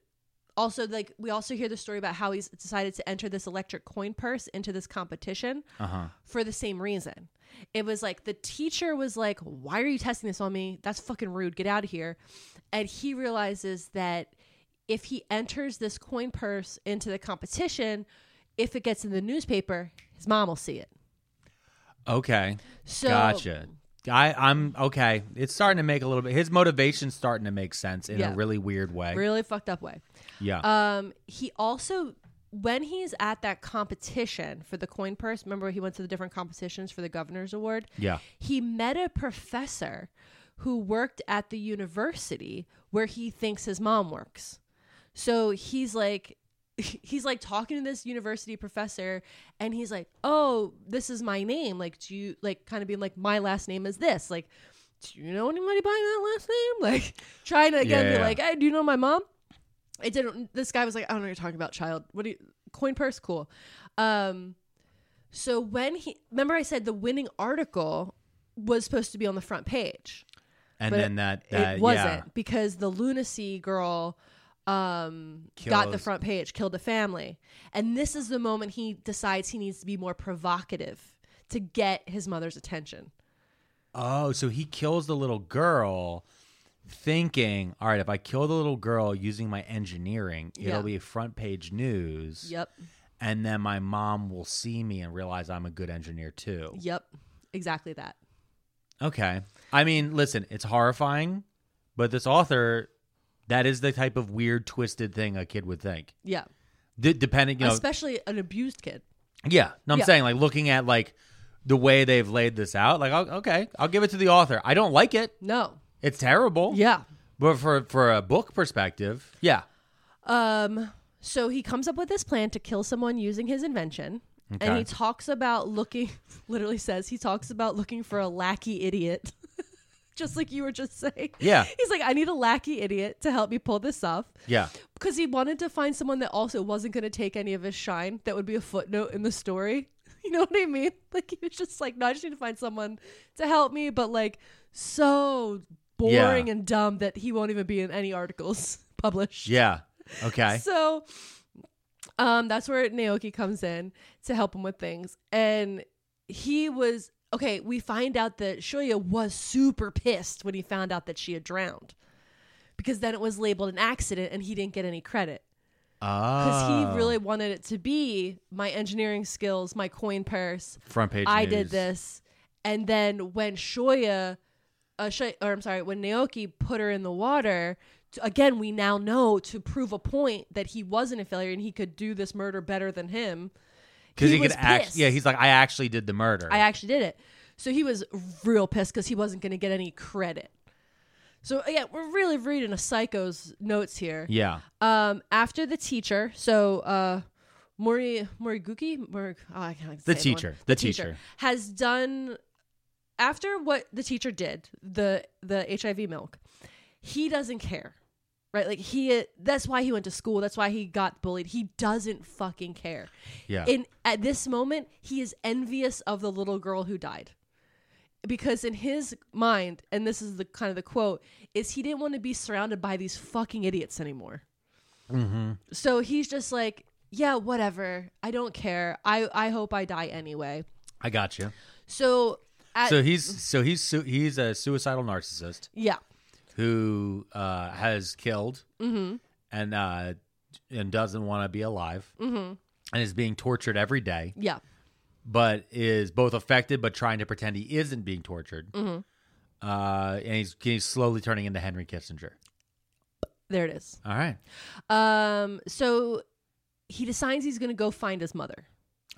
Speaker 4: also like we also hear the story about how he's decided to enter this electric coin purse into this competition
Speaker 3: Uh huh.
Speaker 4: for the same reason it was like the teacher was like why are you testing this on me that's fucking rude get out of here and he realizes that if he enters this coin purse into the competition if it gets in the newspaper his mom will see it
Speaker 3: Okay.
Speaker 4: so
Speaker 3: gotcha. I, I'm okay. It's starting to make a little bit. His motivation's starting to make sense in
Speaker 4: Yeah.
Speaker 3: a really weird way.
Speaker 4: really fucked up way
Speaker 3: yeah.
Speaker 4: Um, he also when he's at that competition for the coin purse, remember he went to the different competitions for the governor's award?
Speaker 3: Yeah.
Speaker 4: He met a professor who worked at the university where he thinks his mom works. So he's like he's like talking to this university professor and he's like, "Oh, this is my name. Like, do you like kind of being like my last name is this? Like, do you know anybody by that last name?" Like trying to again
Speaker 3: Yeah,
Speaker 4: be
Speaker 3: yeah.
Speaker 4: like, "Hey, do you know my mom?" It didn't. This guy was like, "I don't know what you're talking about, child. What do you coin purse? Cool." Um, so when he remember, I said the winning article was supposed to be on the front page.
Speaker 3: And
Speaker 4: But
Speaker 3: then that, that
Speaker 4: it wasn't
Speaker 3: Uh, yeah.
Speaker 4: because the lunacy girl um, got the
Speaker 3: Kills-
Speaker 4: front page, killed a family, and this is the moment he decides he needs to be more provocative to get his mother's attention.
Speaker 3: Oh, so he kills the little girl thinking, all right, if I kill the little girl using my engineering,
Speaker 4: Yeah.
Speaker 3: it'll be front page news.
Speaker 4: Yep,
Speaker 3: And then my mom will see me and realize I'm a good engineer too.
Speaker 4: yep, exactly that.
Speaker 3: Okay. I mean, listen, it's horrifying, but this author, that is the type of weird, twisted thing a kid would think.
Speaker 4: Yeah,
Speaker 3: D- depending, you know,
Speaker 4: especially an abused kid.
Speaker 3: yeah. No, I'm
Speaker 4: Yeah.
Speaker 3: saying like looking at like the way they've laid this out, like I'll, okay, I'll give it to the author. I don't like it.
Speaker 4: No,
Speaker 3: It's terrible.
Speaker 4: yeah.
Speaker 3: But for for a book perspective, yeah.
Speaker 4: Um, so he comes up with this plan to kill someone using his invention. And
Speaker 3: Okay.
Speaker 4: he talks about looking, literally says he talks about looking for a lackey idiot, just like you were just saying.
Speaker 3: Yeah.
Speaker 4: he's like, I need a lackey idiot to help me pull this off
Speaker 3: Yeah.
Speaker 4: because he wanted to find someone that also wasn't going to take any of his shine. That would be a footnote in the story. You know what I mean? Like he was just like, no, I just need to find someone to help me, but like so boring
Speaker 3: Yeah.
Speaker 4: and dumb that he won't even be in any articles published.
Speaker 3: Yeah. Okay.
Speaker 4: So um that's where Naoki comes in to help him with things. And he was okay, we find out that Shoya was super pissed when he found out that she had drowned. Because then it was labeled an accident and he didn't get any credit. Because
Speaker 3: Ah.
Speaker 4: he really wanted it to be my engineering skills, my coin purse,
Speaker 3: front page.
Speaker 4: I
Speaker 3: news.
Speaker 4: did this. And then when Shoya, uh, Shoy- or I'm sorry, when Naoki put her in the water, t- again, we now know to prove a point that he wasn't a failure and he could do this murder better than him.
Speaker 3: because he,
Speaker 4: was
Speaker 3: could act.
Speaker 4: pissed.
Speaker 3: Yeah, he's like, I actually did the murder.
Speaker 4: I actually did it. So he was real pissed because he wasn't going to get any credit. So yeah, we're really reading a psycho's notes here.
Speaker 3: yeah.
Speaker 4: Um, after the teacher, so uh, Mori Moriguki, Mor- oh, I can't
Speaker 3: The
Speaker 4: say one.
Speaker 3: teacher. The teacher.
Speaker 4: has done after what the teacher did the the HIV milk. He doesn't care, right? Like he that's why he went to school. That's why he got bullied. He doesn't fucking care.
Speaker 3: Yeah.
Speaker 4: In at this moment, he is envious of the little girl who died. Because in his mind, and this is the kind of the quote, is he didn't want to be surrounded by these fucking idiots anymore. Mm-hmm. So he's just like, yeah, whatever. I don't care. I I hope I die anyway.
Speaker 3: I got you.
Speaker 4: So, at,
Speaker 3: So he's so he's su- he's a suicidal narcissist
Speaker 4: yeah,
Speaker 3: who uh, has killed
Speaker 4: Mm-hmm.
Speaker 3: and uh, and doesn't want to be alive and is being tortured every day,
Speaker 4: Mm-hmm. yeah,
Speaker 3: but is both affected but trying to pretend he isn't being tortured.
Speaker 4: Mm-hmm.
Speaker 3: Uh, and he's he's slowly turning into Henry Kissinger.
Speaker 4: there it is.
Speaker 3: All right.
Speaker 4: Um, so he decides he's going to go find his mother.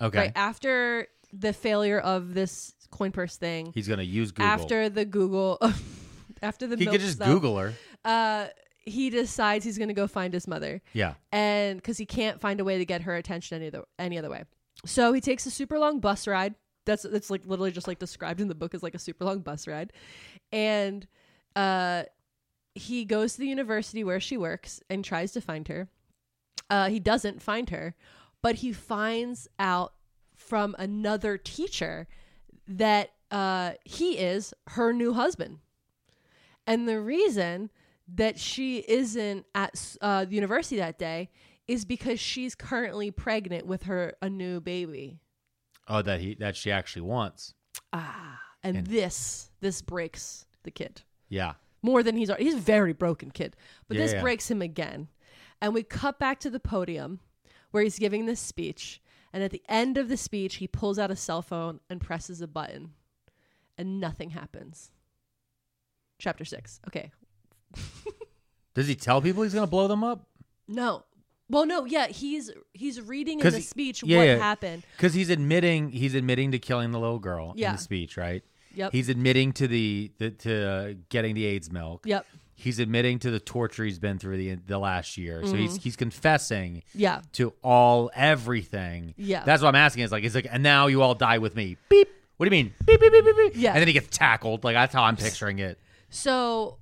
Speaker 3: Okay.
Speaker 4: Right after the failure of this coin purse thing,
Speaker 3: He's gonna use Google.
Speaker 4: after the Google, after the
Speaker 3: he
Speaker 4: milk
Speaker 3: could just
Speaker 4: stuff,
Speaker 3: Google her.
Speaker 4: Uh, he decides he's going to go find his mother.
Speaker 3: Yeah.
Speaker 4: and because he can't find a way to get her attention any other any other way, so he takes a super long bus ride. That's that's like literally just like described in the book as like a super long bus ride, and uh, he goes to the university where she works and tries to find her. Uh, he doesn't find her, but he finds out from another teacher that uh, he is her new husband. And the reason that she isn't at s- uh, the university that day is because she's currently pregnant with her a new baby.
Speaker 3: Oh, that he that she actually wants.
Speaker 4: Ah, and,
Speaker 3: And-
Speaker 4: this this breaks the kid
Speaker 3: Yeah.
Speaker 4: more than he's already. He's a very broken kid, but this
Speaker 3: Yeah.
Speaker 4: breaks him again. And we cut back to the podium where he's giving this speech. And at the end of the speech, he pulls out a cell phone and presses a button, and nothing happens. Chapter six. Okay,
Speaker 3: Does he tell people he's gonna blow them up?
Speaker 4: No. Well, no, yeah, he's he's reading in
Speaker 3: 'Cause
Speaker 4: the
Speaker 3: he-
Speaker 4: speech
Speaker 3: yeah,
Speaker 4: what
Speaker 3: yeah.
Speaker 4: happened.
Speaker 3: Because he's admitting he's admitting to killing the little girl in
Speaker 4: Yeah.
Speaker 3: the speech, right?
Speaker 4: Yep.
Speaker 3: He's admitting to the, the to uh, getting the AIDS milk.
Speaker 4: Yep.
Speaker 3: He's admitting to the torture he's been through the the last year. So he's
Speaker 4: Mm-hmm.
Speaker 3: he's confessing
Speaker 4: Yeah.
Speaker 3: to all everything.
Speaker 4: Yeah.
Speaker 3: That's what I'm asking. Is like it's like and now you all die with me. Beep. What do you mean? Beep beep beep beep. beep.
Speaker 4: Yeah.
Speaker 3: And then he gets tackled. Like that's how I'm picturing it.
Speaker 4: So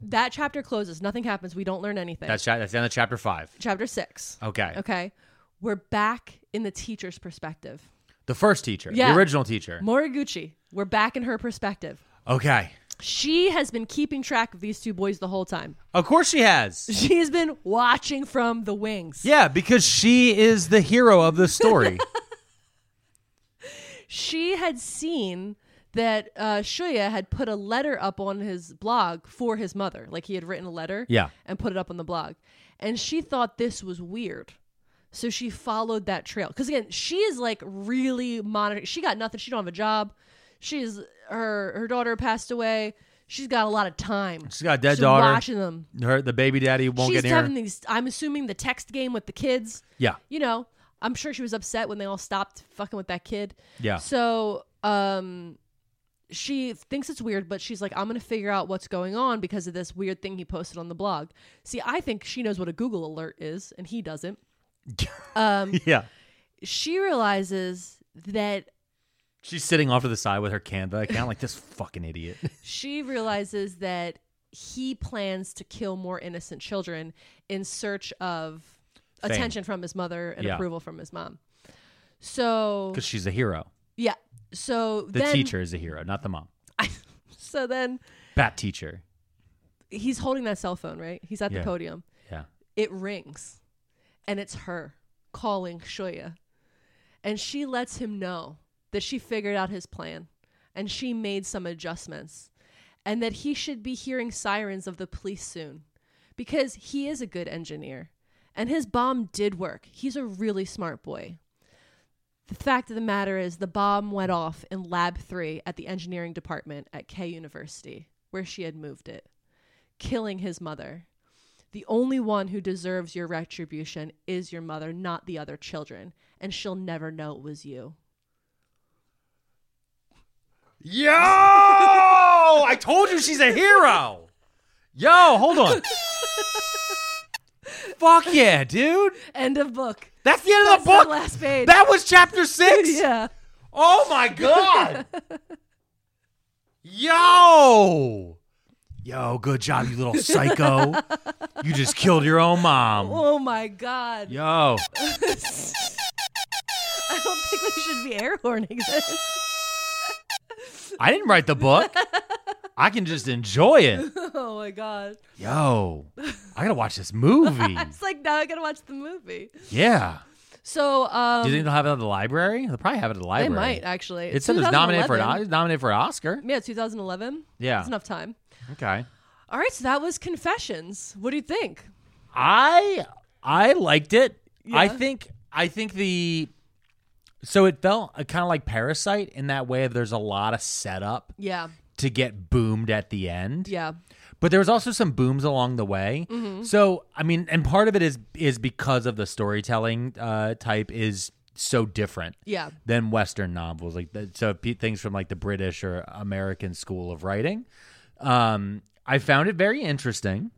Speaker 4: that chapter closes. Nothing happens. We don't learn anything.
Speaker 3: That's cha- that's the end of chapter five.
Speaker 4: chapter six.
Speaker 3: Okay.
Speaker 4: Okay. We're back in the teacher's perspective.
Speaker 3: The first teacher.
Speaker 4: Yeah.
Speaker 3: The original teacher.
Speaker 4: Moriguchi, we're back in her perspective.
Speaker 3: Okay.
Speaker 4: She has been keeping track of these two boys the whole time.
Speaker 3: Of course she has.
Speaker 4: She has been watching from the wings.
Speaker 3: Yeah, because she is the hero of the story.
Speaker 4: She had seen that uh, Shuya had put a letter up on his blog for his mother. Like he had written a letter
Speaker 3: Yeah.
Speaker 4: and put it up on the blog. And she thought this was weird. So she followed that trail. Because again, she is like really monitoring. She got nothing. She don't have a job. She's her her daughter passed away. She's got a lot of time.
Speaker 3: She's got a dead
Speaker 4: She's
Speaker 3: daughter.
Speaker 4: Watching them.
Speaker 3: Her the baby daddy won't
Speaker 4: She's
Speaker 3: get near.
Speaker 4: having
Speaker 3: her.
Speaker 4: these. I'm assuming the text game with the kids.
Speaker 3: Yeah.
Speaker 4: You know, I'm sure she was upset when they all stopped fucking with that kid.
Speaker 3: Yeah.
Speaker 4: So, um, she thinks it's weird, but she's like, I'm gonna figure out what's going on because of this weird thing he posted on the blog. See, I think she knows what a Google alert is, and he doesn't. Um,
Speaker 3: Yeah.
Speaker 4: she realizes that
Speaker 3: She's sitting off to the side with her Canva account like this fucking idiot.
Speaker 4: she realizes that he plans to kill more innocent children in search of
Speaker 3: Fame.
Speaker 4: attention from his mother and
Speaker 3: Yeah.
Speaker 4: approval from his mom. So
Speaker 3: Because she's a hero.
Speaker 4: yeah, so
Speaker 3: The
Speaker 4: then,
Speaker 3: teacher is a hero, not the mom.
Speaker 4: So then
Speaker 3: Bat teacher.
Speaker 4: he's holding that cell phone, right? He's at
Speaker 3: Yeah.
Speaker 4: the podium.
Speaker 3: Yeah.
Speaker 4: It rings, and it's her calling Shoya, and she lets him know that she figured out his plan, and she made some adjustments, and that he should be hearing sirens of the police soon, because he is a good engineer, and his bomb did work. He's a really smart boy. The fact of the matter is, the bomb went off in Lab 3 at the engineering department at K University, where she had moved it, killing his mother. The only one who deserves your retribution is your mother, not the other children, and she'll never know it was you.
Speaker 3: Yo! I told you she's a hero. Yo, hold on. Fuck yeah, dude.
Speaker 4: End of book.
Speaker 3: That's the end
Speaker 4: That's
Speaker 3: of the book.
Speaker 4: the last page.
Speaker 3: That was chapter six.
Speaker 4: yeah.
Speaker 3: Oh my god! Yo! Yo, good job, you little psycho. you just killed your own mom.
Speaker 4: Oh my god.
Speaker 3: Yo.
Speaker 4: I don't think we should be air horning this.
Speaker 3: I didn't write the book. I can just enjoy it.
Speaker 4: Oh my god.
Speaker 3: Yo. I gotta watch this movie.
Speaker 4: It's like now I gotta watch the movie.
Speaker 3: Yeah.
Speaker 4: So um
Speaker 3: Do you think they'll have it at the library? They'll probably have it at the
Speaker 4: they
Speaker 3: library.
Speaker 4: might actually.
Speaker 3: It said it was nominated for an
Speaker 4: 2011.
Speaker 3: it was nominated for an Oscar.
Speaker 4: Yeah, 2011.
Speaker 3: Yeah.
Speaker 4: That's enough time.
Speaker 3: Okay.
Speaker 4: All right, so that was Confessions. What do you think?
Speaker 3: I I liked it. I
Speaker 4: Yeah.
Speaker 3: think I think the so it felt kind of like Parasite in that way. Of there's a lot of setup
Speaker 4: Yeah.
Speaker 3: to get boomed at the end,
Speaker 4: Yeah.
Speaker 3: but there was also some booms along the way. So I mean, and part of it is is because of the storytelling uh, type is so different
Speaker 4: Yeah.
Speaker 3: than Western novels. Like the, so, p- things from like the British or American school of writing. Um, I found it very interesting.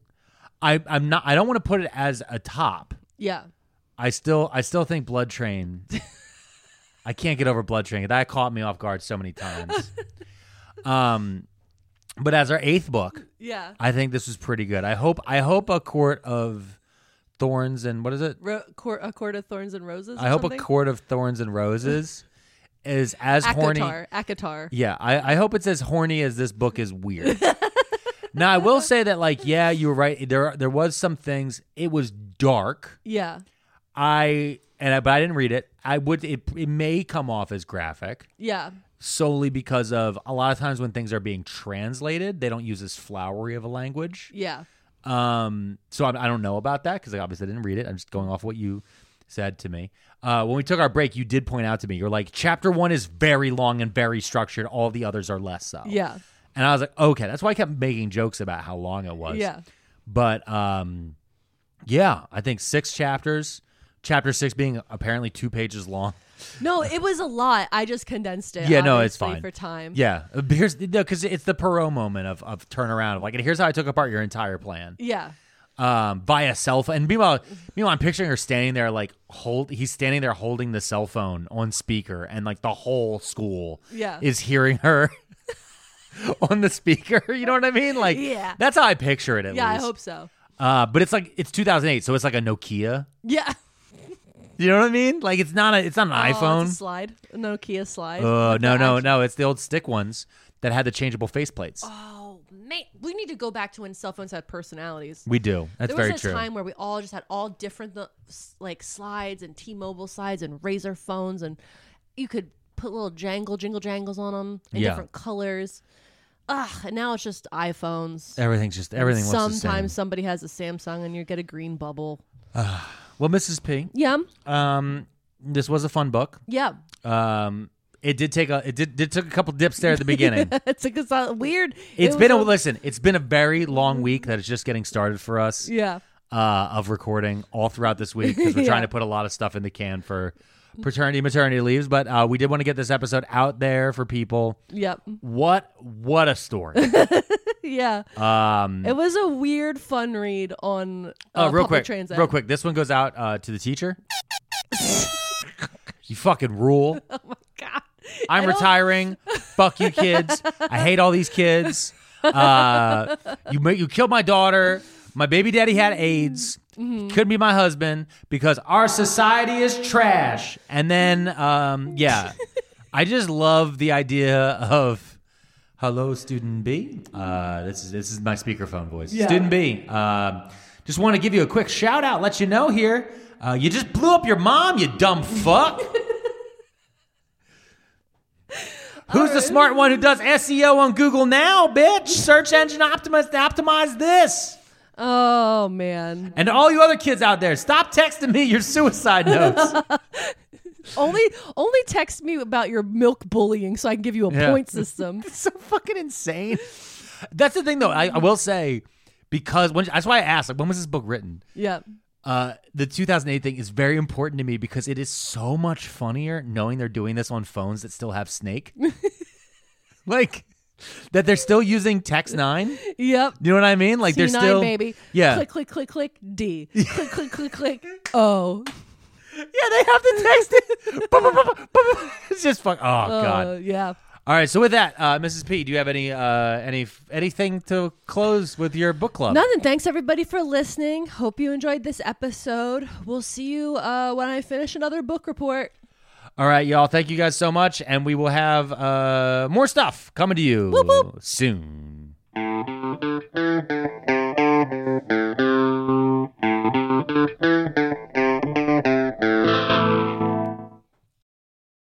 Speaker 3: I, I'm not. I don't want to put it as a top.
Speaker 4: Yeah.
Speaker 3: I still, I still think Blood Train. I can't get over Blood Train. That caught me off guard so many times. um, but as our eighth book,
Speaker 4: Yeah.
Speaker 3: I think this was pretty good. I hope, I hope a court of thorns and what is it?
Speaker 4: Ro- court, a court of thorns and roses. or
Speaker 3: I hope
Speaker 4: something?
Speaker 3: a court of thorns and roses is as horny.
Speaker 4: Akatar. Akatar.
Speaker 3: Yeah, I, I hope it's as horny as this book is weird. now I will say that like yeah, you were right. There there was some things. It was dark.
Speaker 4: Yeah.
Speaker 3: I and I, but I didn't read it. I would it, it may come off as graphic
Speaker 4: Yeah.
Speaker 3: solely because of a lot of times when things are being translated, they don't use as flowery of a language.
Speaker 4: Yeah.
Speaker 3: Um, so I, I don't know about that because I obviously didn't read it. I'm just going off what you said to me. Uh, when we took our break, you did point out to me, you're like, chapter one is very long and very structured. All the others are less so.
Speaker 4: Yeah.
Speaker 3: And I was like, okay, that's why I kept making jokes about how long it was.
Speaker 4: Yeah.
Speaker 3: But um, Yeah, I think six chapters. Chapter six being apparently two pages long.
Speaker 4: No, it was a lot. I just condensed it.
Speaker 3: Yeah, no, it's
Speaker 4: obviously,
Speaker 3: fine.
Speaker 4: for time.
Speaker 3: Yeah, here's no because it's the Perot moment of of turnaround. Of like, here's how I took apart your entire plan.
Speaker 4: yeah.
Speaker 3: um, by a cell phone. And meanwhile, meanwhile, I'm picturing her standing there, like hold. He's standing there holding the cell phone on speaker, and like the whole school
Speaker 4: Yeah.
Speaker 3: is hearing her on the speaker. You know what I mean? Like,
Speaker 4: Yeah.
Speaker 3: that's how I picture it. At
Speaker 4: Yeah, I
Speaker 3: least.
Speaker 4: hope so.
Speaker 3: Uh, but it's like it's 2008, so it's like a Nokia.
Speaker 4: Yeah.
Speaker 3: You know what I mean? Like it's not a it's not an
Speaker 4: Oh, it's a
Speaker 3: iPhone.
Speaker 4: slide. A Nokia slide.
Speaker 3: Oh
Speaker 4: With
Speaker 3: no
Speaker 4: the
Speaker 3: no
Speaker 4: action-
Speaker 3: no! It's the old stick ones that had the changeable faceplates.
Speaker 4: Oh, man. We need to go back to when cell phones had personalities.
Speaker 3: We do. That's
Speaker 4: there
Speaker 3: very
Speaker 4: was a
Speaker 3: true.
Speaker 4: time where we all just had all different the, like slides and T-Mobile slides and Razor phones, and you could put little jangle, jingle jangles on them in
Speaker 3: Yeah.
Speaker 4: different colors. Ugh, and now it's just iPhones.
Speaker 3: Everything's just everything looks the same.
Speaker 4: Sometimes somebody has a Samsung, and you get a green bubble.
Speaker 3: Well, Mrs. P,
Speaker 4: Yeah,
Speaker 3: um, this was a fun book.
Speaker 4: yeah.
Speaker 3: Um, it did take a it did, did took a couple dips there at the beginning.
Speaker 4: it's like it's not weird.
Speaker 3: It's
Speaker 4: It's
Speaker 3: been a, listen. It's been a very long week that is just getting started for us
Speaker 4: yeah.
Speaker 3: uh, of recording all throughout this week because we're trying to put a lot of stuff in the can for paternity maternity leaves. But uh, we did want to get this episode out there for people.
Speaker 4: Yep.
Speaker 3: What what a story! Uh,
Speaker 4: Yeah.
Speaker 3: Um,
Speaker 4: It was a weird fun read on uh,
Speaker 3: uh, real
Speaker 4: public
Speaker 3: quick,
Speaker 4: transit.
Speaker 3: real quick. This one goes out uh, to the teacher. you fucking rule.
Speaker 4: God.
Speaker 3: I'm
Speaker 4: don't-
Speaker 3: retiring. Fuck you, kids. I hate all these kids. Uh, you ma- you killed my daughter. My baby daddy had AIDS. Couldn't be my husband because our society is trash. And then, um, yeah, I just love the idea of hello, student B. Uh, this is this is my speakerphone voice. Student B. Um, just want to give you a quick shout out. Let you know here. Uh, you just blew up your mom. You dumb fuck. Who's the smart one who does SEO on Google now, bitch? Search engine optimize optimize this.
Speaker 4: Oh man.
Speaker 3: And to all you other kids out there, stop texting me your suicide notes.
Speaker 4: only only text me about your milk bullying so I can give you a
Speaker 3: Yeah.
Speaker 4: point system.
Speaker 3: It's so fucking insane. That's the thing, though. I, I will say because when, that's why I asked, like, when was this book written?
Speaker 4: yeah.
Speaker 3: Uh, the 2008 thing is very important to me because it is so much funnier knowing they're doing this on phones that still have Snake, like that they're still using Text Nine.
Speaker 4: Yep.
Speaker 3: You know what I mean? Like they're
Speaker 4: T9,
Speaker 3: still
Speaker 4: baby.
Speaker 3: Yeah.
Speaker 4: Click click click click D. click click click click O.
Speaker 3: Yeah, they have to text it. Bup, bup, bup, bup, bup. it's just fuck. Oh
Speaker 4: Uh,
Speaker 3: god.
Speaker 4: yeah.
Speaker 3: All right. So with that, uh, Mrs. P, do you have any uh, any anything to close with your book club?
Speaker 4: Nothing. Thanks everybody for listening. Hope you enjoyed this episode. We'll see you uh, when I finish another book report.
Speaker 3: All right, y'all. Thank you guys so much, and we will have uh, more stuff coming to you soon.